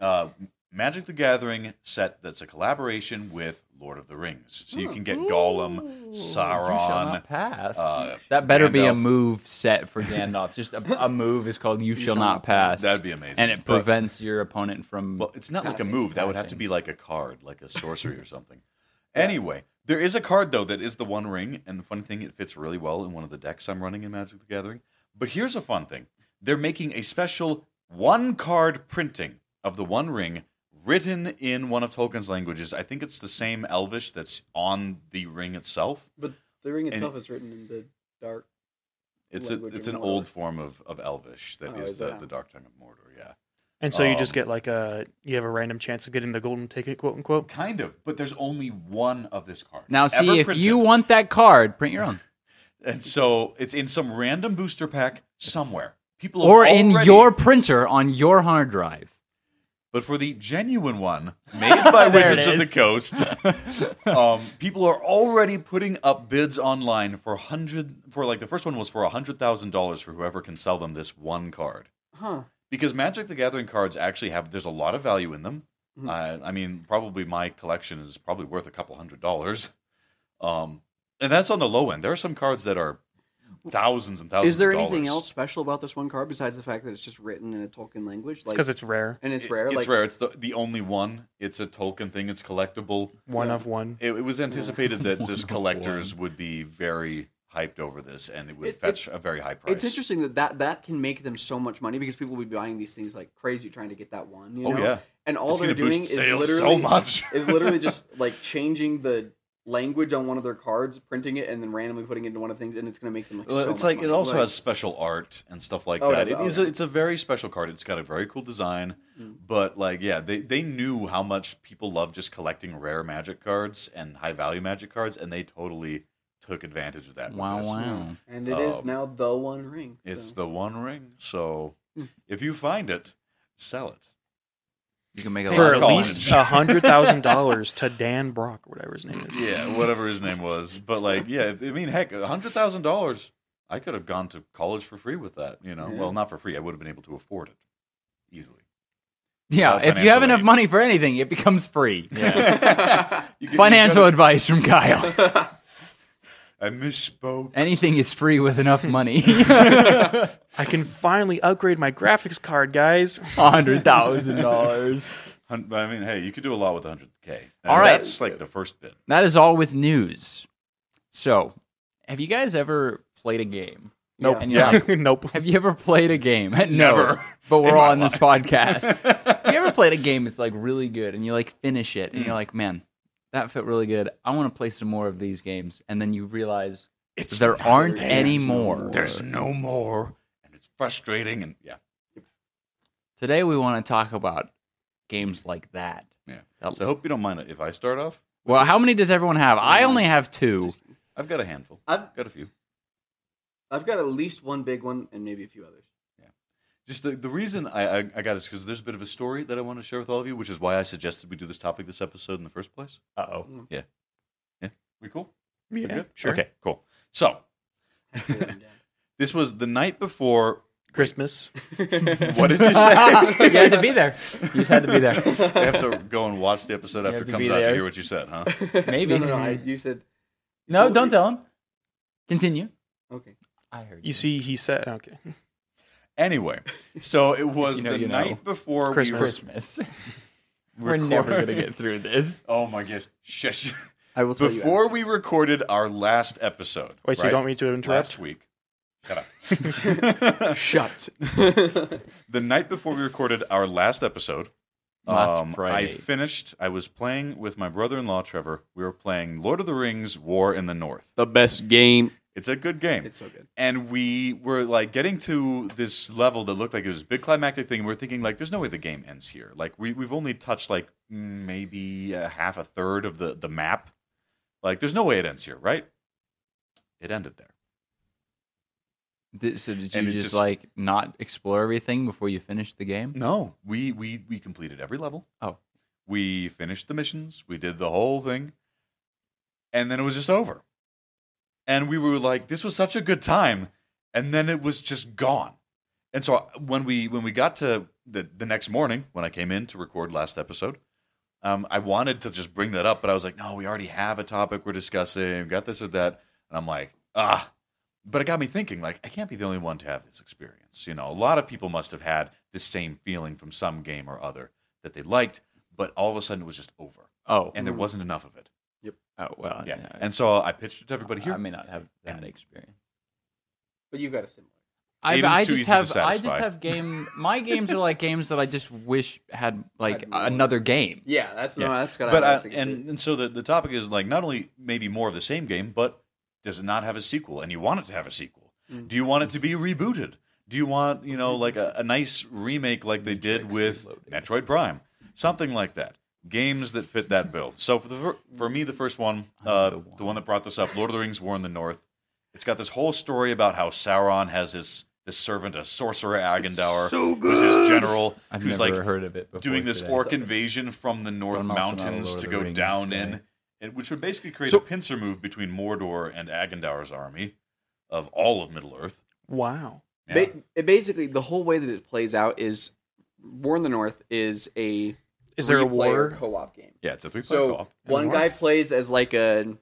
[SPEAKER 3] uh, Magic the Gathering set that's a collaboration with Lord of the Rings, so you can get Gollum, Sauron.
[SPEAKER 2] pass.
[SPEAKER 3] uh,
[SPEAKER 2] that better be a
[SPEAKER 3] Gandalf.
[SPEAKER 2] move set for Gandalf. Just a, a move is called "You, shall, not pass."
[SPEAKER 3] That'd be amazing.
[SPEAKER 2] and it
[SPEAKER 3] But-
[SPEAKER 2] prevents your opponent from.
[SPEAKER 3] Well, it's not like a
[SPEAKER 1] Passing,
[SPEAKER 3] move. That would have to
[SPEAKER 2] passing.
[SPEAKER 3] be like a card, like a sorcery or something. Anyway, there is a card though that is the One Ring, and the funny thing, it fits really well in one of the decks I'm running in Magic the Gathering. But here's a fun thing: they're making a special one-card printing of the One Ring, written in one of Tolkien's languages. I think it's the same Elvish that's on the ring itself.
[SPEAKER 1] But the ring
[SPEAKER 3] And-
[SPEAKER 1] itself is written in the dark.
[SPEAKER 3] It's a,
[SPEAKER 1] Language
[SPEAKER 3] it's
[SPEAKER 1] of
[SPEAKER 3] an
[SPEAKER 1] Mordor.
[SPEAKER 3] old form of, of Elvish that is
[SPEAKER 1] Oh, is
[SPEAKER 3] the,
[SPEAKER 1] it?
[SPEAKER 3] the Dark Tongue of Mordor. Yeah.
[SPEAKER 4] And so you just
[SPEAKER 3] Um,
[SPEAKER 4] get like a you have a random chance of getting the golden ticket, quote unquote.
[SPEAKER 3] Kind of, but there's only one of this card.
[SPEAKER 2] now, see
[SPEAKER 3] ever
[SPEAKER 2] if
[SPEAKER 3] printed.
[SPEAKER 2] you want that card, print your own,
[SPEAKER 3] And so it's in some random booster pack somewhere. People have
[SPEAKER 2] or in
[SPEAKER 3] already-
[SPEAKER 2] your printer on your hard drive.
[SPEAKER 3] but for the genuine one made by
[SPEAKER 2] There it
[SPEAKER 3] Wizards of the
[SPEAKER 2] is.
[SPEAKER 3] Coast, um, people are already putting up bids online for hundred for like the first one was for hundred thousand dollars for whoever can sell them this one card
[SPEAKER 1] Huh.
[SPEAKER 3] because Magic the Gathering cards actually have there's a lot of value in them.
[SPEAKER 2] Mm-hmm.
[SPEAKER 1] Mhm.
[SPEAKER 3] Uh, I mean, probably my collection is probably worth a couple hundred dollars, um, and that's on the low end. There are some cards that are thousands and thousands.
[SPEAKER 1] Is there
[SPEAKER 3] of
[SPEAKER 1] anything
[SPEAKER 3] dollars.
[SPEAKER 1] else special about this one card besides the fact that it's just written in a Tolkien language?
[SPEAKER 4] It's because it's rare.
[SPEAKER 1] and it's
[SPEAKER 3] It-
[SPEAKER 1] rare.
[SPEAKER 3] It's
[SPEAKER 1] like,
[SPEAKER 3] rare. It's the, the only one. It's a Tolkien thing. It's collectible.
[SPEAKER 4] One
[SPEAKER 1] Yeah.
[SPEAKER 4] of one.
[SPEAKER 3] It, it was anticipated that
[SPEAKER 2] One
[SPEAKER 3] just
[SPEAKER 2] of
[SPEAKER 3] collectors would be very hyped over this, and it would
[SPEAKER 1] It- it-
[SPEAKER 3] fetch a very high price.
[SPEAKER 1] It's interesting that, that that can make them so much money because people will be buying these things like crazy, trying to get that one. You
[SPEAKER 3] oh
[SPEAKER 1] know?
[SPEAKER 3] yeah,
[SPEAKER 1] and all
[SPEAKER 3] it's
[SPEAKER 1] they're
[SPEAKER 3] going to
[SPEAKER 1] doing
[SPEAKER 3] boost
[SPEAKER 1] is
[SPEAKER 3] sales
[SPEAKER 1] literally
[SPEAKER 3] so much.
[SPEAKER 1] is literally just like changing the language on one of their cards, printing it, and then randomly putting it into one of the things, and it's going to make them like.
[SPEAKER 3] Well,
[SPEAKER 1] so
[SPEAKER 3] it's
[SPEAKER 1] much
[SPEAKER 3] like it
[SPEAKER 1] money.
[SPEAKER 3] also has special art and stuff like
[SPEAKER 1] Oh,
[SPEAKER 3] that.
[SPEAKER 1] yeah,
[SPEAKER 3] It is
[SPEAKER 1] yeah.
[SPEAKER 3] a, it's a very special card. It's got a very cool design,
[SPEAKER 1] Mm.
[SPEAKER 3] but like yeah, they they knew how much people love just collecting rare Magic cards and high value Magic cards, and they totally took advantage of that. with
[SPEAKER 2] Wow,
[SPEAKER 3] this.
[SPEAKER 2] wow.
[SPEAKER 1] mm. and it is
[SPEAKER 3] um,
[SPEAKER 1] now the One Ring.
[SPEAKER 3] It's
[SPEAKER 1] so.
[SPEAKER 3] the One Ring. So
[SPEAKER 1] Mm.
[SPEAKER 3] if you find it, sell it.
[SPEAKER 2] You can make a
[SPEAKER 4] For
[SPEAKER 2] lot
[SPEAKER 4] at
[SPEAKER 2] of
[SPEAKER 3] Colin.
[SPEAKER 2] least.
[SPEAKER 4] least a hundred thousand dollars to Dan Brock, or whatever his name is.
[SPEAKER 3] Yeah, whatever his name was. But like, yeah, I mean, heck, a hundred thousand dollars. I could have gone to college for free with that. You know,
[SPEAKER 1] Yeah.
[SPEAKER 3] well, not for free. I would have been able to afford it easily.
[SPEAKER 2] Yeah,
[SPEAKER 3] without
[SPEAKER 2] if you have
[SPEAKER 3] financial
[SPEAKER 2] enough
[SPEAKER 3] aid.
[SPEAKER 2] money for anything, it becomes free.
[SPEAKER 3] You get- you
[SPEAKER 2] Financial
[SPEAKER 3] gotta-
[SPEAKER 2] advice from Kyle.
[SPEAKER 3] I misspoke.
[SPEAKER 2] Anything is free with enough money.
[SPEAKER 4] I can finally upgrade my graphics card, guys.
[SPEAKER 2] Hundred thousand dollars.
[SPEAKER 3] Hun- I mean, hey, you could do a lot with 100k.
[SPEAKER 2] All right.
[SPEAKER 3] that's like the first bit.
[SPEAKER 2] That is all with news. So, have you guys ever played a game?
[SPEAKER 1] Nope.
[SPEAKER 2] And you're like,
[SPEAKER 4] nope.
[SPEAKER 2] have you ever played a game? no,
[SPEAKER 3] Never
[SPEAKER 2] But we're
[SPEAKER 3] in
[SPEAKER 2] all
[SPEAKER 3] my
[SPEAKER 2] on this
[SPEAKER 3] life.
[SPEAKER 2] podcast. have you ever played a game that's like really good and you like finish it and
[SPEAKER 3] Mm.
[SPEAKER 2] you're like, man, that felt really good. I want to play some more of these games, and then you realize
[SPEAKER 3] It's
[SPEAKER 2] there
[SPEAKER 3] not
[SPEAKER 2] aren't
[SPEAKER 1] there.
[SPEAKER 2] any
[SPEAKER 1] There's no
[SPEAKER 2] more.
[SPEAKER 1] more.
[SPEAKER 3] There's no more, and it's frustrating. And yeah,
[SPEAKER 2] Today we want to talk about games like that.
[SPEAKER 3] Yeah.
[SPEAKER 2] That-
[SPEAKER 3] so I hope you don't mind if I start off.
[SPEAKER 2] well, how many does everyone have? I only have two.
[SPEAKER 3] I've got a handful.
[SPEAKER 1] I've
[SPEAKER 3] Got a few.
[SPEAKER 1] I've got at least one big one and maybe a few others.
[SPEAKER 3] Just the, the reason I, I, I got it is because there's a bit of a story that I want to share with all of you, which is why I suggested we do this topic this episode in the first place.
[SPEAKER 2] Uh oh.
[SPEAKER 3] We cool? We
[SPEAKER 4] Yeah,
[SPEAKER 3] good?
[SPEAKER 4] sure.
[SPEAKER 3] Okay, cool. So this was the night before.
[SPEAKER 4] Christmas.
[SPEAKER 3] What did you
[SPEAKER 2] you
[SPEAKER 3] say?
[SPEAKER 2] had to be there. You just had to be there.
[SPEAKER 3] I have to go and watch the episode
[SPEAKER 2] You
[SPEAKER 3] after
[SPEAKER 2] have
[SPEAKER 3] it
[SPEAKER 2] to
[SPEAKER 3] comes
[SPEAKER 2] be
[SPEAKER 3] out to
[SPEAKER 2] there.
[SPEAKER 3] hear what you said, huh?
[SPEAKER 2] Maybe.
[SPEAKER 1] No, no, no. I, you said
[SPEAKER 2] No, don't tell him. Continue.
[SPEAKER 1] Okay.
[SPEAKER 2] I heard
[SPEAKER 4] You see, he said, "Okay,
[SPEAKER 3] Anyway, so it was
[SPEAKER 2] You know,
[SPEAKER 3] the
[SPEAKER 2] you know.
[SPEAKER 3] night before
[SPEAKER 4] Christmas.
[SPEAKER 2] Christmas.
[SPEAKER 3] we
[SPEAKER 2] We're
[SPEAKER 3] were
[SPEAKER 2] never gonna get through this.
[SPEAKER 3] Oh my gosh! Shush.
[SPEAKER 1] I will tell
[SPEAKER 3] Before we recorded our last episode.
[SPEAKER 4] wait, so
[SPEAKER 3] right?
[SPEAKER 4] you don't mean to interrupt?"
[SPEAKER 3] last week. Shut up.
[SPEAKER 1] Shut.
[SPEAKER 3] the night before we recorded our last episode,
[SPEAKER 2] Last
[SPEAKER 3] um,
[SPEAKER 2] Friday.
[SPEAKER 3] I finished. I was playing with my brother-in-law Trevor. We were playing Lord of the Rings: War in the North.
[SPEAKER 1] the best game.
[SPEAKER 3] It's a good game
[SPEAKER 1] It's so good.
[SPEAKER 3] and we were like getting to this level that looked like it was a big climactic thing. And we are thinking like, there's no way the game ends here. Like we we've only touched like mm, maybe a half a third of the the map. Like there's no way it ends here, right? It ended there.
[SPEAKER 2] Did- so did you
[SPEAKER 3] and it
[SPEAKER 2] just,
[SPEAKER 3] just-
[SPEAKER 2] like not explore everything before you finished the game?
[SPEAKER 3] No, we we we completed every level.
[SPEAKER 2] Oh.
[SPEAKER 3] we finished the missions. We did the whole thing, and then it was just over. And we were like, "This was such a good time," and then it was just gone. And so uh, when we when we got to the the next morning when I came in to record last episode, um, I wanted to just bring that up, but I was like, "No, we already have a topic we're discussing. Got this or that," and I'm like, "Ah." but it got me thinking like i can't be the only one to have this experience you know a lot of people must have had the same feeling from some game or other that they liked but all of a sudden it was just over
[SPEAKER 2] Oh.
[SPEAKER 3] and there wasn't enough of it
[SPEAKER 2] oh well.
[SPEAKER 3] yeah and so i pitched it to everybody
[SPEAKER 2] I
[SPEAKER 3] here
[SPEAKER 2] may not have that experience.
[SPEAKER 1] But you've got a similar.
[SPEAKER 2] I,
[SPEAKER 3] Aiden's
[SPEAKER 2] I
[SPEAKER 3] too
[SPEAKER 2] just
[SPEAKER 3] easy to
[SPEAKER 2] have I just
[SPEAKER 3] satisfy.
[SPEAKER 2] have game my games are like games that I just wish had like
[SPEAKER 1] Had more.
[SPEAKER 2] another game.
[SPEAKER 1] Yeah, that's
[SPEAKER 3] Yeah.
[SPEAKER 1] no, that's got.
[SPEAKER 3] but I, and, and so the, the topic is like not only maybe more of the same game but does it not have a sequel and you want it to have a sequel
[SPEAKER 1] Mm.
[SPEAKER 3] do you want it to be rebooted do you want you know like a, a nice remake like they did
[SPEAKER 2] Matrix
[SPEAKER 3] with
[SPEAKER 2] Reloaded.
[SPEAKER 3] metroid prime something like that games that fit that bill so for the fir- for me the first one uh,
[SPEAKER 2] the
[SPEAKER 3] the,
[SPEAKER 2] one.
[SPEAKER 3] one that brought this up lord of the rings war in the north it's got this whole story about how sauron has his this servant a sorcerer agendower who's his general
[SPEAKER 2] I've
[SPEAKER 3] who's
[SPEAKER 2] never
[SPEAKER 3] like
[SPEAKER 2] heard of it before.
[SPEAKER 3] doing this
[SPEAKER 2] today.
[SPEAKER 3] orc invasion from the north
[SPEAKER 2] I'm also not a
[SPEAKER 3] mountains
[SPEAKER 2] Lord
[SPEAKER 3] to
[SPEAKER 2] of the
[SPEAKER 3] go
[SPEAKER 2] Rings
[SPEAKER 3] down
[SPEAKER 2] guy.
[SPEAKER 3] in, and, which would basically create
[SPEAKER 2] So-
[SPEAKER 3] a pincer move between Mordor and Agendaur's army of all of Middle Earth.
[SPEAKER 4] Wow.
[SPEAKER 3] Yeah.
[SPEAKER 1] Ba- it basically, the whole way that it plays out is War in the North is a
[SPEAKER 4] Is there a
[SPEAKER 1] three-player
[SPEAKER 4] war?
[SPEAKER 1] co-op game?
[SPEAKER 3] yeah, it's a three-player
[SPEAKER 1] So
[SPEAKER 3] co-op.
[SPEAKER 4] In the
[SPEAKER 1] one guy
[SPEAKER 4] North?
[SPEAKER 1] plays as like a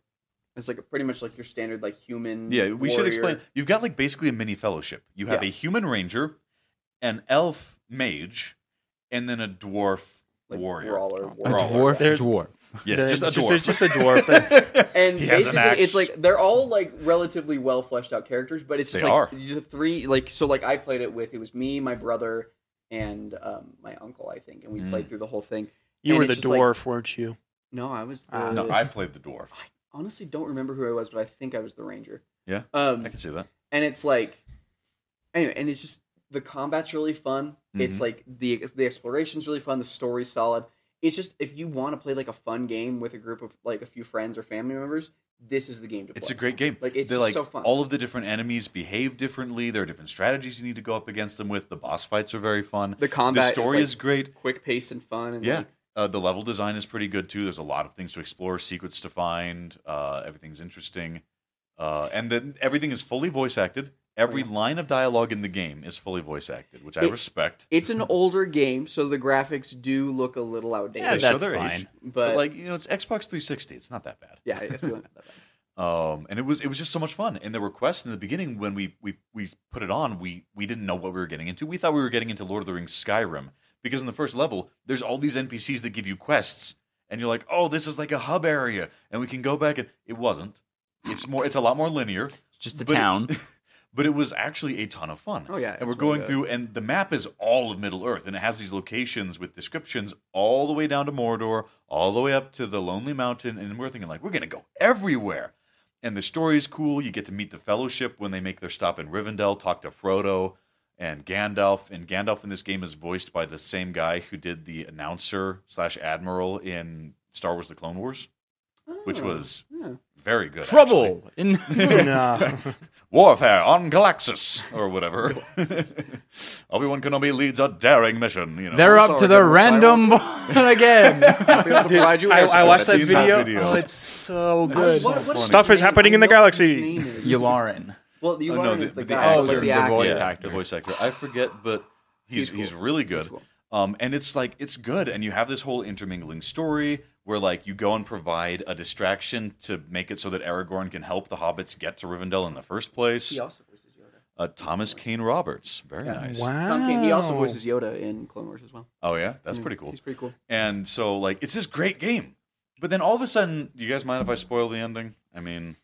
[SPEAKER 1] It's like a, pretty much like your standard like human.
[SPEAKER 3] Yeah, we should explain.
[SPEAKER 1] warrior.
[SPEAKER 3] You've got like basically a mini fellowship. You have
[SPEAKER 1] Yeah.
[SPEAKER 3] a human ranger, an elf mage, and then a dwarf
[SPEAKER 1] Like,
[SPEAKER 3] warrior.
[SPEAKER 1] brawler,
[SPEAKER 4] A
[SPEAKER 2] A
[SPEAKER 1] warrior.
[SPEAKER 2] dwarf,
[SPEAKER 4] They're-
[SPEAKER 2] dwarf.
[SPEAKER 3] Yes,
[SPEAKER 4] They're
[SPEAKER 3] just a
[SPEAKER 4] just-
[SPEAKER 3] dwarf.
[SPEAKER 4] they're just a dwarf.
[SPEAKER 1] And
[SPEAKER 3] He has an
[SPEAKER 1] basically,
[SPEAKER 3] axe.
[SPEAKER 1] it's like they're all like relatively well fleshed out characters, but it's just
[SPEAKER 3] They
[SPEAKER 1] like
[SPEAKER 3] are.
[SPEAKER 1] the three like so like I played it with it was me, my brother, and um, my uncle I think, and we
[SPEAKER 2] Mm.
[SPEAKER 1] played through the whole thing.
[SPEAKER 4] You
[SPEAKER 1] And
[SPEAKER 4] were
[SPEAKER 1] it's
[SPEAKER 4] the
[SPEAKER 1] just like-
[SPEAKER 4] dwarf, weren't you?
[SPEAKER 1] No, I was the,
[SPEAKER 4] Ah.
[SPEAKER 3] no, I played the dwarf.
[SPEAKER 1] honestly don't remember who I was, but I think I was the ranger.
[SPEAKER 3] Yeah,
[SPEAKER 1] Um,
[SPEAKER 3] I can see that.
[SPEAKER 1] and it's like anyway and it's just the combat's really fun it's
[SPEAKER 3] Mhm.
[SPEAKER 1] like the the exploration's really fun the story's solid it's just if you want to play like a fun game with a group of like a few friends or family members this is the game to play
[SPEAKER 3] It's a great game.
[SPEAKER 1] like it's
[SPEAKER 3] They're
[SPEAKER 1] just
[SPEAKER 3] like
[SPEAKER 1] so fun
[SPEAKER 3] all of the different enemies behave differently. There are different strategies you need to go up against them with. The boss fights are very fun.
[SPEAKER 1] the
[SPEAKER 3] the
[SPEAKER 1] combat
[SPEAKER 3] story is,
[SPEAKER 1] is, like,
[SPEAKER 3] great.
[SPEAKER 1] quick paced and fun and
[SPEAKER 3] Yeah.
[SPEAKER 1] like,
[SPEAKER 3] Uh, the level design is pretty good too. There's a lot of things to explore, secrets to find. Uh, everything's interesting, uh, and then everything is fully voice acted. Every
[SPEAKER 1] Oh, yeah.
[SPEAKER 3] line of dialogue in the game is fully voice acted, which I
[SPEAKER 1] It-
[SPEAKER 3] respect.
[SPEAKER 1] it's an older game so the graphics do look a little outdated
[SPEAKER 3] Yeah,
[SPEAKER 1] but,
[SPEAKER 3] show their age. But,
[SPEAKER 1] like
[SPEAKER 3] like you know, it's Xbox 360. It's not that bad.
[SPEAKER 1] yeah it's feeling
[SPEAKER 3] Um, and it was it was just so much fun. And the request in the beginning when we we we put it on, we we didn't know what we were getting into. We thought we were getting into Lord of the Rings Skyrim because in the first level, there's all these NPCs that give you quests, and you're like, oh, this is like a hub area, and we can go back. And it wasn't. It's more. It's a lot more linear,
[SPEAKER 2] Just a
[SPEAKER 3] But it-
[SPEAKER 2] town.
[SPEAKER 3] but it was actually a ton of fun.
[SPEAKER 1] oh yeah
[SPEAKER 3] And we're
[SPEAKER 1] it's really
[SPEAKER 3] going
[SPEAKER 1] good.
[SPEAKER 3] through, and the map is all of Middle Earth, and it has these locations with descriptions all the way down to Mordor, all the way up to the Lonely Mountain, and we're thinking like we're gonna go everywhere. And the story is cool. You get to meet the Fellowship when they make their stop in Rivendell, talk to Frodo and Gandalf. And Gandalf in this game is voiced by the same guy who did the announcer slash admiral in Star Wars: The Clone Wars. which
[SPEAKER 1] Oh,
[SPEAKER 3] was-
[SPEAKER 1] yeah.
[SPEAKER 3] Very good. actually
[SPEAKER 2] Trouble in
[SPEAKER 4] no.
[SPEAKER 3] warfare on Galaxus or whatever. Obi Wan Kenobi leads a daring mission. You know,
[SPEAKER 2] They're
[SPEAKER 1] I'm sorry,
[SPEAKER 2] up to
[SPEAKER 1] that
[SPEAKER 2] the
[SPEAKER 1] was
[SPEAKER 2] random ball again.
[SPEAKER 1] Happy to provide you
[SPEAKER 4] I,
[SPEAKER 1] with
[SPEAKER 4] I watched that
[SPEAKER 3] I've seen that
[SPEAKER 4] video.
[SPEAKER 3] video.
[SPEAKER 4] Oh, it's so
[SPEAKER 3] It's
[SPEAKER 4] good.
[SPEAKER 3] so funny.
[SPEAKER 4] Stuff is
[SPEAKER 1] his name?
[SPEAKER 4] happening
[SPEAKER 1] I
[SPEAKER 4] in the
[SPEAKER 1] know what his
[SPEAKER 4] galaxy.
[SPEAKER 1] name is.
[SPEAKER 2] Yularen.
[SPEAKER 1] Well, you
[SPEAKER 3] Oh, no,
[SPEAKER 1] learn
[SPEAKER 3] the-
[SPEAKER 1] is Uh, the,
[SPEAKER 3] the
[SPEAKER 1] guy,
[SPEAKER 3] actor.
[SPEAKER 1] like the,
[SPEAKER 2] The
[SPEAKER 1] actor.
[SPEAKER 2] voice
[SPEAKER 3] yeah,
[SPEAKER 2] actor.
[SPEAKER 3] the voice actor. I forget, but he's he's,
[SPEAKER 1] He's cool.
[SPEAKER 3] really good.
[SPEAKER 1] That's cool.
[SPEAKER 3] Um, and it's like it's good, and you have this whole intermingling story where like you go and provide a distraction to make it so that Aragorn can help the hobbits get to Rivendell in the first place.
[SPEAKER 1] He also voices Yoda.
[SPEAKER 3] Uh, Thomas Kane Roberts, very
[SPEAKER 1] Yeah.
[SPEAKER 3] nice.
[SPEAKER 4] Wow.
[SPEAKER 1] Tom King, he
[SPEAKER 4] Oh.
[SPEAKER 1] also voices Yoda in Clone Wars as well.
[SPEAKER 3] Oh yeah, that's
[SPEAKER 1] Mm,
[SPEAKER 3] pretty cool.
[SPEAKER 1] He's pretty cool.
[SPEAKER 3] And so like it's this great game. But then all of a sudden, do you guys mind if I spoil the ending? I mean,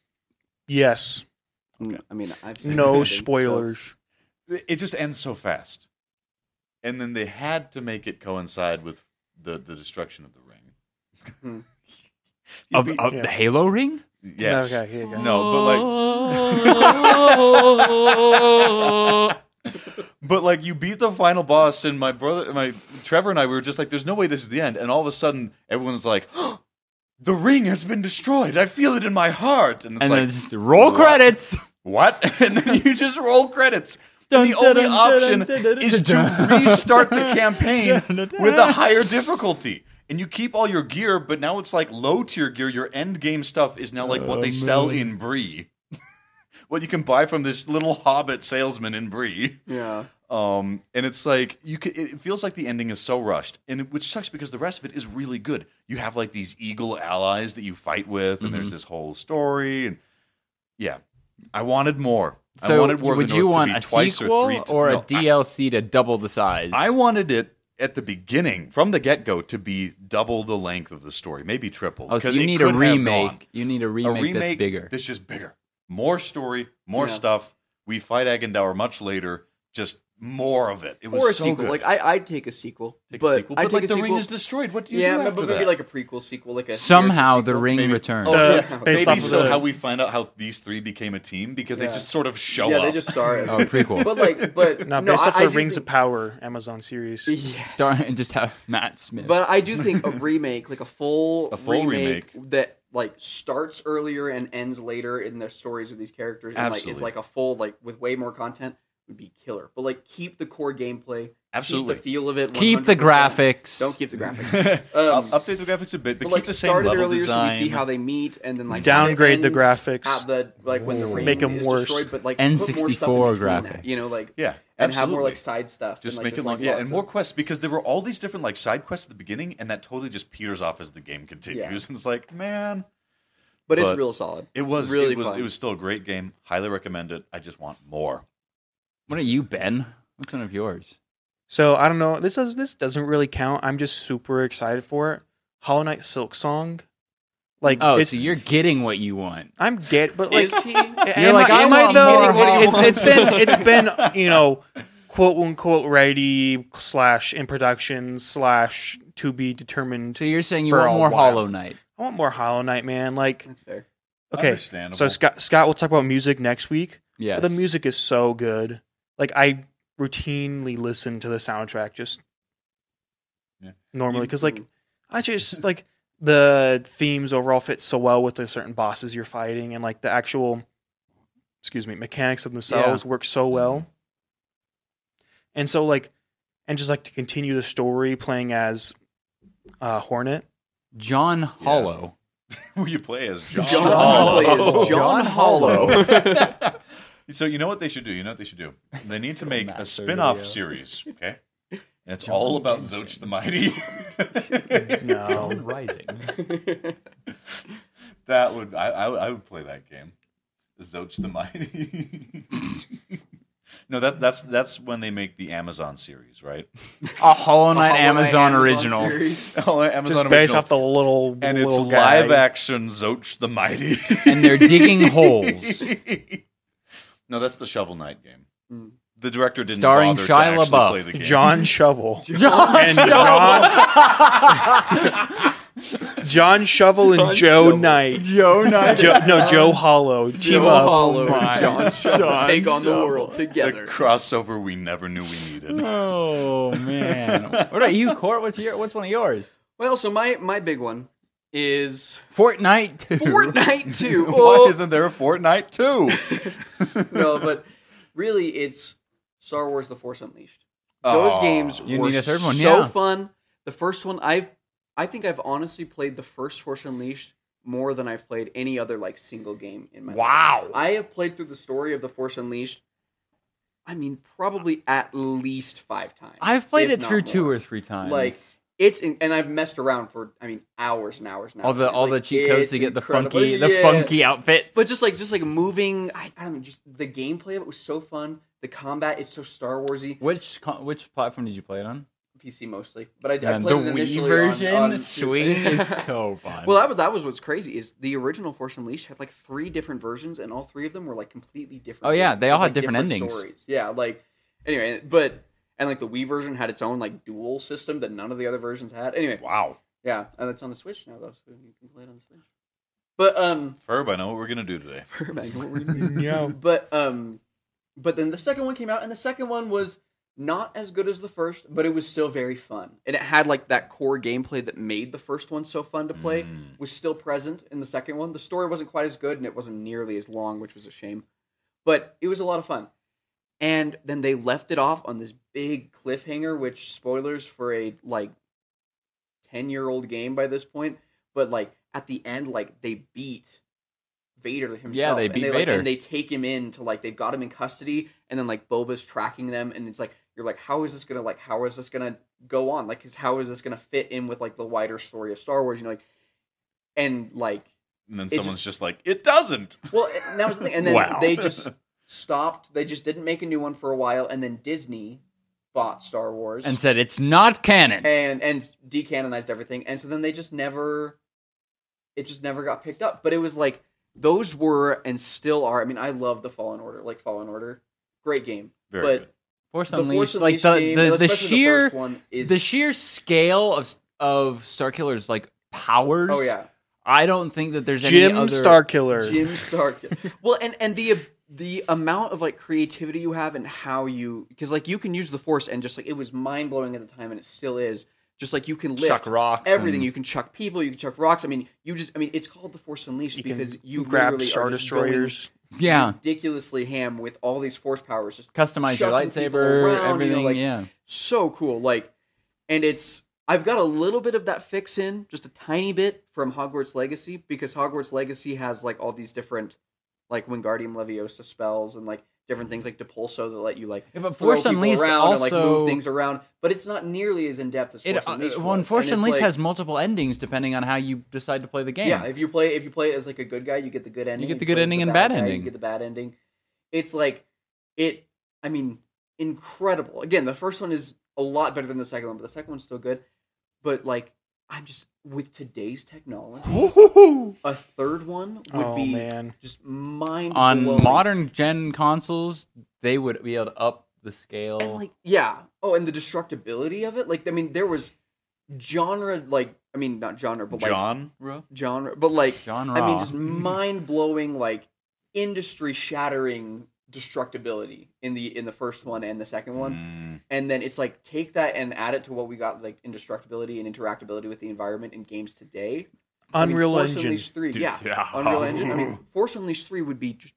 [SPEAKER 4] Yes.
[SPEAKER 1] Mm, I mean, I've seen the
[SPEAKER 4] No
[SPEAKER 1] ending, so-
[SPEAKER 4] spoilers.
[SPEAKER 3] it just ends so fast. And then they had to make it coincide with the, the destruction of the ring.
[SPEAKER 1] Hmm.
[SPEAKER 2] Of,
[SPEAKER 3] You'd be-
[SPEAKER 2] of
[SPEAKER 4] Yeah.
[SPEAKER 2] the Halo ring?
[SPEAKER 3] yes.
[SPEAKER 4] Okay, here you go.
[SPEAKER 3] No, but like but like you beat the final boss and my brother my Trevor and I we were just like there's no way this is the end and all of a sudden everyone's like the ring has been destroyed I feel it in my heart and it's
[SPEAKER 2] and
[SPEAKER 3] like
[SPEAKER 2] then just roll
[SPEAKER 3] what?
[SPEAKER 2] credits.
[SPEAKER 3] what and then you just roll credits And the only option is to restart the campaign with a higher difficulty. And you keep all your gear, but now it's like low tier gear. Your end game stuff is now like what they sell in Bree. what you can buy from this little hobbit salesman in Bree.
[SPEAKER 1] Yeah.
[SPEAKER 3] Um, and it's like you can, it feels like the ending is so rushed, and it, which sucks because the rest of it is really good. You have like these eagle allies that you fight with, and
[SPEAKER 2] Mm-hmm.
[SPEAKER 3] there's this whole story, and yeah, I wanted more. I
[SPEAKER 2] So
[SPEAKER 3] wanted War of
[SPEAKER 2] would
[SPEAKER 3] the
[SPEAKER 2] you
[SPEAKER 3] North
[SPEAKER 2] want
[SPEAKER 3] to be
[SPEAKER 2] a
[SPEAKER 3] twice
[SPEAKER 2] sequel
[SPEAKER 3] or three t-
[SPEAKER 2] or a
[SPEAKER 3] no, I-
[SPEAKER 2] DLC to double the size? Oh,
[SPEAKER 3] I wanted it at the beginning, from the get go, to be double the length of the story, maybe triple.
[SPEAKER 2] oh, so
[SPEAKER 3] because
[SPEAKER 2] you
[SPEAKER 3] it
[SPEAKER 2] need a
[SPEAKER 3] could have gone.
[SPEAKER 2] remake. You need a remake,
[SPEAKER 3] a remake
[SPEAKER 2] that's bigger.
[SPEAKER 3] That's just bigger. More story, more
[SPEAKER 1] Yeah.
[SPEAKER 3] stuff. We fight Agendour much later. Just more of it. It was
[SPEAKER 1] Or a
[SPEAKER 3] so
[SPEAKER 1] sequel.
[SPEAKER 3] good.
[SPEAKER 1] Like I, I'd take a sequel.
[SPEAKER 3] Take a
[SPEAKER 1] but
[SPEAKER 3] sequel,
[SPEAKER 1] I'd
[SPEAKER 3] but
[SPEAKER 1] take
[SPEAKER 3] like
[SPEAKER 1] a
[SPEAKER 3] the
[SPEAKER 1] sequel.
[SPEAKER 3] ring is destroyed. What do you
[SPEAKER 1] yeah,
[SPEAKER 3] do
[SPEAKER 1] but-
[SPEAKER 3] after
[SPEAKER 1] but maybe
[SPEAKER 3] that?
[SPEAKER 1] like a prequel sequel, like a
[SPEAKER 2] Somehow
[SPEAKER 1] spiritual
[SPEAKER 2] the ring
[SPEAKER 3] Maybe-
[SPEAKER 2] returns.
[SPEAKER 3] Oh,
[SPEAKER 4] Uh,
[SPEAKER 1] yeah.
[SPEAKER 4] based
[SPEAKER 3] Maybe
[SPEAKER 4] off of
[SPEAKER 3] so
[SPEAKER 4] the-
[SPEAKER 3] how we find out how these three became a team because they
[SPEAKER 1] Yeah.
[SPEAKER 3] just sort of show
[SPEAKER 1] sequel. Yeah,
[SPEAKER 3] up.
[SPEAKER 1] they just started.
[SPEAKER 2] Oh, prequel.
[SPEAKER 1] But like, but
[SPEAKER 4] No,
[SPEAKER 1] no,
[SPEAKER 4] based
[SPEAKER 1] I,
[SPEAKER 4] off
[SPEAKER 1] I
[SPEAKER 4] the
[SPEAKER 1] do
[SPEAKER 4] Rings
[SPEAKER 1] think,
[SPEAKER 4] of Power Amazon series.
[SPEAKER 1] Yes.
[SPEAKER 2] Star- and just have Matt Smith.
[SPEAKER 1] But I do think a remake, like a full
[SPEAKER 3] A full
[SPEAKER 1] that like starts earlier and ends later in the stories of these characters, and like is
[SPEAKER 3] Absolutely.
[SPEAKER 1] like a full like with way more content would be killer. But like keep the core gameplay,
[SPEAKER 3] Absolutely.
[SPEAKER 1] keep the feel of it,
[SPEAKER 2] Keep the
[SPEAKER 1] 100%.
[SPEAKER 2] graphics.
[SPEAKER 1] Don't keep the graphics,
[SPEAKER 3] Up-
[SPEAKER 1] Um,
[SPEAKER 3] update the graphics a bit, but,
[SPEAKER 1] but
[SPEAKER 3] keep
[SPEAKER 1] like
[SPEAKER 3] the same
[SPEAKER 1] start it
[SPEAKER 3] level
[SPEAKER 1] earlier
[SPEAKER 3] design.
[SPEAKER 1] so we see how they meet, and then like
[SPEAKER 4] Downgrade the
[SPEAKER 1] graphics.
[SPEAKER 4] graphics.
[SPEAKER 1] At the like when the ring
[SPEAKER 4] Make 'em
[SPEAKER 1] is
[SPEAKER 4] worse.
[SPEAKER 1] destroyed, but like put more stuff in
[SPEAKER 2] N64
[SPEAKER 1] between that,
[SPEAKER 2] graphics.
[SPEAKER 1] you know, like
[SPEAKER 3] yeah,
[SPEAKER 1] and have more
[SPEAKER 3] absolutely.
[SPEAKER 1] like side stuff,
[SPEAKER 3] just
[SPEAKER 1] and,
[SPEAKER 3] make
[SPEAKER 1] like,
[SPEAKER 3] it like yeah,
[SPEAKER 1] lots
[SPEAKER 3] and
[SPEAKER 1] of-
[SPEAKER 3] more quests because there were all these different like side quests at the beginning, and that totally just peters off as the game continues. And it's like, man,
[SPEAKER 1] but it's
[SPEAKER 3] But-
[SPEAKER 1] real solid.
[SPEAKER 3] It was
[SPEAKER 1] Really
[SPEAKER 3] it was
[SPEAKER 1] fun.
[SPEAKER 3] it was still a great game. Highly recommend it. I just want more.
[SPEAKER 2] What are you, Ben? What's one of yours?
[SPEAKER 4] So I don't know. This does this doesn't really count. I'm just super excited for it. Hollow Knight Silk Song. Like
[SPEAKER 2] Oh,
[SPEAKER 4] it's
[SPEAKER 2] so you're getting what you want.
[SPEAKER 4] I'm get but like
[SPEAKER 1] Is he?
[SPEAKER 4] Am
[SPEAKER 2] like,
[SPEAKER 4] I,
[SPEAKER 2] I
[SPEAKER 4] am
[SPEAKER 2] want
[SPEAKER 4] I though?
[SPEAKER 2] more
[SPEAKER 4] It's-
[SPEAKER 2] Hollow
[SPEAKER 4] it's it's
[SPEAKER 2] Knight.
[SPEAKER 4] been it's been you know quote unquote ready slash in production slash to be determined.
[SPEAKER 2] So you're saying you
[SPEAKER 4] For
[SPEAKER 2] want
[SPEAKER 4] a
[SPEAKER 2] more
[SPEAKER 4] while.
[SPEAKER 2] Hollow Knight?
[SPEAKER 4] I want more Hollow Knight, man. Like
[SPEAKER 1] That's fair.
[SPEAKER 4] okay,
[SPEAKER 3] Understandable.
[SPEAKER 4] so Scott Scott will talk about music next week.
[SPEAKER 2] Yes.
[SPEAKER 4] But the music is so good. Like I routinely listen to the soundtrack just
[SPEAKER 3] Yeah.
[SPEAKER 4] normally
[SPEAKER 1] You-
[SPEAKER 4] because like I just like the themes overall fit so well with the certain bosses you're fighting and like the actual excuse me mechanics of themselves work so well. And so like and just like to continue the story playing as uh Hornet.
[SPEAKER 2] John Hollow.
[SPEAKER 3] Will you play as John,
[SPEAKER 1] John
[SPEAKER 3] Hollow?
[SPEAKER 1] Hollow is John Hollow.
[SPEAKER 3] so you know what they should do? You know what they should do? They need to make a
[SPEAKER 2] Master
[SPEAKER 3] spin-off
[SPEAKER 2] video.
[SPEAKER 3] series, okay? And it's
[SPEAKER 2] John
[SPEAKER 3] all about
[SPEAKER 2] Jensen.
[SPEAKER 3] Zoch the Mighty.
[SPEAKER 4] No.
[SPEAKER 2] John Rising.
[SPEAKER 3] That would I, I I would play that game. Zoch the Mighty. no, that that's that's when they make the Amazon series, right?
[SPEAKER 2] A
[SPEAKER 1] Hollow
[SPEAKER 2] Hollow Knight
[SPEAKER 1] Knight
[SPEAKER 2] Amazon original.
[SPEAKER 1] series.
[SPEAKER 3] Oh, Amazon
[SPEAKER 4] Just based
[SPEAKER 3] original.
[SPEAKER 4] off the little
[SPEAKER 3] and it's
[SPEAKER 4] little guy.
[SPEAKER 3] live action Zoch the Mighty.
[SPEAKER 2] And they're digging holes.
[SPEAKER 3] no, that's the Shovel Knight game.
[SPEAKER 1] Mm.
[SPEAKER 3] The director didn't
[SPEAKER 2] Starring
[SPEAKER 3] bother to
[SPEAKER 2] Shia
[SPEAKER 3] actually
[SPEAKER 2] LaBeouf.
[SPEAKER 3] play the game.
[SPEAKER 4] John Shovel.
[SPEAKER 2] John
[SPEAKER 4] And John Shovel and
[SPEAKER 1] John
[SPEAKER 4] Joe
[SPEAKER 1] Shovel.
[SPEAKER 4] Knight.
[SPEAKER 2] Joe Knight.
[SPEAKER 4] Joe, no, Joe Hollow. Team
[SPEAKER 1] Joe
[SPEAKER 4] up.
[SPEAKER 1] Hollow
[SPEAKER 2] my.
[SPEAKER 1] and John Shovel
[SPEAKER 2] John
[SPEAKER 1] take on the
[SPEAKER 2] Shovel.
[SPEAKER 1] world
[SPEAKER 3] the
[SPEAKER 1] together.
[SPEAKER 3] crossover we never knew we needed.
[SPEAKER 2] Oh man. What about you, Court? What's your what's one of yours?
[SPEAKER 1] Well, so my my big one is
[SPEAKER 2] Fortnite two.
[SPEAKER 1] Fortnite 2.
[SPEAKER 3] Why
[SPEAKER 1] Oh,
[SPEAKER 3] isn't there a Fortnite too?
[SPEAKER 1] no, but really, it's Star Wars: The Force Unleashed. Those
[SPEAKER 3] Aw.
[SPEAKER 1] games
[SPEAKER 2] You
[SPEAKER 1] were
[SPEAKER 2] need a third one,
[SPEAKER 1] so
[SPEAKER 2] yeah.
[SPEAKER 1] fun. The first one, I've, I think I've honestly played the first Force Unleashed more than I've played any other like single game in my life.
[SPEAKER 2] Wow.
[SPEAKER 1] I have played through the story of the Force Unleashed. I mean, probably at least five times.
[SPEAKER 2] I've played
[SPEAKER 1] if
[SPEAKER 2] it
[SPEAKER 1] not
[SPEAKER 2] through two
[SPEAKER 1] more.
[SPEAKER 2] or three times.
[SPEAKER 1] Like, it's in, and I've messed around for I mean hours and hours and hours.
[SPEAKER 2] all the all the
[SPEAKER 1] Like,
[SPEAKER 2] cheat codes
[SPEAKER 1] it's
[SPEAKER 2] to get the
[SPEAKER 1] incredible.
[SPEAKER 2] funky the
[SPEAKER 1] Yeah.
[SPEAKER 2] funky outfits.
[SPEAKER 1] But just like just like moving, I, I don't know. Just the gameplay of it was so fun. The combat is so Star Warsy.
[SPEAKER 2] which co- which platform did you play it on?
[SPEAKER 1] PC mostly, but I, I
[SPEAKER 2] Man,
[SPEAKER 1] played
[SPEAKER 2] the
[SPEAKER 1] it initially
[SPEAKER 2] Wii
[SPEAKER 1] on-
[SPEAKER 2] version,
[SPEAKER 1] on-
[SPEAKER 2] swinging is so fun.
[SPEAKER 1] well, that was that was what's crazy is the original Force Unleashed had like three different versions, and all three of them were like completely different.
[SPEAKER 2] Oh, yeah,
[SPEAKER 1] games.
[SPEAKER 2] they
[SPEAKER 1] It
[SPEAKER 2] all
[SPEAKER 1] was,
[SPEAKER 2] had
[SPEAKER 1] like,
[SPEAKER 2] different endings.
[SPEAKER 1] Stories. Yeah, like anyway, but and like the Wii version had its own like dual system that none of the other versions had. Anyway,
[SPEAKER 3] Wow.
[SPEAKER 1] yeah, and it's on the Switch now though, so you can play it on the Switch. But um,
[SPEAKER 3] Ferb, I know what we're gonna do today.
[SPEAKER 1] Perfect. What were you doing?
[SPEAKER 4] Yeah.
[SPEAKER 1] but um but then the second one came out and the second one was not as good as the first but it was still very fun and it had like that core gameplay that made the first one so fun to play
[SPEAKER 3] Mm.
[SPEAKER 1] was still present in the second one the story wasn't quite as good and it wasn't nearly as long which was a shame but it was a lot of fun and then they left it off on this big cliffhanger which spoilers for a like 10 year old game by this point but like at the end like they beat vader himself
[SPEAKER 2] they beat
[SPEAKER 1] and they, like,
[SPEAKER 2] Vader.
[SPEAKER 1] and they take him in to like they've got him in custody and then like boba's tracking them and it's like you're like how is this gonna like how is this gonna go on like is how is this gonna fit in with like the wider story of star wars you know like and like
[SPEAKER 3] And then
[SPEAKER 1] It
[SPEAKER 3] someone's
[SPEAKER 1] just-
[SPEAKER 3] just like, it doesn't.
[SPEAKER 1] well, and that was the thing. And then
[SPEAKER 2] Wow.
[SPEAKER 1] they just stopped. They just didn't make a new one for a while, and then Disney bought Star Wars
[SPEAKER 2] and said it's not canon.
[SPEAKER 1] and and decanonized everything. And so then they just never, it just never got picked up. But it was like those were and still are. I mean, I love the Fallen Order, like Fallen Order, great game.
[SPEAKER 3] Very
[SPEAKER 1] but
[SPEAKER 3] good.
[SPEAKER 2] Force
[SPEAKER 1] the Force
[SPEAKER 2] Unleashed, like the
[SPEAKER 1] Unleashed game,
[SPEAKER 2] the, the
[SPEAKER 1] especially
[SPEAKER 2] sheer
[SPEAKER 1] the, first one is
[SPEAKER 2] the sheer scale of of Starkiller's like powers.
[SPEAKER 1] oh yeah,
[SPEAKER 2] I don't think that there's
[SPEAKER 4] Jim
[SPEAKER 2] any other
[SPEAKER 4] Starkiller.
[SPEAKER 1] Jim Starkiller. well, and and the the amount of like creativity you have and how you because like you can use the force and just like it was mind blowing at the time and it still is. Just like you can lift
[SPEAKER 2] Chuck rocks
[SPEAKER 1] everything,
[SPEAKER 2] and-
[SPEAKER 1] you can chuck people, you can chuck rocks. I mean, you just I mean it's called the Force Unleashed
[SPEAKER 4] You can
[SPEAKER 1] because you
[SPEAKER 4] grab
[SPEAKER 1] literally
[SPEAKER 4] Star
[SPEAKER 1] are just going
[SPEAKER 4] Destroyers.
[SPEAKER 2] yeah.
[SPEAKER 1] ridiculously ham with all these force powers. Just
[SPEAKER 2] Customize your
[SPEAKER 1] chucking people
[SPEAKER 2] lightsaber,
[SPEAKER 1] around, you know,
[SPEAKER 2] everything.
[SPEAKER 1] like,
[SPEAKER 2] yeah.
[SPEAKER 1] so cool. Like, and it's I've got a little bit of that fix in, just a tiny bit from Hogwarts Legacy because Hogwarts Legacy has like all these different like Wingardium Leviosa spells and like different things like Depulso that let you like
[SPEAKER 2] Yeah, but
[SPEAKER 1] throw
[SPEAKER 2] Force
[SPEAKER 1] people
[SPEAKER 2] Unleashed
[SPEAKER 1] around
[SPEAKER 2] also
[SPEAKER 1] and like move things around, but it's not nearly as in depth as Force
[SPEAKER 2] It, uh,
[SPEAKER 1] Unleashed.
[SPEAKER 2] well,
[SPEAKER 1] was.
[SPEAKER 2] and Force
[SPEAKER 1] And it's,
[SPEAKER 2] Unleashed
[SPEAKER 1] like-
[SPEAKER 2] has multiple endings depending on how you decide to play the game.
[SPEAKER 1] Yeah, if you play if you play it as like a good guy, you get the good ending.
[SPEAKER 2] get
[SPEAKER 1] If
[SPEAKER 2] the good
[SPEAKER 1] play as
[SPEAKER 2] ending and bad
[SPEAKER 1] guy,
[SPEAKER 2] ending.
[SPEAKER 1] You get the bad ending. It's like it. I mean, incredible. Again, the first one is a lot better than the second one, but the second one's still good. But like, I'm just with today's technology,
[SPEAKER 2] Woohoo!
[SPEAKER 1] a third one would
[SPEAKER 4] oh
[SPEAKER 1] be
[SPEAKER 4] man,
[SPEAKER 1] just mind
[SPEAKER 2] on
[SPEAKER 1] blowing.
[SPEAKER 2] modern gen consoles, they would be able to up the scale.
[SPEAKER 1] and like yeah oh and the destructibility of it like i mean there was genre like i mean not genre but like
[SPEAKER 3] John,
[SPEAKER 1] genre but like
[SPEAKER 2] John
[SPEAKER 1] i mean
[SPEAKER 2] Ra.
[SPEAKER 1] just mind-blowing like industry shattering destructibility in the in the first one and the second one
[SPEAKER 3] Mm,
[SPEAKER 1] and then it's like take that and add it to what we got like indestructibility and interactability with the environment in games today I mean,
[SPEAKER 4] Unreal
[SPEAKER 1] Force
[SPEAKER 4] Engine.
[SPEAKER 1] Unleashed 3
[SPEAKER 3] dude,
[SPEAKER 1] yeah Unreal Engine. I mean, Force Unleashed three would be, just...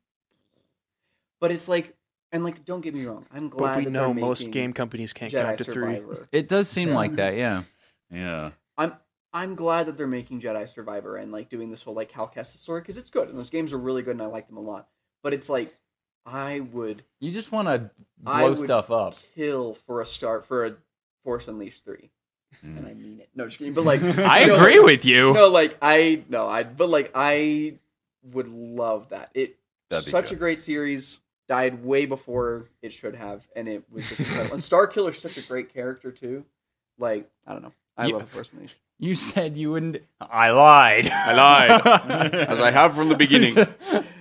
[SPEAKER 1] but it's like, and like, don't get me wrong. I'm glad
[SPEAKER 4] But we
[SPEAKER 1] that
[SPEAKER 4] know
[SPEAKER 1] they're
[SPEAKER 4] most
[SPEAKER 1] making
[SPEAKER 4] game companies can't
[SPEAKER 1] Jedi
[SPEAKER 4] count to three.
[SPEAKER 1] Survivor.
[SPEAKER 2] it does seem like that, yeah.
[SPEAKER 3] Mm, yeah.
[SPEAKER 1] I'm glad that they're making Jedi Survivor and like doing this whole like Cal Kestis story because it's good and those games are really good and I like them a lot. But it's like, I would
[SPEAKER 2] You just want to
[SPEAKER 1] I
[SPEAKER 2] blow
[SPEAKER 1] would
[SPEAKER 2] stuff up.
[SPEAKER 1] kill for a start for a Force Unleashed three, and
[SPEAKER 3] Mm.
[SPEAKER 1] I mean it. No, just kidding. But like,
[SPEAKER 2] I
[SPEAKER 1] no,
[SPEAKER 2] agree with you.
[SPEAKER 1] No, like I no, I but like I would love that. It
[SPEAKER 3] That'd be
[SPEAKER 1] such
[SPEAKER 3] good.
[SPEAKER 1] a great series. Died way before it should have, and it was just incredible. and Star Killer's such a great character too. Like I don't know, I
[SPEAKER 2] You-
[SPEAKER 1] love Force Unleashed.
[SPEAKER 2] You said you wouldn't. I lied. I lied.
[SPEAKER 3] As
[SPEAKER 2] I have from the beginning.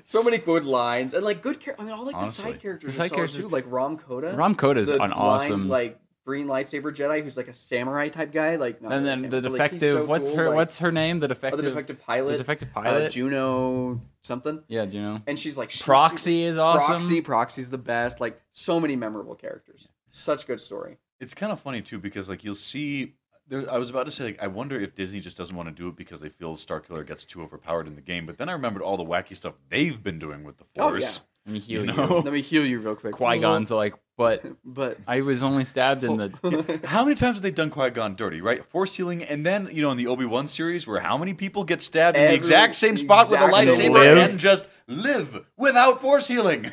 [SPEAKER 1] So many good lines and like good. Char- I mean, all like the
[SPEAKER 3] Honestly.
[SPEAKER 1] side characters
[SPEAKER 2] The
[SPEAKER 1] are
[SPEAKER 2] side
[SPEAKER 1] solid
[SPEAKER 2] characters-
[SPEAKER 1] too. Like Rom Koda,
[SPEAKER 2] Rom Koda is
[SPEAKER 1] the
[SPEAKER 2] an
[SPEAKER 1] blind,
[SPEAKER 2] awesome.
[SPEAKER 1] like green lightsaber Jedi who's like a samurai type guy. Like not
[SPEAKER 2] and
[SPEAKER 1] really a
[SPEAKER 2] then the
[SPEAKER 1] samurai, but, like, he's
[SPEAKER 2] defective.
[SPEAKER 1] so
[SPEAKER 2] what's
[SPEAKER 1] cool,
[SPEAKER 2] her?
[SPEAKER 1] like,
[SPEAKER 2] what's her name? The
[SPEAKER 1] oh,
[SPEAKER 2] defective.
[SPEAKER 1] the defective
[SPEAKER 2] the
[SPEAKER 1] pilot?
[SPEAKER 2] defective
[SPEAKER 1] uh,
[SPEAKER 2] pilot.
[SPEAKER 1] Juno something,
[SPEAKER 2] yeah, Juno.
[SPEAKER 1] and she's like she's super-
[SPEAKER 2] Proxy is awesome.
[SPEAKER 1] Proxy, Proxy's the best. Like so many memorable characters. Such good story.
[SPEAKER 3] It's kind of funny too because like you'll see. There, I was about to say like I wonder if Disney just doesn't want to do it because they feel Starkiller gets too overpowered in the game. But then I remembered all the wacky stuff they've been doing with the
[SPEAKER 1] Oh,
[SPEAKER 3] Force.
[SPEAKER 2] Let me heal
[SPEAKER 3] You
[SPEAKER 2] you.
[SPEAKER 3] know?
[SPEAKER 1] Let me heal you real quick.
[SPEAKER 2] Qui Gon's like, but
[SPEAKER 1] But
[SPEAKER 2] I was only stabbed in the.
[SPEAKER 3] How many times have they done Qui Gon dirty, right? Force healing, and then you know in the Obi Wan series, where how many people get stabbed in the
[SPEAKER 1] Every-
[SPEAKER 3] exact same spot
[SPEAKER 1] exact
[SPEAKER 3] with a
[SPEAKER 4] same
[SPEAKER 3] lightsaber
[SPEAKER 4] Live.
[SPEAKER 3] and just live without force healing?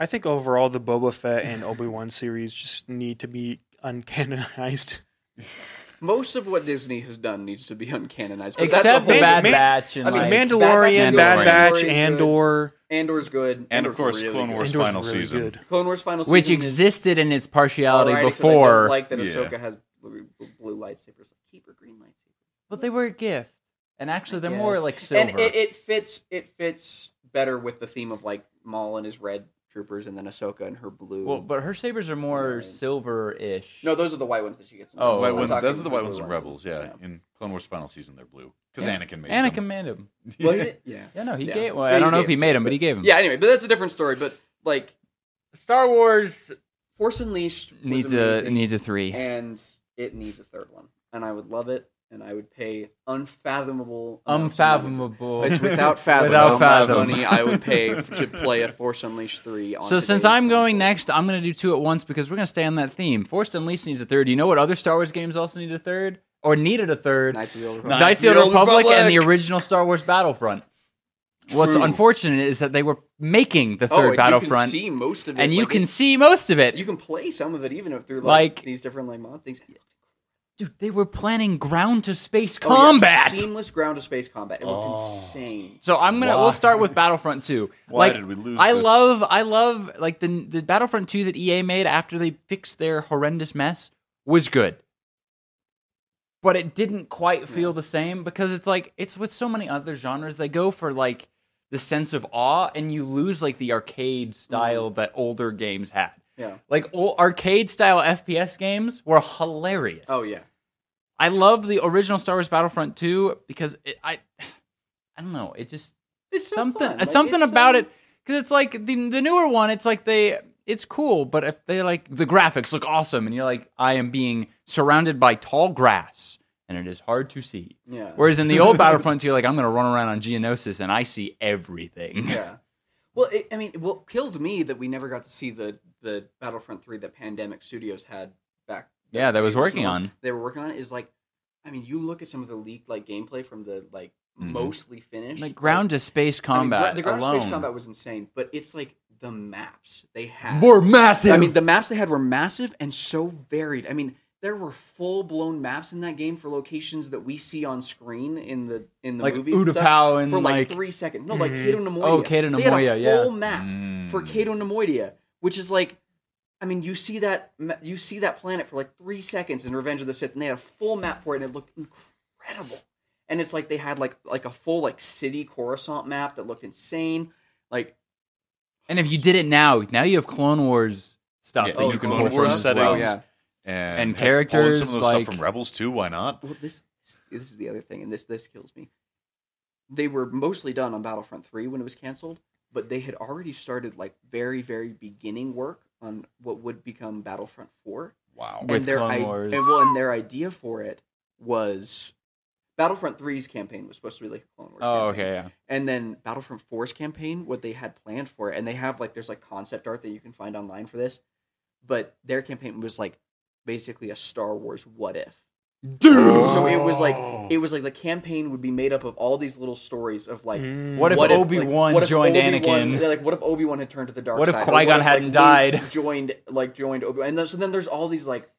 [SPEAKER 4] I think overall the Boba Fett and Obi Wan series just need to be uncanonized.
[SPEAKER 1] most of what Disney has done needs to be uncanonized. But that's a
[SPEAKER 2] Except the
[SPEAKER 1] whole
[SPEAKER 2] Bad
[SPEAKER 4] Man-
[SPEAKER 2] Batch and
[SPEAKER 4] I mean,
[SPEAKER 2] like,
[SPEAKER 4] Mandalorian,
[SPEAKER 1] Mandalorian,
[SPEAKER 4] Bad Batch,
[SPEAKER 1] Mandalorian's
[SPEAKER 4] Andor,
[SPEAKER 1] Andor's good.
[SPEAKER 3] And of
[SPEAKER 1] Andor's
[SPEAKER 3] course,
[SPEAKER 1] really
[SPEAKER 3] Clone
[SPEAKER 1] good.
[SPEAKER 3] Wars
[SPEAKER 4] Andor's
[SPEAKER 3] final
[SPEAKER 4] really
[SPEAKER 3] season.
[SPEAKER 4] good.
[SPEAKER 1] Clone Wars final season,
[SPEAKER 2] which
[SPEAKER 1] is
[SPEAKER 2] existed in its partiality
[SPEAKER 1] alrighty, 'cause I don't
[SPEAKER 2] before,
[SPEAKER 1] Like that,
[SPEAKER 3] Yeah.
[SPEAKER 1] Ahsoka has blue, blue lightsabers. Keep her green lightsaber.
[SPEAKER 2] but they were a gift, and actually they're
[SPEAKER 1] I
[SPEAKER 2] more
[SPEAKER 1] guess.
[SPEAKER 2] like silver.
[SPEAKER 1] And it, it fits. It fits better with the theme of like Maul and his red troopers, and then Ahsoka and her blue.
[SPEAKER 2] well, but her sabers are more
[SPEAKER 1] Right.
[SPEAKER 2] silver-ish.
[SPEAKER 1] no, those are the white ones that she gets. in Rebels.
[SPEAKER 2] Oh,
[SPEAKER 3] White
[SPEAKER 1] I'm
[SPEAKER 2] so
[SPEAKER 3] ones,
[SPEAKER 1] talking
[SPEAKER 3] those are the
[SPEAKER 1] blue
[SPEAKER 3] white ones in Rebels, yeah. In Clone Wars final season, they're blue because
[SPEAKER 2] Yeah.
[SPEAKER 3] Anakin made
[SPEAKER 2] Anakin
[SPEAKER 3] them.
[SPEAKER 2] made him.
[SPEAKER 1] Well, he did- yeah.
[SPEAKER 2] Yeah, no, he
[SPEAKER 1] Yeah.
[SPEAKER 2] gave. Well,
[SPEAKER 1] Yeah,
[SPEAKER 2] I
[SPEAKER 1] he
[SPEAKER 2] don't know if
[SPEAKER 1] gave
[SPEAKER 2] he
[SPEAKER 1] it,
[SPEAKER 2] made him, but
[SPEAKER 1] but-
[SPEAKER 2] he gave
[SPEAKER 3] Hmm.
[SPEAKER 2] him.
[SPEAKER 1] Yeah, anyway, but that's a different story. But like
[SPEAKER 2] Star Wars
[SPEAKER 1] Force Unleashed was
[SPEAKER 2] needs a
[SPEAKER 1] amazing,
[SPEAKER 2] needs a three.
[SPEAKER 1] and it needs a third one, and I would love it, and I would pay unfathomable, amounts of money.
[SPEAKER 2] Unfathomable.
[SPEAKER 1] It's without fathom.
[SPEAKER 2] Without
[SPEAKER 1] how much
[SPEAKER 2] fathom.
[SPEAKER 1] money I would pay f- to play a Force Unleashed three. On
[SPEAKER 2] So since
[SPEAKER 1] today's
[SPEAKER 2] I'm going
[SPEAKER 1] consoles.
[SPEAKER 2] next, I'm going to do two at once because we're going to stay on that theme. Forced Unleashed needs a third. You know what other Star Wars games also need a third or needed a third?
[SPEAKER 1] Knights of the Old Republic.
[SPEAKER 2] Knights of the Old Republic and the original Star Wars Battlefront. What's
[SPEAKER 1] True.
[SPEAKER 2] unfortunate is that they were making the
[SPEAKER 1] oh,
[SPEAKER 2] third
[SPEAKER 1] and
[SPEAKER 2] Battlefront,
[SPEAKER 1] you can see most of it,
[SPEAKER 2] and you
[SPEAKER 1] like,
[SPEAKER 2] can
[SPEAKER 1] it's-
[SPEAKER 2] see most of it.
[SPEAKER 1] you can play some of it even if through like,
[SPEAKER 2] Like-
[SPEAKER 1] these different like mod things.
[SPEAKER 2] Dude, they were planning ground to space
[SPEAKER 1] Oh, yeah,
[SPEAKER 2] combat.
[SPEAKER 1] seamless ground to space combat. It looked
[SPEAKER 3] Oh.
[SPEAKER 1] insane.
[SPEAKER 2] So I'm gonna
[SPEAKER 3] Why?
[SPEAKER 2] we'll start with Battlefront 2.
[SPEAKER 3] Why
[SPEAKER 2] like
[SPEAKER 3] did we lose
[SPEAKER 2] I
[SPEAKER 3] this?
[SPEAKER 2] love I love like the the Battlefront 2 that EA made after they fixed their horrendous mess was good. But it didn't quite feel the same because it's like it's with so many other genres they go for like the sense of awe and you lose like the arcade
[SPEAKER 1] Mm.
[SPEAKER 2] style that older games had.
[SPEAKER 1] Yeah.
[SPEAKER 2] Like old arcade style FPS games were hilarious.
[SPEAKER 1] Oh yeah.
[SPEAKER 2] I love the original Star Wars Battlefront 2 because it, I I don't know, it just
[SPEAKER 1] It's so
[SPEAKER 2] something
[SPEAKER 1] fun. Like,
[SPEAKER 2] something
[SPEAKER 1] it's
[SPEAKER 2] about
[SPEAKER 1] so-
[SPEAKER 2] it because it's like the, the newer one it's like they it's cool but if they like the graphics look awesome and you're like i am being surrounded by tall grass and it is hard to see
[SPEAKER 1] Yeah.
[SPEAKER 2] whereas in the old battlefront you're like i'm gonna run around on geonosis and i see everything
[SPEAKER 1] yeah. Well, it, I mean, what killed me that we never got to see the the Battlefront three that Pandemic Studios had back.
[SPEAKER 2] yeah that was
[SPEAKER 1] the
[SPEAKER 2] working
[SPEAKER 1] ones
[SPEAKER 2] on
[SPEAKER 1] They were working on it is like, I mean, you look at some of the leaked like gameplay from the like
[SPEAKER 3] Mhm.
[SPEAKER 1] mostly finished
[SPEAKER 2] Mm-hmm. like ground to space
[SPEAKER 1] I mean,
[SPEAKER 2] combat
[SPEAKER 1] the ground to
[SPEAKER 2] alone
[SPEAKER 1] space combat was insane, but it's like the maps they had
[SPEAKER 2] massive.
[SPEAKER 1] I mean, the maps they had were massive and so varied. I mean, there were full blown maps in that game for locations that we see on screen in the in the
[SPEAKER 2] Like
[SPEAKER 1] movies and stuff
[SPEAKER 2] Utapau and,
[SPEAKER 1] for like,
[SPEAKER 2] like-
[SPEAKER 1] three seconds. No, like
[SPEAKER 4] Mhm.
[SPEAKER 1] Cato Nemoidia.
[SPEAKER 2] Oh, Cato
[SPEAKER 1] They had a
[SPEAKER 2] Nemoidia, yeah.
[SPEAKER 1] full map for
[SPEAKER 3] Mm.
[SPEAKER 1] Cato Nemoidia, which is like, I mean, you see that ma- you see that planet for like three seconds in Revenge of the Sith, and they had a full map for it, and it looked incredible. And it's like they had like like a full like city Coruscant map that looked insane. Like
[SPEAKER 2] and if you did it now, now you have Clone Wars stuff
[SPEAKER 3] Yeah,
[SPEAKER 2] that
[SPEAKER 1] oh,
[SPEAKER 2] you can
[SPEAKER 1] Clone
[SPEAKER 2] pull
[SPEAKER 1] Wars
[SPEAKER 2] from as
[SPEAKER 3] settings.
[SPEAKER 2] well.
[SPEAKER 1] yeah.
[SPEAKER 3] and,
[SPEAKER 2] and
[SPEAKER 3] heck, pulling
[SPEAKER 2] characters,
[SPEAKER 3] Some of those
[SPEAKER 2] like-
[SPEAKER 3] stuff from Rebels too. Why not?
[SPEAKER 1] Well, this this is the other thing, and this this kills me. They were mostly done on Battlefront Three when it was canceled, but they had already started like very very beginning work on what would become Battlefront Four,
[SPEAKER 3] Wow.
[SPEAKER 2] With
[SPEAKER 1] and their
[SPEAKER 2] Clone
[SPEAKER 1] i-
[SPEAKER 2] Wars.
[SPEAKER 1] and well, and their idea for it was Battlefront 3's campaign was supposed to be like a Clone Wars.
[SPEAKER 2] Oh,
[SPEAKER 1] campaign.
[SPEAKER 2] okay, yeah.
[SPEAKER 1] And then Battlefront 4's campaign, what they had planned for it, and they have like there's like concept art that you can find online for this, but their campaign was like basically a Star Wars what if.
[SPEAKER 2] Dude,
[SPEAKER 1] So
[SPEAKER 3] Mm.
[SPEAKER 1] it was like
[SPEAKER 4] Oh.
[SPEAKER 1] it was like the campaign would be made up of all these little stories of like
[SPEAKER 4] Mm.
[SPEAKER 2] What if
[SPEAKER 1] what
[SPEAKER 2] Obi-
[SPEAKER 1] like,
[SPEAKER 2] Wan
[SPEAKER 1] what if
[SPEAKER 2] joined
[SPEAKER 1] Obi-Wan-
[SPEAKER 2] Anakin?
[SPEAKER 1] yeah, Like what if Obi Wan had turned to the dark
[SPEAKER 2] What if
[SPEAKER 1] side? Or
[SPEAKER 2] Qui-Gon
[SPEAKER 1] like,
[SPEAKER 2] hadn't
[SPEAKER 1] Luke
[SPEAKER 2] died?
[SPEAKER 1] Joined like joined Obi Wan, and then, so then there's all these like,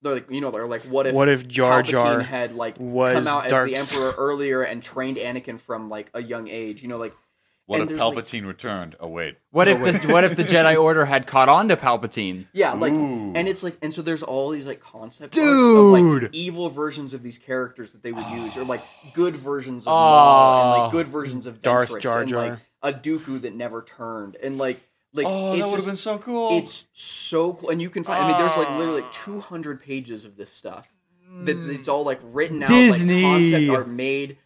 [SPEAKER 1] they're like you know they're like what if
[SPEAKER 4] what if Jar
[SPEAKER 1] Palpatine
[SPEAKER 4] Jar
[SPEAKER 1] had like
[SPEAKER 4] was
[SPEAKER 1] come out
[SPEAKER 4] dark?
[SPEAKER 1] as the Emperor earlier and trained Anakin from like a young age? You know like
[SPEAKER 3] What
[SPEAKER 1] and
[SPEAKER 3] if
[SPEAKER 1] there's, like-
[SPEAKER 3] Palpatine returned? Oh wait.
[SPEAKER 2] what if the, what if the Jedi Order had caught on to Palpatine?
[SPEAKER 1] yeah like
[SPEAKER 3] Ooh.
[SPEAKER 1] and it's like and so there's all these like concept arts of
[SPEAKER 2] Dude.
[SPEAKER 1] like evil versions of these characters that they would use or like good versions of
[SPEAKER 2] Oh.
[SPEAKER 1] Maul
[SPEAKER 3] Ah.
[SPEAKER 1] and like good versions of
[SPEAKER 4] Darth
[SPEAKER 1] Ventress
[SPEAKER 4] Jar
[SPEAKER 1] and
[SPEAKER 4] Jar.
[SPEAKER 1] like a Dooku that never turned and like like
[SPEAKER 3] oh,
[SPEAKER 1] it's
[SPEAKER 3] that would have
[SPEAKER 1] just-
[SPEAKER 3] been so Ah. cool.
[SPEAKER 1] it's so cool and you can find I mean there's like literally like 200 pages of this stuff
[SPEAKER 3] Mm.
[SPEAKER 1] that it's all like written out like
[SPEAKER 2] Disney.
[SPEAKER 1] concept art made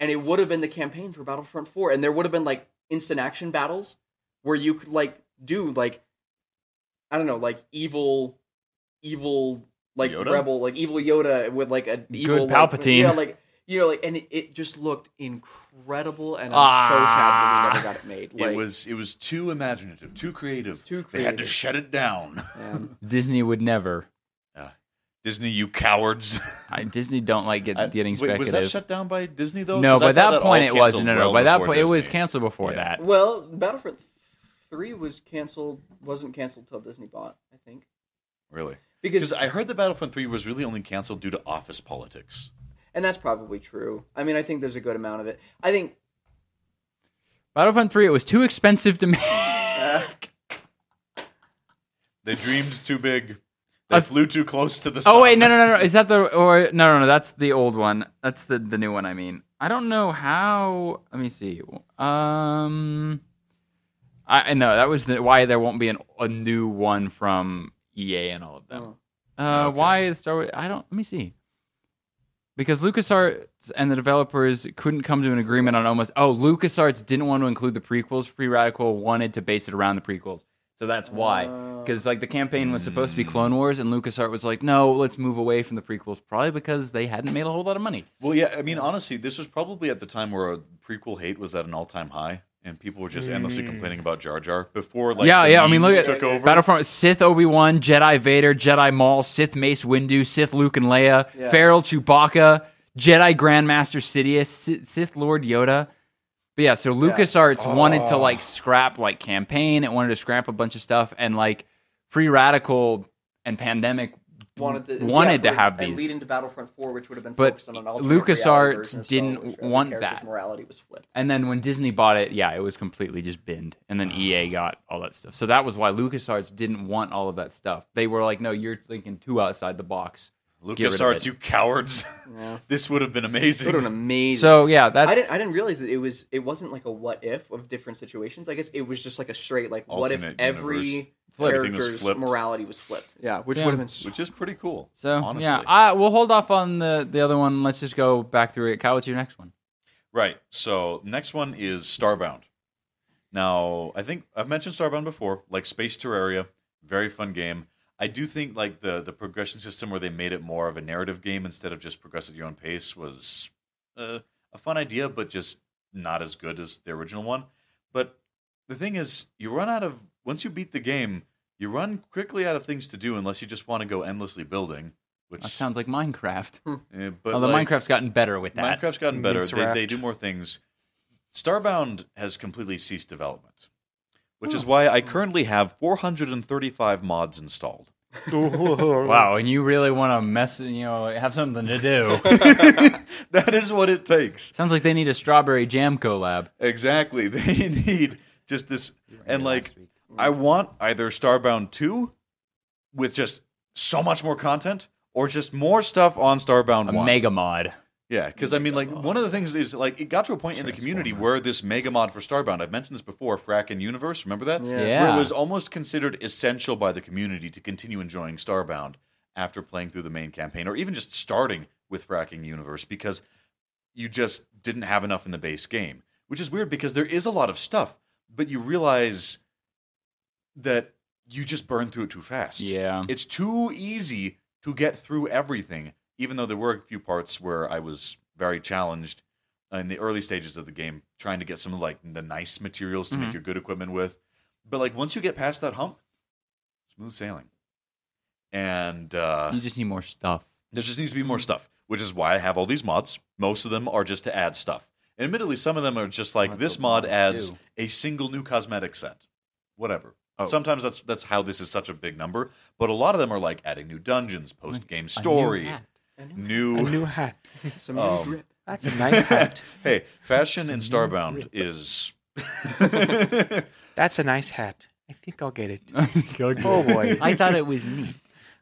[SPEAKER 1] and it would have been the campaign for Battlefront 4 and there would have been like instant action battles where you could like do like I don't know like evil evil like
[SPEAKER 3] Yoda?
[SPEAKER 1] rebel like evil Yoda with like a evil like,
[SPEAKER 2] Palpatine.
[SPEAKER 1] yeah like you know like and it, it just looked incredible and I'm so
[SPEAKER 2] Ah.
[SPEAKER 1] sad that we never got it made like
[SPEAKER 3] it was it was too imaginative, too creative.
[SPEAKER 1] too
[SPEAKER 3] They had to
[SPEAKER 1] creative.
[SPEAKER 3] shut it down.
[SPEAKER 1] um,
[SPEAKER 2] Disney would never.
[SPEAKER 3] Disney, you cowards!
[SPEAKER 2] I, Disney don't like get,
[SPEAKER 3] I-
[SPEAKER 2] getting
[SPEAKER 3] wait,
[SPEAKER 2] speculative.
[SPEAKER 3] was that shut down by Disney though?
[SPEAKER 2] no,
[SPEAKER 3] 'Cause I
[SPEAKER 2] by
[SPEAKER 3] thought
[SPEAKER 2] that point
[SPEAKER 3] all
[SPEAKER 2] it wasn't.
[SPEAKER 3] canceled
[SPEAKER 2] No, no,
[SPEAKER 3] well
[SPEAKER 2] by that
[SPEAKER 3] before
[SPEAKER 2] point it was
[SPEAKER 3] Disney.
[SPEAKER 2] canceled before
[SPEAKER 3] Yeah.
[SPEAKER 2] that.
[SPEAKER 1] Well, Battlefront Three was canceled. Wasn't canceled till Disney bought, I think.
[SPEAKER 3] Really?
[SPEAKER 1] Because
[SPEAKER 3] Because I heard that Battlefront Three was really only canceled due to office politics.
[SPEAKER 1] and that's probably true. I mean, I think there's a good amount of it. I think
[SPEAKER 2] Battlefront Three, it was too expensive to make.
[SPEAKER 1] uh,
[SPEAKER 3] They dreamed too big. They
[SPEAKER 2] I-
[SPEAKER 3] flew too close to the sun.
[SPEAKER 2] Oh wait, no, no, no, no. Is that the or no, no, no? That's the old one. That's the the new one. I mean, I don't know how. Let me see. Um, I I know that was the, why there won't be an, a new one from EA and all of them. Uh,
[SPEAKER 3] Okay.
[SPEAKER 2] why Star Wars? I don't. Let me see. Because LucasArts and the developers couldn't come to an agreement on almost. Oh, LucasArts didn't want to include the prequels. Free Radical wanted to base it around the prequels. So that's why. Because like the campaign was supposed to be Clone Wars, and LucasArts was like, "No, let's move away from the prequels." Probably because they hadn't made a whole lot of money.
[SPEAKER 3] Well, yeah. I mean, honestly, this was probably at the time where uh, prequel hate was at an all-time high, and people were just endlessly complaining about Jar Jar before. Like,
[SPEAKER 2] yeah,
[SPEAKER 3] the
[SPEAKER 2] yeah. I mean, look
[SPEAKER 3] memes
[SPEAKER 2] at
[SPEAKER 3] took over.
[SPEAKER 2] Battlefront: Sith Obi Wan, Jedi Vader, Jedi Maul, Sith Mace Windu, Sith Luke and Leia,
[SPEAKER 1] Yeah.
[SPEAKER 2] Feral Chewbacca, Jedi Grandmaster Sidious, Sith, Sith Lord Yoda. But yeah, so LucasArts
[SPEAKER 1] Oh.
[SPEAKER 2] wanted to like scrap like campaign. It wanted to scrap a bunch of stuff, and like Free Radical and Pandemic
[SPEAKER 1] wanted to
[SPEAKER 2] wanted
[SPEAKER 1] yeah,
[SPEAKER 2] to
[SPEAKER 1] for-
[SPEAKER 2] have
[SPEAKER 1] and lead
[SPEAKER 2] these.
[SPEAKER 1] into Battlefront Four, which would have been
[SPEAKER 2] But
[SPEAKER 1] focused on an alternate reality
[SPEAKER 2] LucasArts
[SPEAKER 1] version of Star
[SPEAKER 2] didn't
[SPEAKER 1] Wars, where
[SPEAKER 2] want
[SPEAKER 1] the character's
[SPEAKER 2] that.
[SPEAKER 1] Morality was flipped.
[SPEAKER 2] And then when Disney bought it, yeah, it was completely just binned. And then
[SPEAKER 1] Ah.
[SPEAKER 2] EA got all that stuff. So that was why LucasArts didn't want all of that stuff. They were like, no, you're thinking too outside the box. Get rid of
[SPEAKER 3] LucasArts,
[SPEAKER 2] it.
[SPEAKER 3] you cowards!
[SPEAKER 1] Yeah.
[SPEAKER 3] this would have been
[SPEAKER 1] Sort of
[SPEAKER 3] amazing.
[SPEAKER 1] an amazing.
[SPEAKER 2] So yeah, that's
[SPEAKER 1] I didn't. I didn't realize that it was. It wasn't like a what if of different situations. I guess it was just like a straight like what if
[SPEAKER 3] Alternate universe.
[SPEAKER 1] every
[SPEAKER 3] Everything was
[SPEAKER 1] character's
[SPEAKER 3] flipped.
[SPEAKER 1] morality was flipped. Yeah, which
[SPEAKER 2] Yeah.
[SPEAKER 1] would have been so
[SPEAKER 3] Which is pretty cool.
[SPEAKER 2] so
[SPEAKER 3] honestly.
[SPEAKER 2] yeah. I, we'll hold off on the the other one. Let's just go back through it. Kyle, what's your next one?
[SPEAKER 3] Right. So next one is Starbound. Now, I think I've mentioned Starbound before, like Space Terraria, very fun game. I do think like the the progression system where they made it more of a narrative game instead of just progress at your own pace was uh, a fun idea, but just not as good as the original one. But the thing is, you run out of once you beat the game, you run quickly out of things to do unless you just want to go endlessly building. Which
[SPEAKER 2] That sounds like Minecraft.
[SPEAKER 3] eh, but
[SPEAKER 2] Although
[SPEAKER 3] like-
[SPEAKER 2] Minecraft's gotten better with that.
[SPEAKER 3] Minecraft's gotten better.
[SPEAKER 4] Mince
[SPEAKER 3] They, they
[SPEAKER 4] Raft.
[SPEAKER 3] do more things. Starbound has completely ceased development, which is why I currently have 435 mods installed.
[SPEAKER 4] wow.
[SPEAKER 2] Wow, and you really want to mess, you know, have something to do.
[SPEAKER 3] that is what it takes.
[SPEAKER 2] Sounds like they need a strawberry jam collab.
[SPEAKER 3] Exactly. They need just this. And like, I want either Starbound 2 with just so much more content or just more stuff on Starbound
[SPEAKER 2] a
[SPEAKER 3] 1.
[SPEAKER 2] mega mod.
[SPEAKER 3] Yeah, because I mean, like one of the things is like it got to a point in the community where this mega mod for Starbound. I've mentioned this before, Frack and Universe. Remember that?
[SPEAKER 1] Yeah.
[SPEAKER 2] Yeah.
[SPEAKER 3] Where it was almost considered essential by the community to continue enjoying Starbound after playing through the main campaign, or even just starting with Fracking Universe, because you just didn't have enough in the base game. Which is weird because there is a lot of stuff, but you realize that you just burn through it too fast
[SPEAKER 2] yeah.
[SPEAKER 3] it's too easy to get through everything even though there were a few parts where i was very challenged in the early stages of the game trying to get some of like the nice materials to make
[SPEAKER 2] Mhm.
[SPEAKER 3] your good equipment with but like once you get past that hump smooth sailing and uh,
[SPEAKER 2] You just need more stuff.
[SPEAKER 3] there just needs to be more stuff which is why i have all these mods most of them are just to add stuff and admittedly some of them are just like
[SPEAKER 2] That's
[SPEAKER 3] this
[SPEAKER 2] what
[SPEAKER 3] mod
[SPEAKER 2] mods
[SPEAKER 3] adds
[SPEAKER 2] do.
[SPEAKER 3] a single new cosmetic set whatever
[SPEAKER 2] Oh.
[SPEAKER 3] sometimes that's that's how this is such a big number but a lot of them are like adding new dungeons post game
[SPEAKER 2] A new
[SPEAKER 3] story
[SPEAKER 2] hat.
[SPEAKER 3] new,
[SPEAKER 4] A new hat.
[SPEAKER 1] Some new
[SPEAKER 3] Um,
[SPEAKER 1] drip.
[SPEAKER 4] That's a nice hat.
[SPEAKER 3] hey fashion
[SPEAKER 2] It's a
[SPEAKER 3] in
[SPEAKER 2] new
[SPEAKER 3] starbound
[SPEAKER 2] drip.
[SPEAKER 3] is
[SPEAKER 4] That's a nice hat. I think I'll get it.
[SPEAKER 2] oh
[SPEAKER 4] Oh, boy.
[SPEAKER 2] I thought it was neat.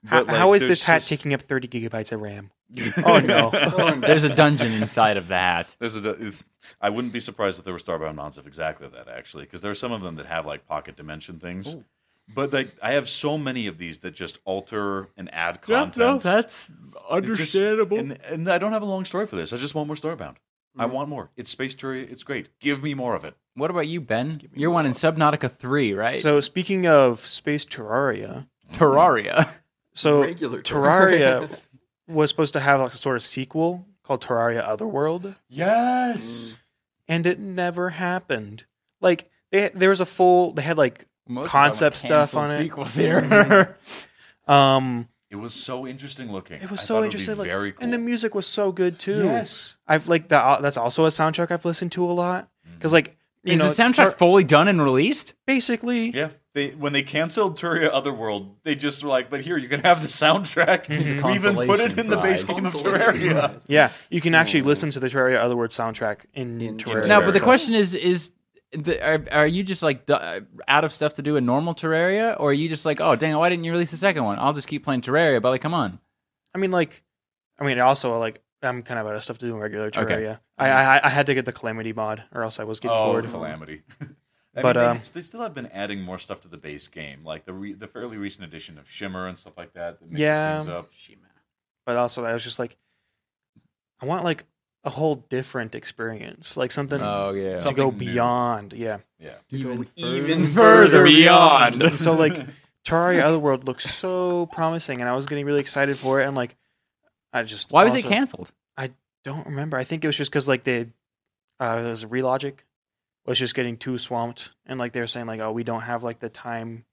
[SPEAKER 4] How,
[SPEAKER 3] But, like,
[SPEAKER 4] how is
[SPEAKER 3] there's
[SPEAKER 4] this hat
[SPEAKER 3] just-
[SPEAKER 4] taking up 30 gigabytes of RAM? Oh, no.
[SPEAKER 1] Oh, no.
[SPEAKER 2] There's a dungeon inside of the hat.
[SPEAKER 3] There's a. It's, I wouldn't be surprised if there were Starbound mods of exactly that actually, because there are some of them that have like pocket dimension things. But like, I have so many of these that just alter and add content.
[SPEAKER 2] that's
[SPEAKER 3] It just- and, and I don't have a long story for this. I just want more Starbound.
[SPEAKER 4] Mm.
[SPEAKER 3] I want more. It's space touria. It's great. Give me more of it.
[SPEAKER 2] what about you, Ben? You're one in Subnautica 3, right?
[SPEAKER 4] So, speaking of space Terraria,
[SPEAKER 2] Terraria.
[SPEAKER 4] so
[SPEAKER 1] Regular Terraria.
[SPEAKER 4] Terraria was supposed to have like a sort of sequel called Terraria Otherworld,
[SPEAKER 3] Yes.
[SPEAKER 4] and it never happened. Like, they, there was a full, they had like,
[SPEAKER 2] Most of
[SPEAKER 4] Concept
[SPEAKER 2] them
[SPEAKER 4] stuff
[SPEAKER 2] canceled
[SPEAKER 4] on it.
[SPEAKER 2] Sequels here.
[SPEAKER 4] um,
[SPEAKER 3] It was so interesting looking.
[SPEAKER 4] it was
[SPEAKER 3] I
[SPEAKER 4] so
[SPEAKER 3] thought would be
[SPEAKER 4] interesting. like,
[SPEAKER 3] very cool.
[SPEAKER 4] And the music was so good too.
[SPEAKER 3] Yes.
[SPEAKER 4] I've like that. That's also a soundtrack I've listened to a lot because, like, you
[SPEAKER 2] Is
[SPEAKER 4] know,
[SPEAKER 2] the soundtrack
[SPEAKER 4] Ter-
[SPEAKER 2] fully done and released?
[SPEAKER 4] basically,
[SPEAKER 3] Yeah, they when they canceled Turia Otherworld, they just were like, "But here, you can have the soundtrack. We even put it in the base
[SPEAKER 2] Consolation
[SPEAKER 3] game of
[SPEAKER 1] prize.
[SPEAKER 3] Terraria."
[SPEAKER 4] Yeah, you can actually listen to the Terraria Otherworld soundtrack in,
[SPEAKER 1] In
[SPEAKER 4] Terraria.
[SPEAKER 1] Terraria.
[SPEAKER 2] No, but the
[SPEAKER 3] Terraria.
[SPEAKER 2] question is is the, are, are you just like du- uh, out of stuff to do in normal Terraria, or are you just like, oh dang, why didn't you release the second one? I'll just keep playing Terraria, but like, come on,
[SPEAKER 4] I mean, like, I mean, also like, I'm kind of out of stuff to do in regular
[SPEAKER 2] Okay.
[SPEAKER 4] Terraria. I, I I had to get the Calamity mod, or else I was getting
[SPEAKER 3] Oh,
[SPEAKER 4] bored.
[SPEAKER 3] calamity! but
[SPEAKER 4] But,
[SPEAKER 3] they,
[SPEAKER 4] um,
[SPEAKER 3] they still have been adding more stuff to the base game, like the re, the fairly recent addition of Shimmer and stuff like that. that mixes
[SPEAKER 4] Yeah.
[SPEAKER 3] things up.
[SPEAKER 4] But also, I was just like, I want like a whole different experience, like something
[SPEAKER 2] oh yeah,
[SPEAKER 4] to
[SPEAKER 3] Some-
[SPEAKER 4] go
[SPEAKER 3] Something new.
[SPEAKER 4] beyond. Yeah.
[SPEAKER 3] Yeah,
[SPEAKER 1] Even,
[SPEAKER 2] further beyond.
[SPEAKER 4] And so like, Terraria Otherworld looks so promising, and I was getting really excited for it, and like, I just
[SPEAKER 2] why was it
[SPEAKER 4] also
[SPEAKER 2] canceled?
[SPEAKER 4] Don't remember. I think it was just because like they, uh, there was a relogic was just getting too swamped, and like they were saying like, oh, we don't have like the time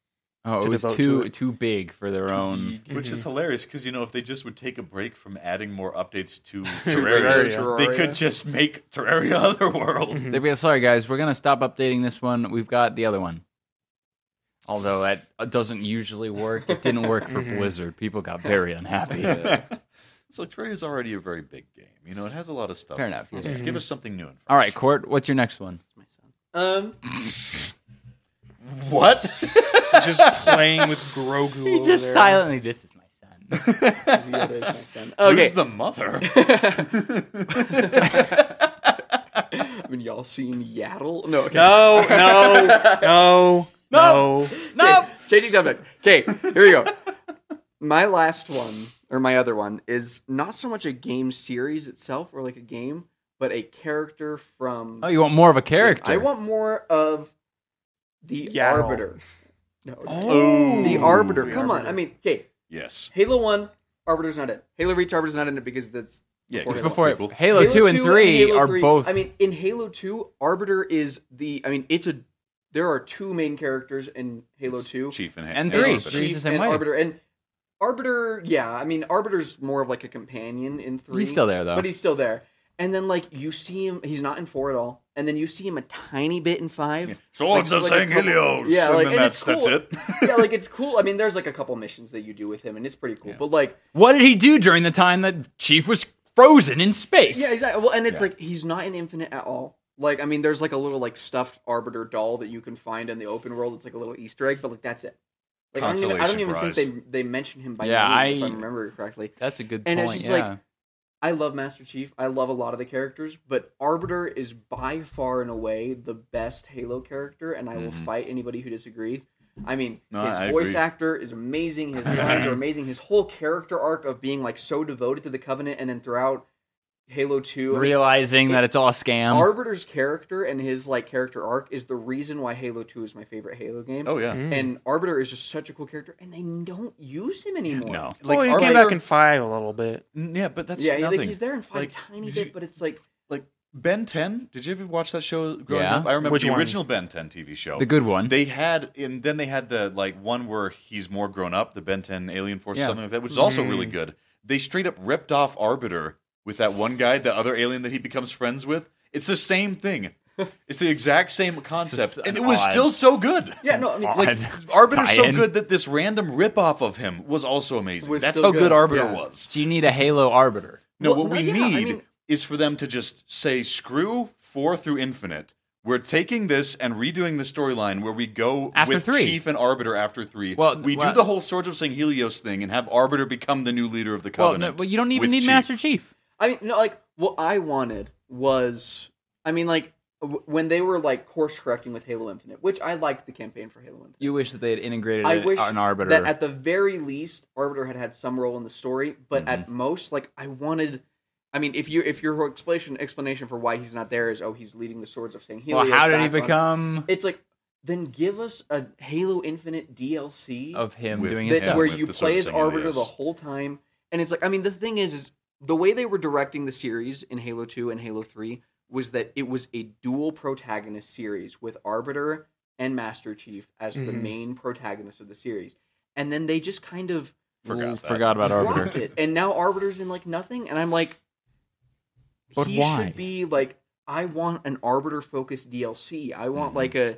[SPEAKER 2] Oh, it
[SPEAKER 4] To
[SPEAKER 2] was
[SPEAKER 4] devote
[SPEAKER 2] too
[SPEAKER 4] to it.
[SPEAKER 2] too big for their own.
[SPEAKER 3] which is hilarious because you know if they just would take a break from adding more updates to
[SPEAKER 4] Terraria.
[SPEAKER 3] Terraria, they could just make Terraria Otherworld.
[SPEAKER 2] They'd be like, sorry guys, we're gonna stop updating this one. We've got the other one. Although that doesn't usually work, it didn't work for
[SPEAKER 4] Mhm.
[SPEAKER 2] Blizzard. People got very
[SPEAKER 4] Mm-hmm.
[SPEAKER 2] unhappy.
[SPEAKER 3] so Terraria's already a very big game. You know, it has a lot of stuff.
[SPEAKER 2] Fair enough, yeah.
[SPEAKER 3] Give us something new. And
[SPEAKER 2] All right, Court, what's your next one?
[SPEAKER 1] Um,
[SPEAKER 3] fresh. What?
[SPEAKER 4] just playing with Grogu. over there.
[SPEAKER 2] This is my son.
[SPEAKER 1] yeah, there's my son.
[SPEAKER 3] Who's
[SPEAKER 1] Okay.
[SPEAKER 3] the mother?
[SPEAKER 1] I mean, y'all seen Yaddle? No. Okay.
[SPEAKER 4] No, no, no, no.
[SPEAKER 1] No. Changing subject. Okay. Here we go. My last one, or my other one, is not so much a game series itself or like a game, but a character from.
[SPEAKER 2] Oh, you want more of a character?
[SPEAKER 1] I want more of the
[SPEAKER 4] Yaddle.
[SPEAKER 1] Arbiter. No.
[SPEAKER 3] Oh.
[SPEAKER 1] The
[SPEAKER 3] Ooh.
[SPEAKER 1] Arbiter.
[SPEAKER 4] The
[SPEAKER 1] Come on.
[SPEAKER 4] Arbiter.
[SPEAKER 1] I mean, okay.
[SPEAKER 3] yes.
[SPEAKER 1] Halo 1, Arbiter's not it. Halo Reach, Arbiter's not in it because that's
[SPEAKER 3] Yeah,
[SPEAKER 1] It's
[SPEAKER 2] It's before
[SPEAKER 3] people.
[SPEAKER 2] Halo, 2 and 3
[SPEAKER 1] Halo
[SPEAKER 2] are
[SPEAKER 1] 3
[SPEAKER 2] both.
[SPEAKER 1] I mean, in Halo 2, Arbiter is the. I mean, it's a. There are two main characters in Halo 2.
[SPEAKER 3] Chief and,
[SPEAKER 2] And
[SPEAKER 1] There
[SPEAKER 2] three.
[SPEAKER 1] is
[SPEAKER 2] Three's
[SPEAKER 3] Arbiter.
[SPEAKER 2] Three. the
[SPEAKER 1] Chief
[SPEAKER 2] same
[SPEAKER 1] and
[SPEAKER 2] way.
[SPEAKER 1] Arbiter and Arbiter. Yeah, I mean, Arbiter's more of like a companion in three.
[SPEAKER 2] he's still there, though.
[SPEAKER 1] but he's still there. And then like you see him, he's not in four at all. and then you see him a tiny bit in five. Yeah,
[SPEAKER 3] Swords
[SPEAKER 1] Like, just
[SPEAKER 3] of
[SPEAKER 1] like a
[SPEAKER 3] St.
[SPEAKER 1] couple-
[SPEAKER 3] Helios.
[SPEAKER 1] Yeah,
[SPEAKER 3] and
[SPEAKER 1] like,
[SPEAKER 3] then
[SPEAKER 1] and
[SPEAKER 3] that's,
[SPEAKER 1] it's
[SPEAKER 3] that's
[SPEAKER 1] cool.
[SPEAKER 3] it.
[SPEAKER 1] like it's cool. I mean, there's like a couple missions that you do with him, and it's pretty cool. But like,
[SPEAKER 2] What did he do during the time that Chief was frozen in space?
[SPEAKER 1] yeah, exactly. Well, and it's
[SPEAKER 3] Yeah.
[SPEAKER 1] like he's not an infinite at all. Like, I mean, there's like a little like stuffed arbiter doll that you can find in the open world. It's like a little Easter egg, but like that's it. Like, I don't even, I don't
[SPEAKER 3] Consolation
[SPEAKER 1] even think
[SPEAKER 3] prize.
[SPEAKER 1] they they mention him by
[SPEAKER 2] Yeah,
[SPEAKER 1] name if
[SPEAKER 2] I-
[SPEAKER 1] I remember correctly.
[SPEAKER 2] That's a good
[SPEAKER 1] And it's
[SPEAKER 2] point.
[SPEAKER 1] just
[SPEAKER 2] yeah.
[SPEAKER 1] like- I love Master Chief. I love a lot of the characters, but Arbiter is by far and away the best Halo character, and I will
[SPEAKER 3] Mhm.
[SPEAKER 1] fight anybody who disagrees. I mean,
[SPEAKER 3] No,
[SPEAKER 1] his
[SPEAKER 3] I- I
[SPEAKER 1] voice
[SPEAKER 3] agree.
[SPEAKER 1] actor is amazing. His lines are amazing. His whole character arc of being like so devoted to the Covenant, and then throughout Halo Two, I mean,
[SPEAKER 2] realizing that
[SPEAKER 1] it-
[SPEAKER 2] it's all a scam.
[SPEAKER 1] Arbiter's character and his like character arc is the reason why Halo Two is my favorite Halo game.
[SPEAKER 3] Oh,
[SPEAKER 2] Mm-hmm.
[SPEAKER 3] yeah.
[SPEAKER 4] Mm.
[SPEAKER 1] And Arbiter is just such a cool character, and they don't use him anymore.
[SPEAKER 2] no.
[SPEAKER 3] Like,
[SPEAKER 4] well, he
[SPEAKER 3] our-
[SPEAKER 4] came back in five a little bit.
[SPEAKER 3] Yeah, but that's
[SPEAKER 1] yeah, he- like,
[SPEAKER 3] nothing.
[SPEAKER 1] he's there in five
[SPEAKER 3] Like,
[SPEAKER 1] a tiny
[SPEAKER 3] did
[SPEAKER 1] bit,
[SPEAKER 3] you-
[SPEAKER 1] but it's like
[SPEAKER 3] like Ben 10. Did you ever watch that show growing
[SPEAKER 2] Yeah.
[SPEAKER 3] up? I remember
[SPEAKER 4] Which
[SPEAKER 3] the
[SPEAKER 4] one?
[SPEAKER 3] original Ben 10 TV show.
[SPEAKER 2] The good one.
[SPEAKER 3] they had, and then they had the like one where he's more grown up, the Ben 10 Alien Force,
[SPEAKER 2] Yeah. Mm-hmm.
[SPEAKER 3] something like that, which is also
[SPEAKER 4] Mm.
[SPEAKER 3] really good. They straight up ripped off Arbiter with that one guy, the other alien that he becomes friends with. It's the same thing. It's the exact same concept,
[SPEAKER 2] an
[SPEAKER 3] and it was
[SPEAKER 2] odd-
[SPEAKER 3] still so good.
[SPEAKER 1] yeah, no, I mean, like
[SPEAKER 3] Like Arbiter's so
[SPEAKER 2] tie-in.
[SPEAKER 3] good that this random ripoff of him was also amazing.
[SPEAKER 1] Was
[SPEAKER 3] That's
[SPEAKER 1] still
[SPEAKER 3] how good,
[SPEAKER 1] good,
[SPEAKER 3] Arbiter
[SPEAKER 1] yeah.
[SPEAKER 3] was.
[SPEAKER 2] so you need a Halo arbiter.
[SPEAKER 3] No,
[SPEAKER 1] Well,
[SPEAKER 3] what we
[SPEAKER 1] yeah, I
[SPEAKER 3] need
[SPEAKER 1] mean-
[SPEAKER 3] is for them to just say, screw four through infinite. We're taking this and redoing the storyline where we go
[SPEAKER 2] After
[SPEAKER 3] with
[SPEAKER 2] three.
[SPEAKER 3] Chief and Arbiter after three.
[SPEAKER 2] Well,
[SPEAKER 3] we
[SPEAKER 2] well-
[SPEAKER 3] do the whole Swords of St. Helios thing and have Arbiter become the new leader of the
[SPEAKER 2] Well, no,
[SPEAKER 3] Covenant.
[SPEAKER 2] well, you don't even
[SPEAKER 3] with
[SPEAKER 2] need
[SPEAKER 3] Chief.
[SPEAKER 2] Master Chief.
[SPEAKER 1] I mean, no, like what I wanted was, I mean, like w- when they were like course correcting with Halo Infinite, which I liked the campaign for Halo Infinite.
[SPEAKER 2] You wish that they had integrated
[SPEAKER 1] I
[SPEAKER 2] an-
[SPEAKER 1] wish
[SPEAKER 2] an arbiter.
[SPEAKER 1] That at the very least, Arbiter had had some role in the story, but at
[SPEAKER 2] Mm-hmm.
[SPEAKER 1] most, like I wanted. I mean, if you if your explanation explanation for why he's not there is oh he's leading the Swords of St.
[SPEAKER 2] well,
[SPEAKER 1] Helios.
[SPEAKER 2] how did he
[SPEAKER 1] back on-
[SPEAKER 2] become
[SPEAKER 1] It's like then give us a Halo Infinite DLC
[SPEAKER 2] of him
[SPEAKER 3] With-
[SPEAKER 2] doing his
[SPEAKER 1] that,
[SPEAKER 3] Yeah,
[SPEAKER 2] stuff?
[SPEAKER 1] where
[SPEAKER 3] with
[SPEAKER 1] you
[SPEAKER 3] the
[SPEAKER 1] play as
[SPEAKER 3] Swords of St.
[SPEAKER 1] Arbiter the
[SPEAKER 3] Helios.
[SPEAKER 1] whole time. And it's like, I mean, the thing is, is the way they were directing the series in Halo 2 and Halo 3 was that it was a dual protagonist series with Arbiter and Master Chief as the
[SPEAKER 4] Mhm.
[SPEAKER 1] main protagonists of the series. And then they just kind of
[SPEAKER 3] Forgot that.
[SPEAKER 2] forgot about arbiter.
[SPEAKER 1] dropped it. And now Arbiter's in like nothing. And I'm like,
[SPEAKER 2] But
[SPEAKER 1] he
[SPEAKER 2] why?
[SPEAKER 1] should be like, I want an Arbiter focused DLC. I want
[SPEAKER 3] Mhm.
[SPEAKER 1] like a.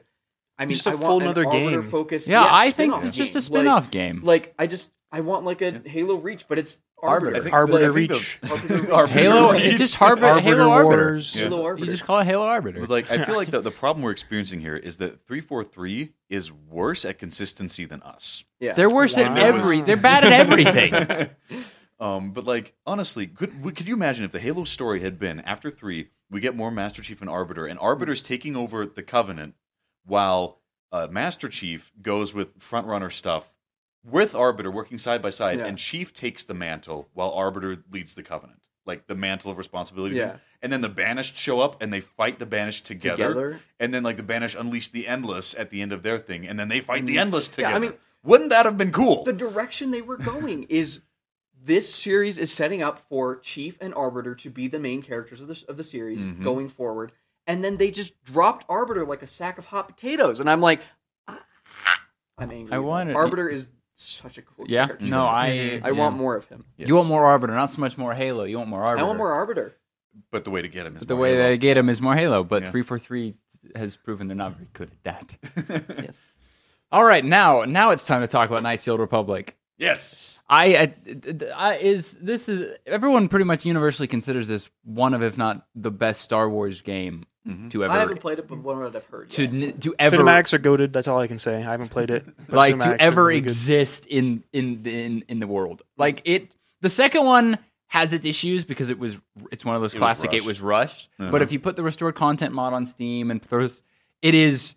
[SPEAKER 1] I mean,
[SPEAKER 4] Just a
[SPEAKER 1] I want
[SPEAKER 4] full
[SPEAKER 1] an
[SPEAKER 4] another game.
[SPEAKER 1] Arbiter focused.
[SPEAKER 2] Mm-hmm. Yeah, I think
[SPEAKER 1] spin-off
[SPEAKER 2] it's just
[SPEAKER 1] game.
[SPEAKER 2] a
[SPEAKER 1] Like,
[SPEAKER 2] spin-off game.
[SPEAKER 1] like I just I want like a Halo Reach, but it's Arbiter.
[SPEAKER 2] Arbiter.
[SPEAKER 3] I think-
[SPEAKER 4] Arbiter
[SPEAKER 3] I think the-
[SPEAKER 4] Reach.
[SPEAKER 1] Arbiter
[SPEAKER 3] Arbiter
[SPEAKER 2] Halo,
[SPEAKER 3] Reach.
[SPEAKER 2] it's just Harbor,
[SPEAKER 4] Arbiter
[SPEAKER 2] Halo Arbiter.
[SPEAKER 4] Wars.
[SPEAKER 3] Yeah.
[SPEAKER 1] Halo
[SPEAKER 2] You
[SPEAKER 1] Arbiter.
[SPEAKER 2] just call it Halo Arbiter.
[SPEAKER 3] But, like I feel like the, the problem we're experiencing here is that three four three is worse at consistency than us.
[SPEAKER 1] yeah.
[SPEAKER 2] They're worse at
[SPEAKER 4] Wow.
[SPEAKER 2] every. They're bad at everything.
[SPEAKER 3] um, but like honestly, could w- could you imagine if the Halo story had been after three, we get more Master Chief and Arbiter, and Arbiter's taking over the Covenant, while uh, Master Chief goes with front runner stuff with Arbiter working side by side,
[SPEAKER 1] Yeah.
[SPEAKER 3] and Chief takes the mantle while Arbiter leads the Covenant, like the mantle of responsibility.
[SPEAKER 1] Yeah.
[SPEAKER 3] And then the Banished show up and they fight the Banished together,
[SPEAKER 1] together.
[SPEAKER 3] and then like the Banished unleash the Endless at the end of their thing, and then they fight the
[SPEAKER 1] Mhm.
[SPEAKER 3] Endless
[SPEAKER 1] Yeah,
[SPEAKER 3] together.
[SPEAKER 1] I mean-
[SPEAKER 3] wouldn't that have been cool?
[SPEAKER 1] The direction they were going is this series is setting up for Chief and Arbiter to be the main characters of the of the series
[SPEAKER 2] Mm-hmm.
[SPEAKER 3] Mhm.
[SPEAKER 1] going forward, and then they just dropped Arbiter like a sack of hot potatoes, and I'm like, ah, I'm angry.
[SPEAKER 2] I wanted-
[SPEAKER 1] Arbiter is such a cool
[SPEAKER 2] Yeah.
[SPEAKER 1] character.
[SPEAKER 2] No, Mm-hmm. I.
[SPEAKER 1] I want more of him.
[SPEAKER 3] Yes.
[SPEAKER 2] You want more Arbiter, not so much more Halo. You want more Arbiter.
[SPEAKER 1] I want more Arbiter.
[SPEAKER 3] But the way to get him is
[SPEAKER 2] But the
[SPEAKER 3] more
[SPEAKER 2] way
[SPEAKER 3] Halo.
[SPEAKER 2] they get him is more Halo. But
[SPEAKER 3] Yeah.
[SPEAKER 2] three four three has proven they're not very good at that. All right, now now it's time to talk about Knights of the Old Republic.
[SPEAKER 3] yes.
[SPEAKER 2] I, I, I is this is everyone pretty much universally considers this one of if not the best Star Wars game to
[SPEAKER 1] I
[SPEAKER 2] ever
[SPEAKER 1] haven't played it, but one that I've heard.
[SPEAKER 2] to
[SPEAKER 1] yet.
[SPEAKER 2] n- to ever
[SPEAKER 4] Cinematics are goaded. That's all I can say. I haven't played it. but
[SPEAKER 2] like
[SPEAKER 4] cinematics
[SPEAKER 2] to
[SPEAKER 4] are
[SPEAKER 2] ever
[SPEAKER 4] really good.
[SPEAKER 2] exist in in the- in in the world. Like it, the second one has its issues because it was it's one of those
[SPEAKER 3] It was
[SPEAKER 2] classic. it
[SPEAKER 3] rushed.
[SPEAKER 2] was rushed,
[SPEAKER 3] Uh-huh.
[SPEAKER 2] but if you put the restored content mod on Steam and throws, it is.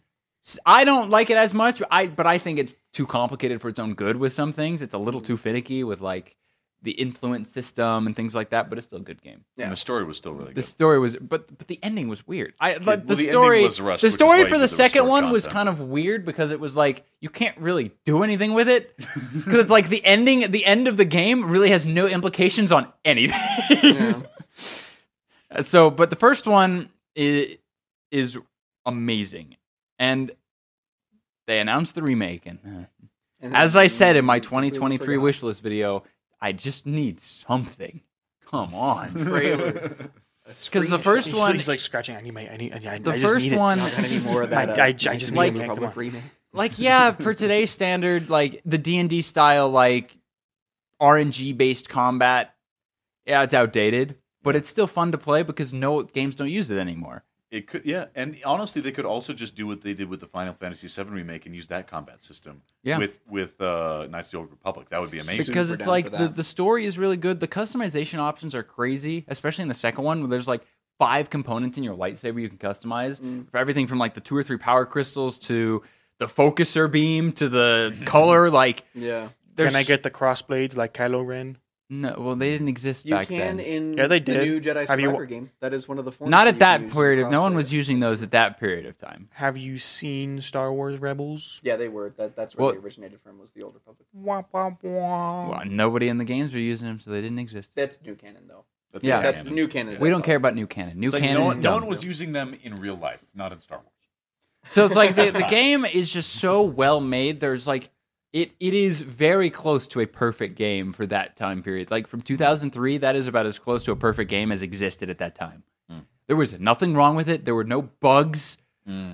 [SPEAKER 2] I don't like it as much. I but I think it's too complicated for its own good with some things. It's a little too finicky with like the influence system and things like that. But it's still a good game.
[SPEAKER 1] Yeah.
[SPEAKER 3] And the story was still really
[SPEAKER 2] The
[SPEAKER 3] good.
[SPEAKER 2] story was, but but the ending was weird. I like
[SPEAKER 3] well,
[SPEAKER 2] the,
[SPEAKER 3] the ending
[SPEAKER 2] story.
[SPEAKER 3] was rushed,
[SPEAKER 2] the
[SPEAKER 3] which is why
[SPEAKER 2] story
[SPEAKER 3] you
[SPEAKER 2] for the
[SPEAKER 3] did the
[SPEAKER 2] second
[SPEAKER 3] restored
[SPEAKER 2] one was
[SPEAKER 3] content.
[SPEAKER 2] kind of weird because it was like you can't really do anything with it because it's like the ending, the end of the game really has no implications on anything. So, but the first one is, is amazing, and they announced the remake. And uh,
[SPEAKER 1] And
[SPEAKER 2] as
[SPEAKER 1] then
[SPEAKER 2] I said in my
[SPEAKER 1] we
[SPEAKER 2] 2023
[SPEAKER 1] forgot.
[SPEAKER 2] wish list video, I just need something. Come on.
[SPEAKER 1] trailer.
[SPEAKER 2] Because the first
[SPEAKER 4] he's,
[SPEAKER 2] one,
[SPEAKER 4] he's like scratching. I need my. I need. I, need-
[SPEAKER 2] The
[SPEAKER 4] I just
[SPEAKER 2] first
[SPEAKER 4] need it.
[SPEAKER 2] one-
[SPEAKER 1] Not gonna need more of
[SPEAKER 4] My-
[SPEAKER 1] that.
[SPEAKER 4] I- I
[SPEAKER 1] uh,
[SPEAKER 4] just
[SPEAKER 1] Knights of
[SPEAKER 4] need
[SPEAKER 1] the
[SPEAKER 4] it,
[SPEAKER 1] Old
[SPEAKER 4] come
[SPEAKER 1] Republic
[SPEAKER 4] on.
[SPEAKER 1] remake.
[SPEAKER 2] like yeah, for today's standard, like the D and D style, like RNG based combat, yeah, it's outdated, but it's still fun to play because no games don't use it anymore.
[SPEAKER 3] It could, yeah, and honestly, they could also just do what they did with the Final Fantasy VII remake and use that combat system.
[SPEAKER 2] Yeah.
[SPEAKER 3] with with uh, Knights of the Old Republic, that would be amazing.
[SPEAKER 2] because
[SPEAKER 1] Super
[SPEAKER 2] it's
[SPEAKER 1] down
[SPEAKER 2] like
[SPEAKER 1] for
[SPEAKER 2] the,
[SPEAKER 1] that.
[SPEAKER 2] the story is really good. The customization options are crazy, especially in the second one where there's like five components in your lightsaber you can customize
[SPEAKER 4] Mm.
[SPEAKER 2] for everything from like the two or three power crystals to the focuser beam to the color. Like,
[SPEAKER 1] Yeah,
[SPEAKER 2] there's
[SPEAKER 4] Can I get the crossblades like Kylo Ren?
[SPEAKER 2] no? Well, they didn't exist
[SPEAKER 1] you
[SPEAKER 2] back
[SPEAKER 1] can
[SPEAKER 2] then.
[SPEAKER 1] in
[SPEAKER 4] Yeah, they
[SPEAKER 1] the
[SPEAKER 4] did.
[SPEAKER 1] new Jedi
[SPEAKER 4] Have you-
[SPEAKER 1] Survivor game. That is one of the forms.
[SPEAKER 2] Not
[SPEAKER 1] that
[SPEAKER 2] at
[SPEAKER 1] you can
[SPEAKER 2] that
[SPEAKER 1] use
[SPEAKER 2] period of.
[SPEAKER 1] as
[SPEAKER 2] No one
[SPEAKER 1] crossplay.
[SPEAKER 2] was using those at that period of time.
[SPEAKER 4] Have you seen Star Wars Rebels?
[SPEAKER 1] Yeah, they were. That that's where
[SPEAKER 2] Well-
[SPEAKER 1] they originated from. Was the Old Republic.
[SPEAKER 4] Wah, wah, wah.
[SPEAKER 2] Well, nobody in the games were using them, so they didn't exist.
[SPEAKER 1] That's new canon though.
[SPEAKER 3] That's
[SPEAKER 2] Yeah.
[SPEAKER 3] the
[SPEAKER 1] That's
[SPEAKER 3] canon.
[SPEAKER 1] new canon.
[SPEAKER 2] We don't
[SPEAKER 1] That's
[SPEAKER 2] care about new canon. New
[SPEAKER 3] It's like
[SPEAKER 2] canon
[SPEAKER 3] no
[SPEAKER 2] is
[SPEAKER 3] one,
[SPEAKER 2] dumb.
[SPEAKER 3] no one was using them in real life, not in Star Wars.
[SPEAKER 2] So it's like the, the game is just so well made. There's like it it is very close to a perfect game for that time period. Like from 2003, that is about as close to a perfect game as existed at that time. There was nothing wrong with it. There were no bugs.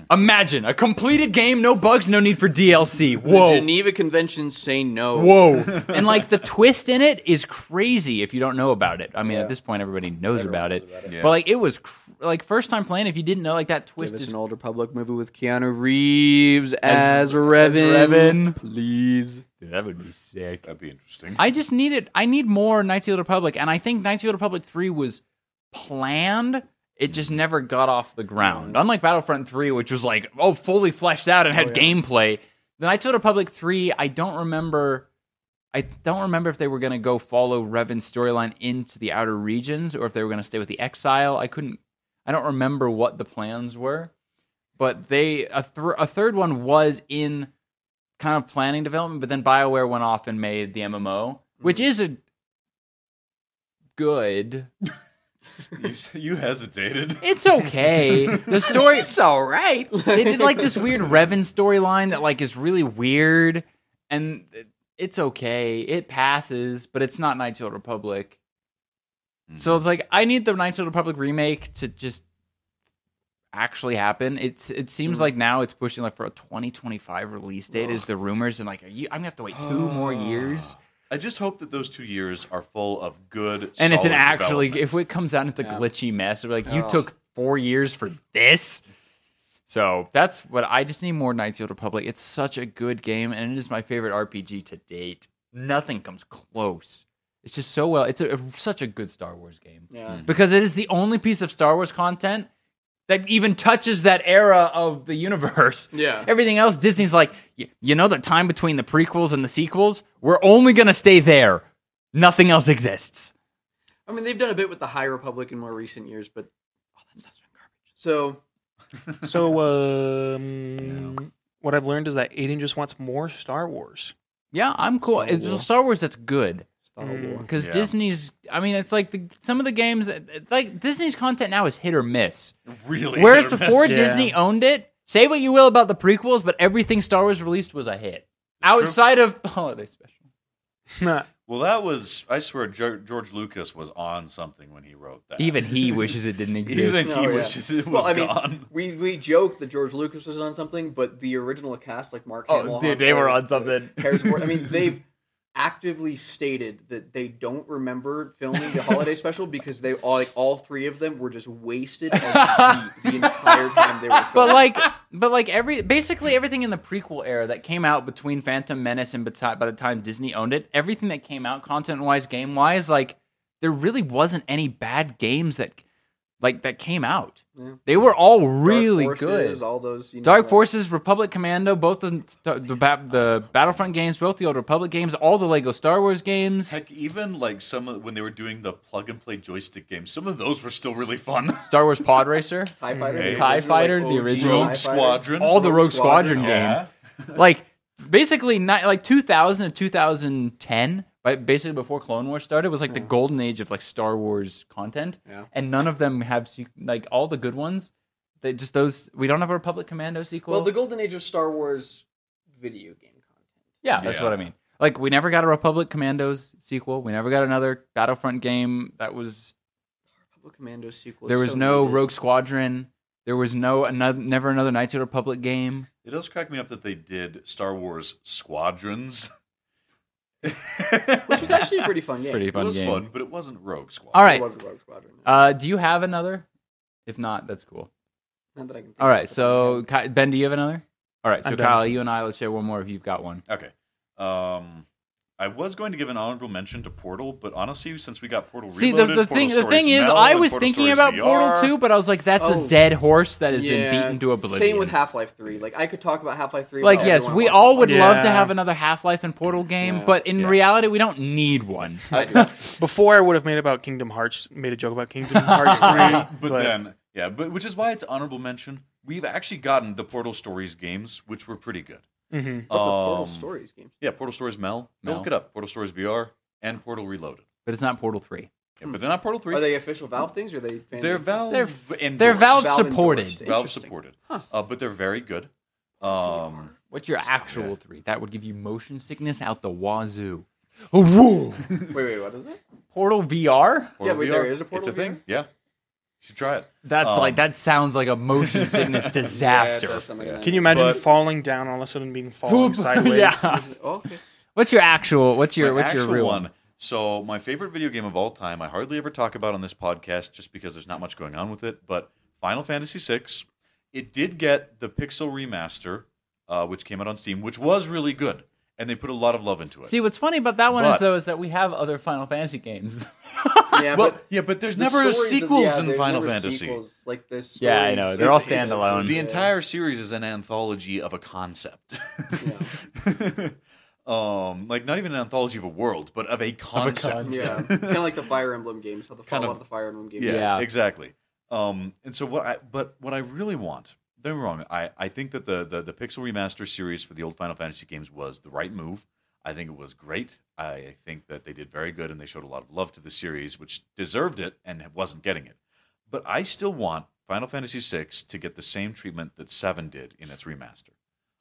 [SPEAKER 2] Imagine a completed game, no bugs, no need for DLC.
[SPEAKER 1] all. The
[SPEAKER 2] Whoa.
[SPEAKER 1] Geneva Conventions say no.
[SPEAKER 2] Whoa. and like the twist in it is crazy if you don't know about it. I mean,
[SPEAKER 1] Yeah.
[SPEAKER 2] at this point, everybody knows about it.
[SPEAKER 1] about it.
[SPEAKER 3] Yeah.
[SPEAKER 2] But like it was cr- like first time playing, if you didn't know, like that twist
[SPEAKER 1] Give us
[SPEAKER 2] is
[SPEAKER 1] an Old Republic movie with Keanu Reeves as, Revan.
[SPEAKER 2] Revan. Please. Dude, that would be sick.
[SPEAKER 3] That'd be interesting.
[SPEAKER 2] I just needed I need more Knights of the Old Republic, and I think Knights of the Old Republic 3 was planned. It just never got off the ground. Unlike Battlefront 3, which was like, oh, fully fleshed out and had gameplay. The Knights of the Republic 3, I don't remember I don't remember if they were gonna go follow Revan's storyline into the outer regions or if they were gonna stay with the exile. I couldn't I don't remember what the plans were. But they a, thr a third one was in kind of planning development, but then BioWare went off and made the MMO, which is a good.
[SPEAKER 3] you, s- you hesitated.
[SPEAKER 2] It's okay. the story
[SPEAKER 1] It's all right.
[SPEAKER 2] they did like this weird Revan storyline that like is really weird and it's okay. It passes, but it's not Knights of the Old Republic.
[SPEAKER 3] Hmm.
[SPEAKER 2] So it's like I need the Knights of the Republic remake to just actually happen. It's it seems like now it's pushing like for a 2025 release date is the rumors and like are you I'm gonna have to wait two more years.
[SPEAKER 3] I just hope that those two years are full of good.
[SPEAKER 2] and it's an
[SPEAKER 3] solid
[SPEAKER 2] actually
[SPEAKER 3] development.
[SPEAKER 2] if it comes out it's a
[SPEAKER 1] Yeah.
[SPEAKER 2] glitchy mess it'll be like you
[SPEAKER 1] Ugh.
[SPEAKER 2] took four years for this so that's what i just need more knights of the republic it's such a good game and it is my favorite rpg to date nothing comes close it's just so well it's a, such a good star wars game
[SPEAKER 1] Yeah.
[SPEAKER 2] because it is the only piece of star wars content that even touches that era of the universe
[SPEAKER 1] Yeah.
[SPEAKER 2] everything else disney's like "Y- you know the time between the prequels and the sequels we're only going to stay there nothing else exists
[SPEAKER 1] I mean, they've done a bit with the High Republic in more recent years, but all Oh, that stuff's been garbage. So
[SPEAKER 4] So, um, what I've learned is that Aiden just wants more Star Wars.
[SPEAKER 2] Yeah, I'm cool.
[SPEAKER 1] Star
[SPEAKER 2] It's
[SPEAKER 1] Wars.
[SPEAKER 2] Star Wars that's good
[SPEAKER 1] Star
[SPEAKER 4] Mm.
[SPEAKER 1] Wars.
[SPEAKER 2] because
[SPEAKER 3] Yeah.
[SPEAKER 2] Disney's. I mean, it's like the, some of the games, uh, like Disney's content now is hit or miss.
[SPEAKER 3] really,
[SPEAKER 2] Whereas
[SPEAKER 3] hit or miss.
[SPEAKER 2] before
[SPEAKER 4] Yeah.
[SPEAKER 2] Disney owned it, say what you will about the prequels, but everything Star Wars released was a hit
[SPEAKER 3] true.
[SPEAKER 2] outside of the holiday special.
[SPEAKER 3] well, that was I swear Ge- George Lucas was on something when he wrote that.
[SPEAKER 2] Even he wishes it didn't exist.
[SPEAKER 3] even
[SPEAKER 1] Oh,
[SPEAKER 3] he
[SPEAKER 1] yeah.
[SPEAKER 3] wishes it was
[SPEAKER 1] Well, I mean,
[SPEAKER 3] gone.
[SPEAKER 1] we we joked that George Lucas was on something, but the original cast, like Mark
[SPEAKER 2] oh,
[SPEAKER 1] Hamill,
[SPEAKER 2] dude,
[SPEAKER 1] Han
[SPEAKER 2] they were
[SPEAKER 1] Solo,
[SPEAKER 2] on something.
[SPEAKER 1] Harrison Ford, I mean, they've actively stated that they don't remember filming the holiday special because they all like all three of them were just wasted and beat the entire time they were filming.
[SPEAKER 2] But like, but like every basically everything in the prequel era that came out between Phantom Menace and beti- by the time Disney owned it, everything that came out content wise, game wise, like there really wasn't any bad games that like that came out.
[SPEAKER 1] Yeah.
[SPEAKER 2] They were all
[SPEAKER 1] Dark
[SPEAKER 2] really
[SPEAKER 1] Forces,
[SPEAKER 2] good.
[SPEAKER 1] All those you know,
[SPEAKER 2] Dark
[SPEAKER 1] like-
[SPEAKER 2] Forces, Republic Commando, both the the, ba- the Battlefront games, both the old Republic games, all the Lego Star Wars games.
[SPEAKER 3] Heck, even like some of, when they were doing the plug and play joystick games, some of those were still really fun.
[SPEAKER 2] Star Wars Pod Racer,
[SPEAKER 1] Tie Fighter,
[SPEAKER 3] Hey.
[SPEAKER 1] the
[SPEAKER 2] TIE
[SPEAKER 1] original, like,
[SPEAKER 2] Fighter, the
[SPEAKER 1] OG
[SPEAKER 2] original.
[SPEAKER 1] TIE Fighter.
[SPEAKER 3] Rogue Squadron,
[SPEAKER 2] all the
[SPEAKER 1] Rogue
[SPEAKER 2] Rogue Squadron,
[SPEAKER 1] Squadron.
[SPEAKER 2] games.
[SPEAKER 3] yeah.
[SPEAKER 2] like basically not like 2000 to 2010 right basically before clone wars started was like the golden age of like star wars content
[SPEAKER 1] Yeah.
[SPEAKER 2] and none of them have se- like all the good ones they just those we don't have a republic commando sequel
[SPEAKER 1] Well, the golden age of Star Wars video game content.
[SPEAKER 2] yeah that's what i
[SPEAKER 3] Yeah.
[SPEAKER 2] mean like we never got a republic commandos sequel we never got another battlefront game that was
[SPEAKER 1] Well, Commando sequel. is
[SPEAKER 2] there was
[SPEAKER 1] so
[SPEAKER 2] no
[SPEAKER 1] needed.
[SPEAKER 2] Rogue Squadron. There was no another, never another Knights of the Republic game.
[SPEAKER 3] It does crack me up that they did Star Wars Squadrons, which
[SPEAKER 1] Which was actually a pretty fun game.
[SPEAKER 2] Pretty
[SPEAKER 3] it
[SPEAKER 2] fun
[SPEAKER 3] was
[SPEAKER 2] game.
[SPEAKER 3] fun, but it wasn't Rogue Squadron.
[SPEAKER 2] All
[SPEAKER 1] It
[SPEAKER 2] right.
[SPEAKER 1] was a Rogue Squadron.
[SPEAKER 2] Uh, do you have another? If not, that's cool.
[SPEAKER 1] Not that I can think
[SPEAKER 2] All
[SPEAKER 1] of
[SPEAKER 2] right.
[SPEAKER 1] off the top of my
[SPEAKER 2] So
[SPEAKER 1] head.
[SPEAKER 2] Ki- Ben, do you have another? All right. So
[SPEAKER 4] I'm done.
[SPEAKER 2] Kyle, you and I, let's share one more if you've got one.
[SPEAKER 3] Okay. Um, I was going to give an honorable mention to Portal, but honestly, since we got Portal
[SPEAKER 2] See the,
[SPEAKER 3] Reloaded,
[SPEAKER 2] the
[SPEAKER 3] Portal
[SPEAKER 2] thing the
[SPEAKER 3] Stories
[SPEAKER 2] thing is
[SPEAKER 3] Mel,
[SPEAKER 2] I
[SPEAKER 3] and
[SPEAKER 2] was
[SPEAKER 3] Portal
[SPEAKER 2] thinking
[SPEAKER 3] Stories
[SPEAKER 2] about
[SPEAKER 3] VR.
[SPEAKER 2] Portal 2 but I was like that's a
[SPEAKER 1] Oh.
[SPEAKER 2] dead horse that has been
[SPEAKER 1] Yeah.
[SPEAKER 2] beaten to oblivion.
[SPEAKER 1] Same with Half Life Three. Like I could talk about Half Life Three.
[SPEAKER 2] like
[SPEAKER 1] but
[SPEAKER 2] yes,
[SPEAKER 1] everyone
[SPEAKER 2] we
[SPEAKER 1] wants
[SPEAKER 2] all
[SPEAKER 1] Half-Life
[SPEAKER 2] would love to
[SPEAKER 4] Yeah.
[SPEAKER 2] have another Half-Life and Portal game,
[SPEAKER 1] Yeah.
[SPEAKER 2] but in
[SPEAKER 3] Yeah.
[SPEAKER 2] reality we don't need one.
[SPEAKER 1] I do.
[SPEAKER 4] Before I would have made about Kingdom Hearts, made a joke about Kingdom Hearts
[SPEAKER 3] Right,
[SPEAKER 4] three,
[SPEAKER 3] but, then, yeah, but which is why it's honorable mention. We've actually gotten the Portal Stories games, which were pretty good.
[SPEAKER 4] Mhm.
[SPEAKER 1] Love the Portal
[SPEAKER 3] Um,
[SPEAKER 1] Stories games.
[SPEAKER 3] Yeah, Portal Stories Mel. Go
[SPEAKER 2] Mel.
[SPEAKER 3] Look it up. Portal Stories VR and Portal Reloaded.
[SPEAKER 2] But it's not Portal 3.
[SPEAKER 3] Yeah, but they're not Portal 3.
[SPEAKER 1] Hmm. Are they official Valve things or are they? fan-
[SPEAKER 3] They're Valve
[SPEAKER 2] They're-
[SPEAKER 3] endorsed.
[SPEAKER 2] They're Valve
[SPEAKER 1] Valve
[SPEAKER 2] supported.
[SPEAKER 1] endorsed it.
[SPEAKER 3] Valve
[SPEAKER 1] Interesting.
[SPEAKER 3] supported.
[SPEAKER 1] Huh.
[SPEAKER 3] Uh, but they're very good. Um,
[SPEAKER 2] What's your actual
[SPEAKER 3] Yeah.
[SPEAKER 2] 3? That would give you motion sickness out the wazoo. Oh, whoa.
[SPEAKER 1] Wait, wait, what is it?
[SPEAKER 2] Portal VR?
[SPEAKER 3] Portal
[SPEAKER 1] wait,
[SPEAKER 3] VR,
[SPEAKER 1] there is a Portal
[SPEAKER 3] It's a thing.
[SPEAKER 1] VR?
[SPEAKER 3] Yeah. You should try it.
[SPEAKER 2] That's
[SPEAKER 3] Um,
[SPEAKER 2] like that sounds like a motion sickness disaster.
[SPEAKER 1] Yeah, it does sound like
[SPEAKER 3] Yeah.
[SPEAKER 1] that.
[SPEAKER 4] Can you imagine
[SPEAKER 3] But-
[SPEAKER 4] falling down all of a sudden being falling
[SPEAKER 2] Boop.
[SPEAKER 4] sideways?
[SPEAKER 2] yeah.
[SPEAKER 1] Oh, okay.
[SPEAKER 2] What's your actual? What's your?
[SPEAKER 3] My
[SPEAKER 2] what's your
[SPEAKER 3] actual
[SPEAKER 2] real
[SPEAKER 3] one. So my favorite video game of all time, I hardly ever talk about on this podcast just because there's not much going on with it, but Final Fantasy VI. It did get the Pixel remaster, uh, which came out on Steam, which was really good, and they put a lot of love into it.
[SPEAKER 2] See, what's funny about that one is
[SPEAKER 3] But-
[SPEAKER 2] though is that we have other Final Fantasy games.
[SPEAKER 1] Yeah,
[SPEAKER 3] well,
[SPEAKER 1] but
[SPEAKER 3] yeah, but there's
[SPEAKER 1] the
[SPEAKER 3] never
[SPEAKER 1] stories of-
[SPEAKER 3] sequels
[SPEAKER 1] yeah,
[SPEAKER 3] in
[SPEAKER 1] there's
[SPEAKER 3] Final
[SPEAKER 1] never
[SPEAKER 3] Fantasy.
[SPEAKER 1] sequels. Like the stories,
[SPEAKER 2] Yeah, I know. They're all
[SPEAKER 1] it's- it's-
[SPEAKER 2] standalone.
[SPEAKER 3] The
[SPEAKER 1] yeah.
[SPEAKER 3] entire series is an anthology of a concept. um, like not even an anthology of a world, but of a concept.
[SPEAKER 2] concept.
[SPEAKER 1] Yeah, kind of like the Fire Emblem games, how the
[SPEAKER 3] Kind
[SPEAKER 1] follow
[SPEAKER 3] of-
[SPEAKER 1] up the Fire Emblem games.
[SPEAKER 3] Yeah,
[SPEAKER 2] Yeah.
[SPEAKER 3] exactly. Um, and so what I but what I really want, don't get me wrong, I, I think that the, the the Pixel Remaster series for the old Final Fantasy games was the right move. I think it was great. I think that they did very good and they showed a lot of love to the series, which deserved it and wasn't getting it. But I still want Final Fantasy VI to get the same treatment that Seven did in its remaster.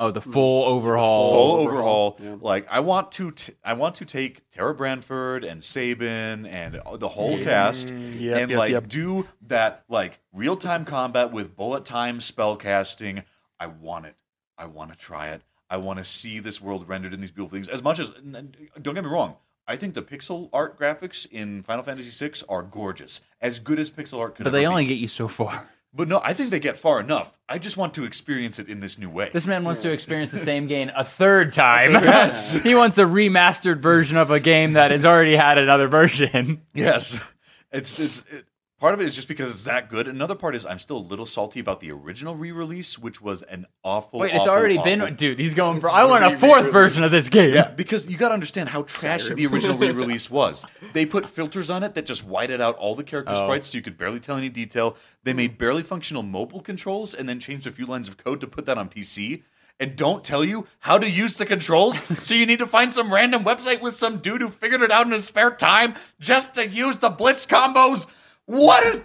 [SPEAKER 2] oh, the full overhaul.
[SPEAKER 3] full
[SPEAKER 1] overhaul.
[SPEAKER 3] overhaul. Like I want to, t- I want to take Tara Branford and Sabin and the whole cast
[SPEAKER 4] Mm, yep,
[SPEAKER 3] and
[SPEAKER 4] yep,
[SPEAKER 3] like
[SPEAKER 4] yep.
[SPEAKER 3] do that like real time combat with bullet time spell casting. I want it. I want to try it. I want to see this world rendered in these beautiful things. As much as n- n- don't get me wrong, I think the pixel art graphics in Final Fantasy VI are gorgeous, as good as pixel art could.
[SPEAKER 2] but they
[SPEAKER 3] ever
[SPEAKER 2] only
[SPEAKER 3] Be.
[SPEAKER 2] get you so far.
[SPEAKER 3] But no, I think they get far enough. I just want to experience it in this new way.
[SPEAKER 2] This man wants to experience the same game a third time.
[SPEAKER 3] Yes.
[SPEAKER 2] he wants a remastered version of a game that has already had another version.
[SPEAKER 3] Yes, it's it's it, part of it is just because it's that good. Another part is I'm still a little salty about the original re-release, which was an awful.
[SPEAKER 2] Wait, it's
[SPEAKER 3] awful,
[SPEAKER 2] already
[SPEAKER 3] awful-
[SPEAKER 2] been. Dude, he's going. Bro, I want a fourth version of this game.
[SPEAKER 3] Yeah, because you got to understand how trashy the original re-release was. They put filters on it that just whited out all the character
[SPEAKER 2] Oh.
[SPEAKER 3] sprites, so you could barely tell any detail. They made barely functional mobile controls, and then changed a few lines of code to put that on PC. And don't tell you how to use the controls, so you need to find some random website with some dude who figured it out in his spare time just to use the blitz combos. What is?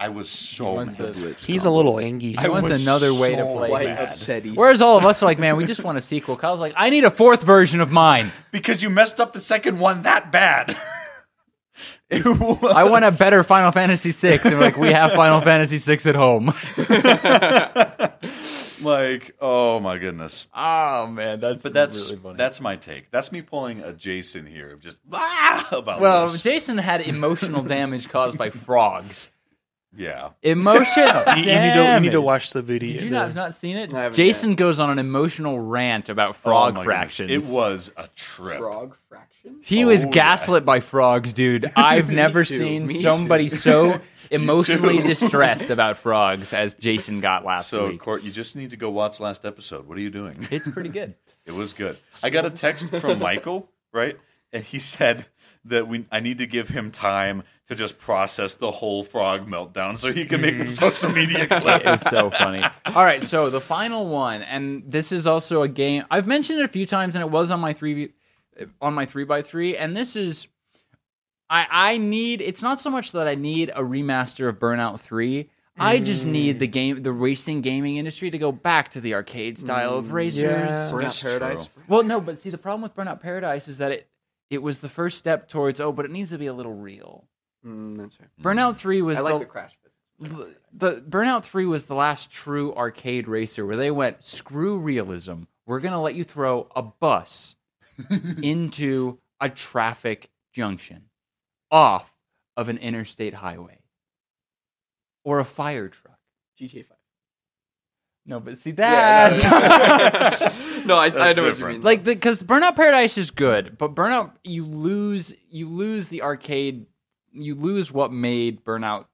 [SPEAKER 3] I was so
[SPEAKER 2] wants
[SPEAKER 3] mad.
[SPEAKER 2] a-
[SPEAKER 3] Blitz
[SPEAKER 4] He's a little angy.
[SPEAKER 2] He wants
[SPEAKER 3] was
[SPEAKER 2] another way to
[SPEAKER 3] so
[SPEAKER 2] play.
[SPEAKER 1] Quite
[SPEAKER 2] this.
[SPEAKER 1] upsetty.
[SPEAKER 2] Whereas all of us are like, man, we just want a sequel. Kyle's like, I need a fourth version of mine.
[SPEAKER 3] because you messed up the second one that bad. It
[SPEAKER 2] I want a
[SPEAKER 3] was-
[SPEAKER 2] better Final Fantasy VI, and like we have Final Fantasy VI at home.
[SPEAKER 3] like oh my goodness
[SPEAKER 2] Oh man, that's
[SPEAKER 3] but that's that's my take that's me pulling a jason here of just ah, about
[SPEAKER 2] well,
[SPEAKER 3] this.
[SPEAKER 2] Jason had emotional damage caused by frogs.
[SPEAKER 3] yeah
[SPEAKER 2] Emotional
[SPEAKER 4] You, you need to, you need
[SPEAKER 2] damage.
[SPEAKER 4] to watch the video.
[SPEAKER 2] Did you not, not seen it?
[SPEAKER 1] I haven't
[SPEAKER 2] Jason goes on an emotional rant about frog
[SPEAKER 3] Oh my
[SPEAKER 2] fractions.
[SPEAKER 3] goodness. it was a trip
[SPEAKER 1] Frog Fraction.
[SPEAKER 2] He was
[SPEAKER 3] Oh, yeah.
[SPEAKER 2] gaslit by frogs, dude. I've never
[SPEAKER 1] too,
[SPEAKER 2] seen
[SPEAKER 1] me
[SPEAKER 2] somebody so emotionally
[SPEAKER 3] too.
[SPEAKER 2] distressed about frogs as Jason got last
[SPEAKER 3] so
[SPEAKER 2] week.
[SPEAKER 3] court you just need to go watch last episode what are you doing
[SPEAKER 2] It's pretty good.
[SPEAKER 3] it was good i got a text from michael right and he said that we i need to give him time to just process the whole frog meltdown so he can make
[SPEAKER 2] Hmm.
[SPEAKER 3] the social media clip
[SPEAKER 2] it was so funny. All right, so the final one, and this is also a game I've mentioned it a few times, and it was on my three on my three by three, and this is I I need it's not so much that I need a remaster of Burnout Three. I just need
[SPEAKER 1] Mm.
[SPEAKER 2] the game, the racing gaming industry, to go back to the arcade style
[SPEAKER 1] Mm,
[SPEAKER 2] of racers.
[SPEAKER 4] yeah.
[SPEAKER 1] Burnout
[SPEAKER 3] That's
[SPEAKER 1] Paradise.
[SPEAKER 2] Well, no, but see, the problem with Burnout Paradise is that it it was the first step towards oh, but it needs to be a little real.
[SPEAKER 1] Mm, that's fair.
[SPEAKER 2] Burnout Three was
[SPEAKER 1] I like the,
[SPEAKER 2] the
[SPEAKER 1] crash physics.
[SPEAKER 2] the Burnout 3 was the last true arcade racer where they went screw realism. We're going to let you throw a bus into a traffic junction off of an interstate highway or a fire truck.
[SPEAKER 1] GTA Five.
[SPEAKER 2] No, but see
[SPEAKER 1] Yeah,
[SPEAKER 2] that
[SPEAKER 1] no, I, I
[SPEAKER 3] That's
[SPEAKER 1] know what you
[SPEAKER 3] different.
[SPEAKER 1] mean.
[SPEAKER 2] like because Burnout Paradise is good, but Burnout you lose you lose the arcade you lose what made Burnout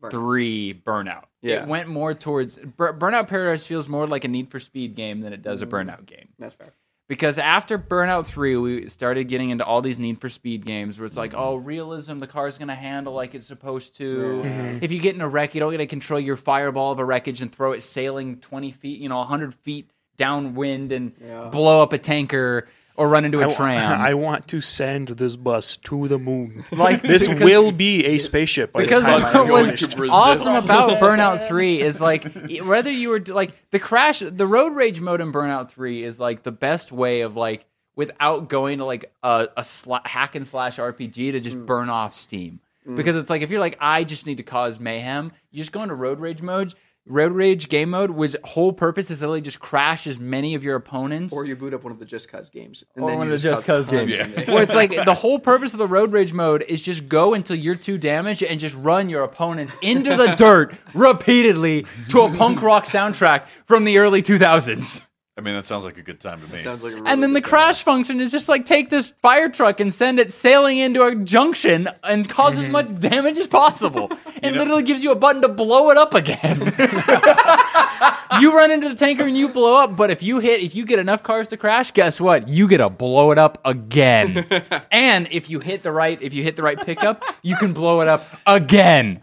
[SPEAKER 1] Burnout.
[SPEAKER 2] three burnout.
[SPEAKER 1] Yeah.
[SPEAKER 2] It went more towards Bur- Burnout Paradise feels more like a Need for Speed game than it does a
[SPEAKER 1] Mm.
[SPEAKER 2] Burnout game.
[SPEAKER 1] that's fair.
[SPEAKER 2] Because after Burnout 3, we started getting into all these Need for Speed games where it's like, oh, realism, the car's going to handle like it's supposed to.
[SPEAKER 4] Mm-hmm.
[SPEAKER 1] Mhm.
[SPEAKER 2] If you get in a wreck, you don't get to control your fireball of a wreckage and throw it sailing 20 feet, you know, 100 feet downwind and
[SPEAKER 1] Yeah.
[SPEAKER 2] blow up a tanker or run into
[SPEAKER 4] I
[SPEAKER 2] a
[SPEAKER 4] wa-
[SPEAKER 2] tram.
[SPEAKER 4] I want to send this bus to the moon.
[SPEAKER 2] Like,
[SPEAKER 4] this
[SPEAKER 2] because-
[SPEAKER 4] will be a spaceship by
[SPEAKER 2] because
[SPEAKER 4] the time
[SPEAKER 1] Bus
[SPEAKER 4] I'm
[SPEAKER 2] what
[SPEAKER 1] going
[SPEAKER 2] was
[SPEAKER 1] to Brazil.
[SPEAKER 2] awesome about Burnout 3 is like e- whether you were d- like the crash the road rage mode in Burnout 3 is like the best way of like without going to like a, a sla- hack and slash RPG to just burn off steam because it's like if you're like I just need to cause mayhem you just go into road rage mode road rage game mode which whole purpose is literally just crash as many of your opponents
[SPEAKER 1] Or you boot up one of the Just Cause games. And
[SPEAKER 2] Or
[SPEAKER 1] then
[SPEAKER 2] one
[SPEAKER 1] you
[SPEAKER 2] of Oh, the Just
[SPEAKER 1] cause
[SPEAKER 2] Cause games.
[SPEAKER 1] tons of
[SPEAKER 2] where it's like the whole purpose of the road rage mode is just go until you're too damaged and just run your opponent into the dirt repeatedly to a punk rock soundtrack from the early 2000s.
[SPEAKER 3] I mean, that sounds like a good time to me.
[SPEAKER 1] Sounds like a really
[SPEAKER 2] And then the
[SPEAKER 1] good
[SPEAKER 2] crash function is just like take this fire truck and send it sailing into a junction and cause as much damage as possible. It literally gives you a button to blow it up again. you run into the tanker and you blow up, but if you hit, if you get enough cars to crash, guess what? You get to blow it up again. and if you hit the right, if you hit the right pickup, you can blow it up again.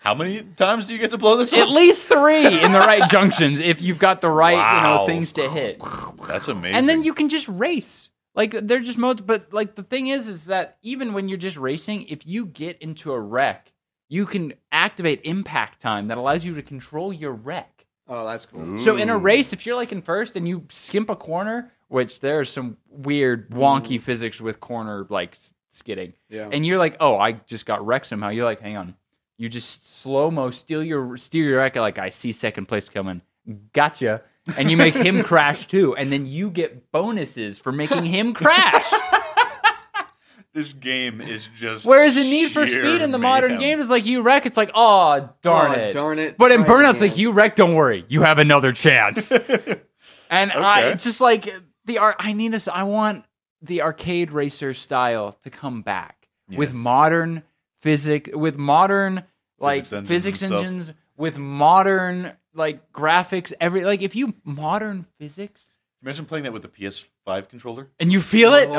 [SPEAKER 3] How many times do you get to blow this
[SPEAKER 2] At
[SPEAKER 3] up?
[SPEAKER 2] least three in the right junctions if you've got the right, you know,
[SPEAKER 3] Wow.
[SPEAKER 2] things to hit.
[SPEAKER 3] That's amazing.
[SPEAKER 2] And then you can just race. Like they're just modes, but like the thing is, is that even when you're just racing, if you get into a wreck, you can activate impact time that allows you to control your wreck.
[SPEAKER 1] Oh, that's cool.
[SPEAKER 2] So in a
[SPEAKER 3] Ooh.
[SPEAKER 2] race, if you're like in first and you skimp a corner, which there's some weird wonky physics with corner like s- skidding,
[SPEAKER 1] Yeah.
[SPEAKER 2] and you're like, oh, I just got wrecked somehow. You're like, hang on, you just slow mo steal your steer your wreck. Like I see second place coming, gotcha, and you make him crash too, and then you get bonuses for making him crash.
[SPEAKER 3] this game is just.
[SPEAKER 2] Whereas in Need for
[SPEAKER 3] sheer
[SPEAKER 2] Speed in the modern
[SPEAKER 3] mayhem.
[SPEAKER 2] game, it's like you wreck, it's like oh darn
[SPEAKER 1] Oh,
[SPEAKER 2] it,
[SPEAKER 1] Darn it.
[SPEAKER 2] But in
[SPEAKER 1] Right
[SPEAKER 2] Burnout's like
[SPEAKER 1] again.
[SPEAKER 2] you wreck, don't worry, you have another chance. and I,
[SPEAKER 3] Okay.
[SPEAKER 2] it's just like the art. I need us. I want the arcade racer style to come back
[SPEAKER 3] Yeah.
[SPEAKER 2] with modern physic, with modern like
[SPEAKER 3] Physics engines
[SPEAKER 2] physics
[SPEAKER 3] and stuff.
[SPEAKER 2] engines, with modern like graphics. Every like if you modern physics
[SPEAKER 3] Imagine playing that with the PS5 controller.
[SPEAKER 2] and you feel it.
[SPEAKER 1] Oh.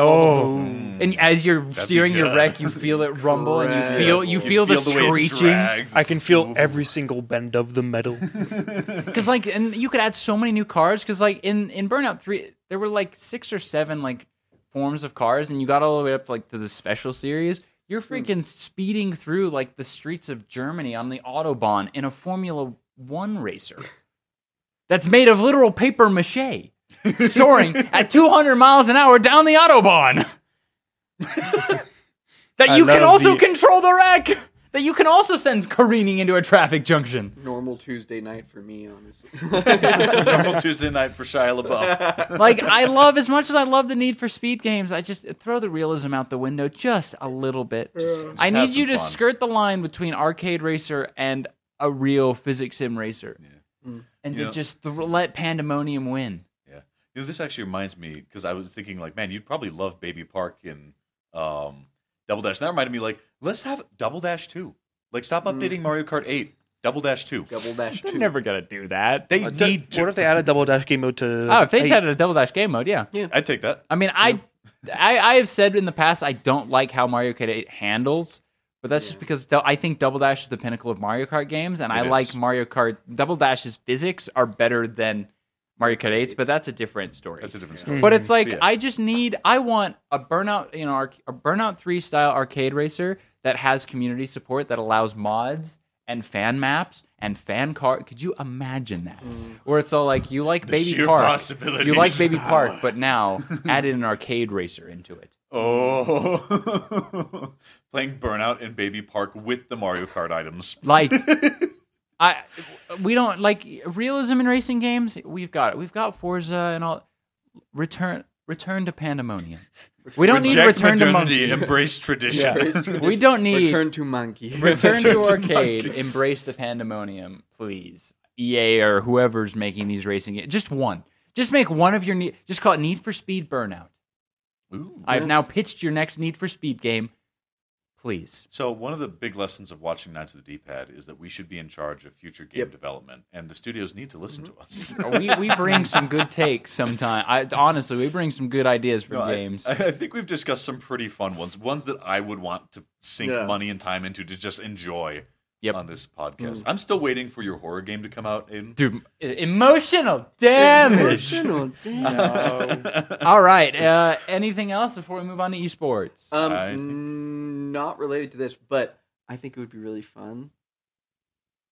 [SPEAKER 2] Oh. And as you're
[SPEAKER 3] be
[SPEAKER 2] steering your
[SPEAKER 3] good.
[SPEAKER 2] wreck, you feel it rumble, and you feel you
[SPEAKER 1] Incredible.
[SPEAKER 2] feel, the,
[SPEAKER 3] way it
[SPEAKER 2] screeching.
[SPEAKER 3] drags.
[SPEAKER 4] I can feel every single bend of the metal.
[SPEAKER 2] because like and you could add so many new cars because like in in burnout 3 there were like six or seven like forms of cars and you got all the way up like to the special series you're
[SPEAKER 4] Hmm.
[SPEAKER 2] freaking speeding through like the streets of germany on the autobahn in a formula one racer that's made of literal paper mache soaring at 200 miles an hour down the autobahn that
[SPEAKER 4] I
[SPEAKER 2] you can
[SPEAKER 4] love
[SPEAKER 2] also
[SPEAKER 4] the-
[SPEAKER 2] control the wreck that you can also send careening into a traffic junction
[SPEAKER 1] normal Tuesday night for me, honestly.
[SPEAKER 3] Normal Tuesday night for Shia LaBeouf.
[SPEAKER 2] like I love as much as I love the Need for Speed games. I just throw the realism out the window just a little bit.
[SPEAKER 3] Just
[SPEAKER 2] I
[SPEAKER 3] have
[SPEAKER 2] need
[SPEAKER 3] some
[SPEAKER 2] you to
[SPEAKER 3] fun.
[SPEAKER 2] skirt the line between arcade racer and a real physics sim racer,
[SPEAKER 1] Mm.
[SPEAKER 2] and
[SPEAKER 3] Yeah.
[SPEAKER 2] to just th- let Pandemonium win.
[SPEAKER 3] You know, this actually reminds me because I was thinking, like, man, you'd probably love Baby Park in um, Double Dash. And that reminded me, like, let's have Double Dash 2. Like, stop
[SPEAKER 4] Hmm.
[SPEAKER 3] updating Mario Kart 8. Double Dash 2.
[SPEAKER 1] Double dash two.
[SPEAKER 2] gonna do that.
[SPEAKER 3] They
[SPEAKER 4] Do-
[SPEAKER 3] need to.
[SPEAKER 4] Uh, What if they add a double dash game mode to?
[SPEAKER 2] Oh, if they
[SPEAKER 4] eight?
[SPEAKER 2] had a double dash game mode, yeah.
[SPEAKER 3] I'd take that.
[SPEAKER 2] I mean, I, I, I have said in the past I don't like how Mario Kart 8 handles, but that's just because Dou- I think Double Dash is the pinnacle of Mario Kart games, and I
[SPEAKER 3] It
[SPEAKER 2] like
[SPEAKER 3] is.
[SPEAKER 2] Mario Kart. Double Dash's physics are better than Mario Kart 8's, but that's a different story.
[SPEAKER 3] That's a different
[SPEAKER 4] Mm.
[SPEAKER 3] story.
[SPEAKER 2] but it's like
[SPEAKER 3] Mm-hmm. Yeah.
[SPEAKER 2] I just need, I want a burnout, you know, arc- a burnout three style arcade racer that has community support that allows mods and fan maps and fan car. Could you imagine that? Where it's all like you like
[SPEAKER 3] Mm. The
[SPEAKER 2] Baby
[SPEAKER 3] sheer
[SPEAKER 2] Park,
[SPEAKER 3] possibilities.
[SPEAKER 2] you like Baby Park, but now add in an arcade racer into it.
[SPEAKER 3] Oh, playing Burnout and Baby Park with the Mario Kart items.
[SPEAKER 2] Like I we don't like realism in racing games. We've got it. We've got Forza and all. Return return to pandemonium. We don't need
[SPEAKER 3] Reject
[SPEAKER 2] return to
[SPEAKER 3] modernity,
[SPEAKER 2] monkey.
[SPEAKER 3] embrace tradition.
[SPEAKER 2] Yeah.
[SPEAKER 1] Return-
[SPEAKER 2] We don't need
[SPEAKER 1] return to monkey.
[SPEAKER 2] Return
[SPEAKER 3] Return
[SPEAKER 2] to
[SPEAKER 3] to
[SPEAKER 2] arcade.
[SPEAKER 3] monkey.
[SPEAKER 2] Embrace the pandemonium, please. EA or whoever's making these racing games. Just one. Just make one of your need. Just call it Need for Speed Burnout.
[SPEAKER 3] Ooh.
[SPEAKER 2] I have now pitched your next Need for Speed game. Please.
[SPEAKER 3] So one of the big lessons of watching Knights of the D-Pad is that we should be in charge of future game
[SPEAKER 1] Yep.
[SPEAKER 3] development, and the studios need to listen
[SPEAKER 2] Mm-hmm.
[SPEAKER 3] to us.
[SPEAKER 2] We, we bring some good takes sometime. I, honestly, we bring some good ideas for
[SPEAKER 3] No, I-
[SPEAKER 2] games.
[SPEAKER 3] I, I think we've discussed some pretty fun ones, ones that I would want to sink
[SPEAKER 1] Yeah.
[SPEAKER 3] money and time into to just enjoy
[SPEAKER 2] Yep. Mm.
[SPEAKER 3] on this podcast. I'm still waiting for your horror game to come out. In
[SPEAKER 2] Dude, e- emotional damage.
[SPEAKER 1] Original, damn.
[SPEAKER 2] All right. Uh, anything else before we move on to esports?
[SPEAKER 1] Um,
[SPEAKER 3] I think-
[SPEAKER 1] mm, not related to this, but I think it would be really fun.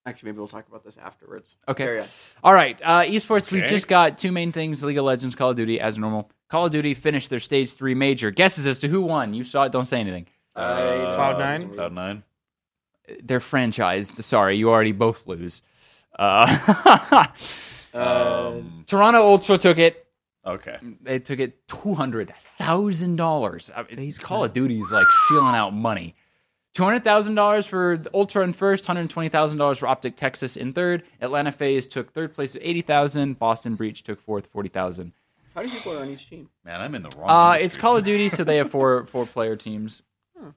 [SPEAKER 1] Actually, maybe we'll talk about this afterwards.
[SPEAKER 2] Okay.
[SPEAKER 1] Carry on.
[SPEAKER 2] All right, uh, esports. We've
[SPEAKER 3] Okay.
[SPEAKER 2] just got two main things: League of Legends, Call of Duty, as normal. Call of Duty finished their stage three major. Guesses as to who won? You saw it. Don't say anything.
[SPEAKER 1] Uh,
[SPEAKER 4] Cloud9?
[SPEAKER 3] Cloud Nine.
[SPEAKER 2] They're franchised. Sorry, you already both lose. Uh,
[SPEAKER 1] Uh,
[SPEAKER 3] Um,
[SPEAKER 2] Toronto Ultra took it.
[SPEAKER 3] okay.
[SPEAKER 2] They took it two hundred thousand dollars. These Call of Duty is like shilling out money. Two hundred thousand dollars for the Ultra in first, hundred twenty thousand dollars for Optic Texas in third. Atlanta Phase took third place with eighty thousand. Boston Breach took fourth, forty thousand.
[SPEAKER 1] How many people are on each team?
[SPEAKER 3] Man, I'm in the wrong.
[SPEAKER 2] Uh,
[SPEAKER 3] industry.
[SPEAKER 2] it's Call of Duty, so they have four four player teams.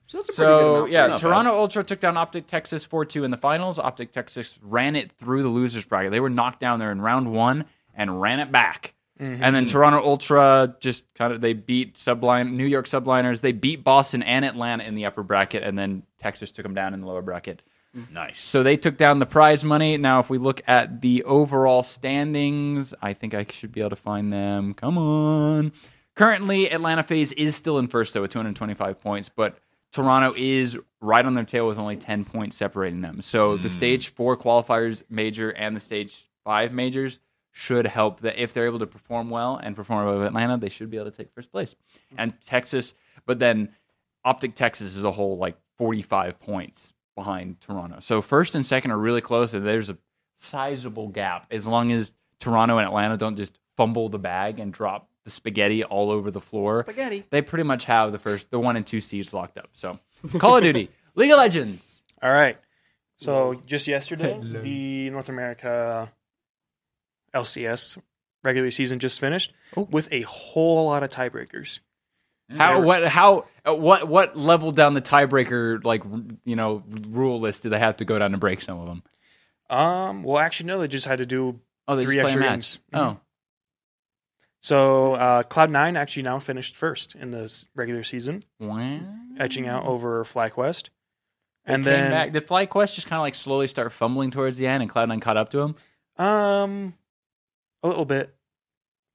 [SPEAKER 1] So that's a pretty good
[SPEAKER 2] So
[SPEAKER 1] amount. for
[SPEAKER 2] yeah,
[SPEAKER 1] now.
[SPEAKER 3] not
[SPEAKER 2] Toronto Ultra took down Optic Texas four two in the finals. Optic Texas ran it through the losers bracket. They were knocked down there in round one and ran it back. And then Toronto Ultra just kind of they beat Subline New York Subliners. They beat Boston and Atlanta in the upper bracket, and then Texas took them down in the lower bracket.
[SPEAKER 3] nice.
[SPEAKER 2] So they took down the prize money. Now, if we look at the overall standings, I think I should be able to find them. Come on. Currently, Atlanta Phase is still in first, though, with 225 points, but Toronto is right on their tail with only 10 points separating them. So the stage four qualifiers major and the stage five majors should help that if they're able to perform well and perform above Atlanta, they should be able to take first place. And Texas, but then Optic Texas is a whole like 45 points behind Toronto. So first and second are really close, and there's a sizable gap as long as Toronto and Atlanta don't just fumble the bag and drop the spaghetti all over the floor.
[SPEAKER 1] spaghetti.
[SPEAKER 2] They pretty much have the first, the one and two seeds locked up. So Call of Duty, League of Legends.
[SPEAKER 4] All right. So just yesterday, the North America LCS regular season just finished
[SPEAKER 2] Oh.
[SPEAKER 4] with a whole lot of tiebreakers.
[SPEAKER 2] How what how at what what level down the tiebreaker like r- you know rule list do they have to go down to break some of them?
[SPEAKER 4] Um, well, actually, no, they just had to do
[SPEAKER 2] Oh, they
[SPEAKER 4] three
[SPEAKER 2] just play
[SPEAKER 4] extra
[SPEAKER 2] a match.
[SPEAKER 4] games. Mhm.
[SPEAKER 2] Oh,
[SPEAKER 4] So uh, Cloud9 actually now finished first in the s- regular season,
[SPEAKER 2] wow.
[SPEAKER 4] etching out over FlyQuest. And
[SPEAKER 2] Mm. Came
[SPEAKER 4] then
[SPEAKER 2] back. did FlyQuest just kind of like slowly start fumbling towards the end, and Cloud9 caught up to him?
[SPEAKER 4] Um, a little bit,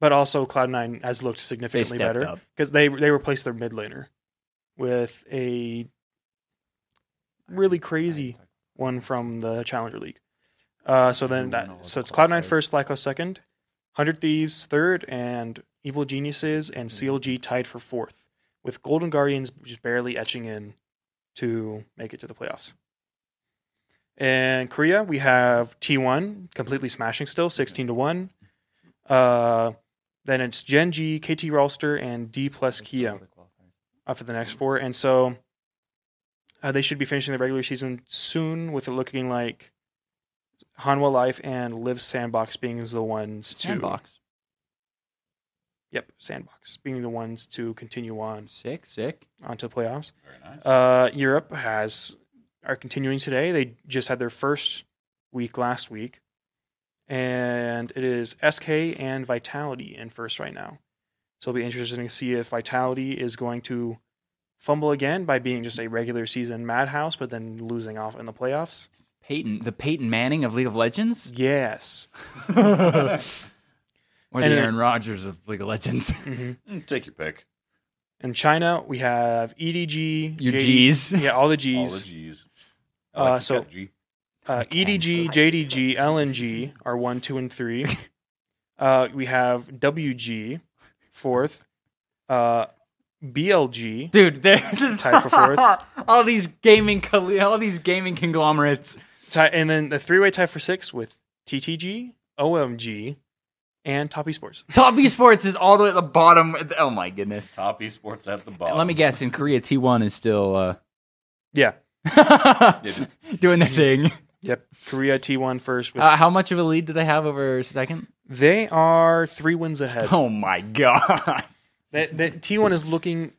[SPEAKER 4] but also Cloud Nine has looked significantly
[SPEAKER 2] stepped
[SPEAKER 4] better
[SPEAKER 2] up.
[SPEAKER 4] because they they replaced their mid laner with a really crazy one from the Challenger League. Uh, so then that so it's Cloud Nine first, Lyco second, Hundred Thieves third, and Evil Geniuses and CLG tied for fourth, with Golden Guardians just barely etching in to make it to the playoffs. In Korea, we have T1 completely smashing still, 16 to 1. Uh, then it's Gen G, KT Ralster, and D plus Kia uh, for the next four. And so uh, they should be finishing the regular season soon with it looking like Hanwha Life and Live Sandbox being the ones to.
[SPEAKER 2] Sandbox.
[SPEAKER 4] Yep, Sandbox being the ones to continue on
[SPEAKER 2] Sick, sick.
[SPEAKER 4] onto the playoffs.
[SPEAKER 3] Very nice.
[SPEAKER 4] Uh, Europe has are continuing today. They just had their first week last week, and it is SK and Vitality in first right now. So it'll be interesting to see if Vitality is going to fumble again by being just a regular season madhouse, but then losing off in the playoffs.
[SPEAKER 2] Peyton, the Peyton Manning of League of Legends,
[SPEAKER 4] Yes.
[SPEAKER 2] or the
[SPEAKER 4] And-
[SPEAKER 2] Aaron Rodgers of League of Legends.
[SPEAKER 4] hmm
[SPEAKER 2] Uh,
[SPEAKER 3] Mm, Take your pick.
[SPEAKER 4] In China, we have E EDG,
[SPEAKER 2] Your
[SPEAKER 4] JD
[SPEAKER 2] G's.
[SPEAKER 4] yeah, all the
[SPEAKER 3] All
[SPEAKER 4] G's.
[SPEAKER 3] the G's.
[SPEAKER 4] Uh, so-
[SPEAKER 3] G.
[SPEAKER 4] Uh,
[SPEAKER 2] Okay.
[SPEAKER 4] EDG, JDG, LNG are one, two, and three. Uh, we have WG, fourth. Uh, BLG.
[SPEAKER 2] Dude, there's
[SPEAKER 4] Typhlosaurus.
[SPEAKER 2] all these gaming coll- all these gaming conglomerates.
[SPEAKER 4] Tie, and then the three way tie for six with TTG, OMG, and Top Esports.
[SPEAKER 2] Top Esports is all the way at the bottom. Oh my goodness.
[SPEAKER 3] Top esports at the bottom.
[SPEAKER 2] And let me guess, in Korea, T1 is still
[SPEAKER 4] Yeah.
[SPEAKER 2] uh, doing their thing.
[SPEAKER 4] Yep. Korea T1 first. With,
[SPEAKER 2] Uh, how much of a lead do they have over second?
[SPEAKER 4] they are three wins ahead.
[SPEAKER 2] Oh my god!
[SPEAKER 4] That, that T1 is looking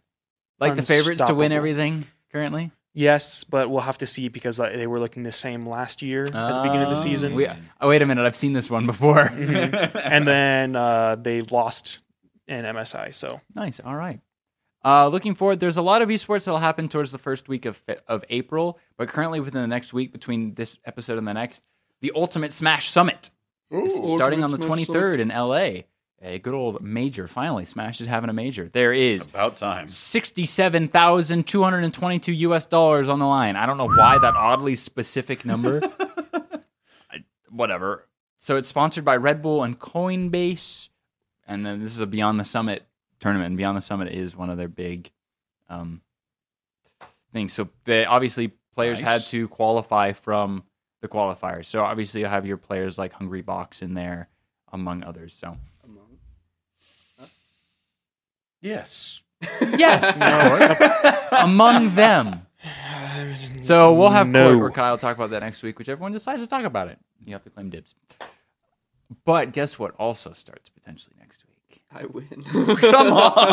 [SPEAKER 2] Like the favorites to win
[SPEAKER 4] Unstoppable.
[SPEAKER 2] everything currently
[SPEAKER 4] yes, but we'll have to see because uh, they were looking the same last year at the beginning of the
[SPEAKER 2] Oh.
[SPEAKER 4] season. Mm-hmm.
[SPEAKER 2] We- oh wait a minute, I've seen this one before.
[SPEAKER 4] and then uh, they lost in MSI. So
[SPEAKER 2] Nice. All right. Uh, looking forward, there's a lot of esports that'll happen towards the first week of of April, but currently within the next week, between this episode and the next, the Ultimate Smash Summit is starting on the 23rd in LA. A good old major. Finally, Smash is having a major. There is
[SPEAKER 3] About time.
[SPEAKER 2] 67,222 US dollars on the line. I don't know why that oddly specific number. I- whatever. So it's sponsored by Red Bull and Coinbase. And then this is a Beyond the Summit tournament. And Beyond the Summit is one of their big um, things. So they obviously players
[SPEAKER 3] Nice.
[SPEAKER 2] had to qualify from the qualifiers. So obviously you'll have your players like Hungry Box in there, among others. So
[SPEAKER 3] Yes.
[SPEAKER 2] yes, among them. So we'll have
[SPEAKER 4] no.
[SPEAKER 2] Court or Kyle talk about that next week, whichever one decides to talk about it. You have to claim dibs. But guess what? Also starts potentially next week.
[SPEAKER 1] I win. Come on.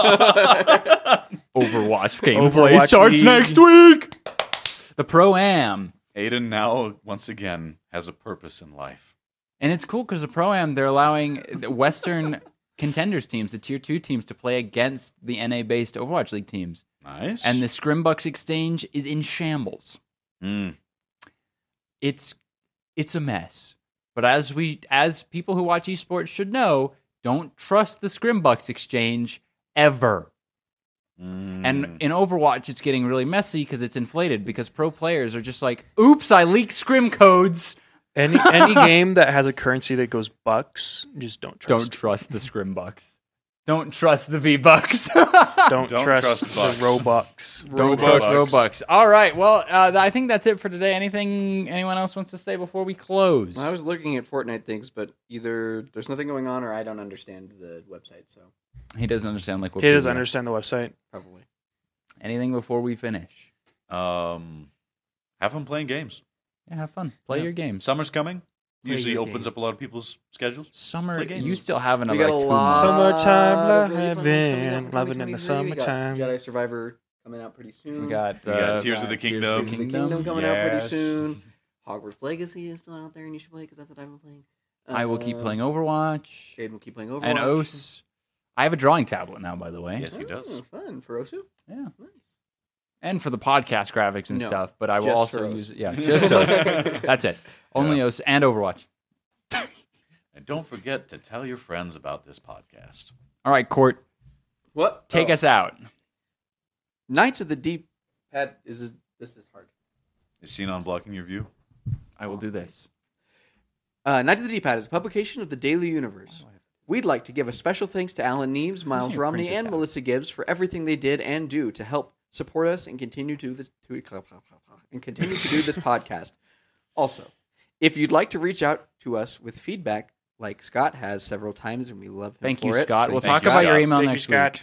[SPEAKER 2] Overwatch gameplay
[SPEAKER 4] Overwatch
[SPEAKER 2] starts
[SPEAKER 4] League.
[SPEAKER 2] next week. The pro am,
[SPEAKER 3] Aiden now once again has a purpose in life.
[SPEAKER 2] and it's cool because the pro am they're allowing the Western contenders teams, the tier two teams, to play against the NA based Overwatch League teams,
[SPEAKER 3] Nice.
[SPEAKER 2] and the Scrimbucks exchange is in shambles.
[SPEAKER 3] Mm.
[SPEAKER 2] it's it's a mess. But as we as people who watch esports should know, don't trust the Scrimbucks exchange ever.
[SPEAKER 3] Mm.
[SPEAKER 2] And in Overwatch, it's getting really messy because it's inflated because pro players are just like, "Oops, I leaked Scrim codes."
[SPEAKER 4] any any game that has a currency that goes bucks, just don't
[SPEAKER 2] Don't
[SPEAKER 4] trust.
[SPEAKER 2] trust the Scrimbucks. Don't trust the V Bucks.
[SPEAKER 3] Don't
[SPEAKER 4] Don't, trust,
[SPEAKER 3] trust bucks.
[SPEAKER 4] the Robux.
[SPEAKER 2] Don't
[SPEAKER 3] Robux.
[SPEAKER 2] trust Robux. All right. Well, uh, I think that's it for today. Anything anyone else wants to say before we close?
[SPEAKER 1] I was looking at Fortnite things, but either there's nothing going on or I don't understand the website, so
[SPEAKER 2] he doesn't understand like what
[SPEAKER 4] Kate doesn't
[SPEAKER 2] we do.
[SPEAKER 4] understand the website.
[SPEAKER 1] probably.
[SPEAKER 2] Anything before we finish?
[SPEAKER 3] um, have them playing games.
[SPEAKER 2] Yeah, have fun. Play
[SPEAKER 3] Yeah.
[SPEAKER 2] your games.
[SPEAKER 3] Summer's coming.
[SPEAKER 4] Play
[SPEAKER 3] Usually
[SPEAKER 4] your
[SPEAKER 3] opens up a
[SPEAKER 4] games.
[SPEAKER 3] lot of people's schedules.
[SPEAKER 2] Summer,
[SPEAKER 3] Play games.
[SPEAKER 2] you still have another
[SPEAKER 1] We got a
[SPEAKER 2] like, two
[SPEAKER 1] lot.
[SPEAKER 2] months.
[SPEAKER 4] Summertime
[SPEAKER 1] of really fun
[SPEAKER 4] loving,
[SPEAKER 1] ones coming out for
[SPEAKER 4] loving in the
[SPEAKER 1] 2023. We got
[SPEAKER 4] summertime.
[SPEAKER 1] Jedi Survivor coming out pretty soon.
[SPEAKER 2] We got,
[SPEAKER 3] We
[SPEAKER 2] uh,
[SPEAKER 3] got Tears of the
[SPEAKER 2] Tears
[SPEAKER 3] Kingdom.
[SPEAKER 2] of the
[SPEAKER 1] Kingdom, coming out
[SPEAKER 3] Yes.
[SPEAKER 1] pretty soon. Hogwarts Legacy is still out there, and you should play because that's what I've been playing.
[SPEAKER 2] I will keep
[SPEAKER 1] Uh,
[SPEAKER 2] playing Overwatch,
[SPEAKER 1] Jaden will keep playing Overwatch.
[SPEAKER 2] and Os. I have a drawing tablet now, by the way,
[SPEAKER 3] Yes, he does.
[SPEAKER 1] Oh, fun for Osu.
[SPEAKER 2] Yeah.
[SPEAKER 1] nice.
[SPEAKER 2] and for the podcast graphics and
[SPEAKER 1] No,
[SPEAKER 2] stuff. But I will
[SPEAKER 1] just
[SPEAKER 2] also
[SPEAKER 1] for Os.
[SPEAKER 2] use yeah, just Os. That's it. Only
[SPEAKER 3] Yeah.
[SPEAKER 2] Os and Overwatch.
[SPEAKER 3] And don't forget to tell your friends about this podcast.
[SPEAKER 2] All right, Court,
[SPEAKER 1] What?
[SPEAKER 2] take
[SPEAKER 1] Oh.
[SPEAKER 2] us out.
[SPEAKER 1] Knights of the Deep. Pat is a, this is hard.
[SPEAKER 3] Is seen on blocking your view?
[SPEAKER 2] I will do this.
[SPEAKER 1] Uh, Knights of the Deep Pad is a publication of the Daily Universe. We'd like to give a special thanks to Alan Neves, Miles
[SPEAKER 2] print
[SPEAKER 1] Romney,
[SPEAKER 2] this
[SPEAKER 1] and
[SPEAKER 2] out?
[SPEAKER 1] Melissa Gibbs for everything they did and do to help support us and continue to this, to and continue to do this podcast. Also, if you'd like to reach out to us with feedback, like Scott has several times, and we love him
[SPEAKER 2] Thank
[SPEAKER 1] for
[SPEAKER 2] you,
[SPEAKER 1] it.
[SPEAKER 2] Scott. We'll talk
[SPEAKER 3] Thank you,
[SPEAKER 2] about your
[SPEAKER 3] Scott.
[SPEAKER 2] email
[SPEAKER 4] Thank you,
[SPEAKER 2] next
[SPEAKER 4] Scott.
[SPEAKER 2] week.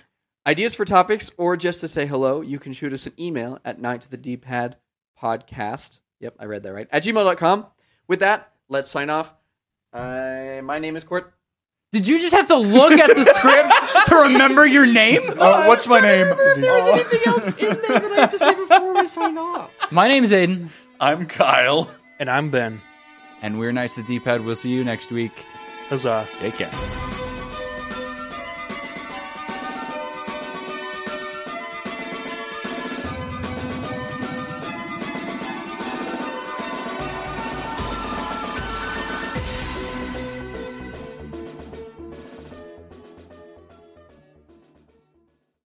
[SPEAKER 1] Ideas for topics or just to say hello, you can shoot us an email at night to the D-pad podcast. Yep, I read that right. At gmail.com. With that, let's sign off. Uh, my name is Court.
[SPEAKER 2] Did you just have to look at the script to remember your name?
[SPEAKER 3] Uh, what's my name? Oh.
[SPEAKER 1] anything else in there that I have to say before we sign off?
[SPEAKER 2] My name's Aiden,
[SPEAKER 3] I'm Kyle.
[SPEAKER 4] And I'm Ben.
[SPEAKER 2] and we're nice to D-pad. We'll see you next week.
[SPEAKER 4] Huzzah.
[SPEAKER 2] Take care.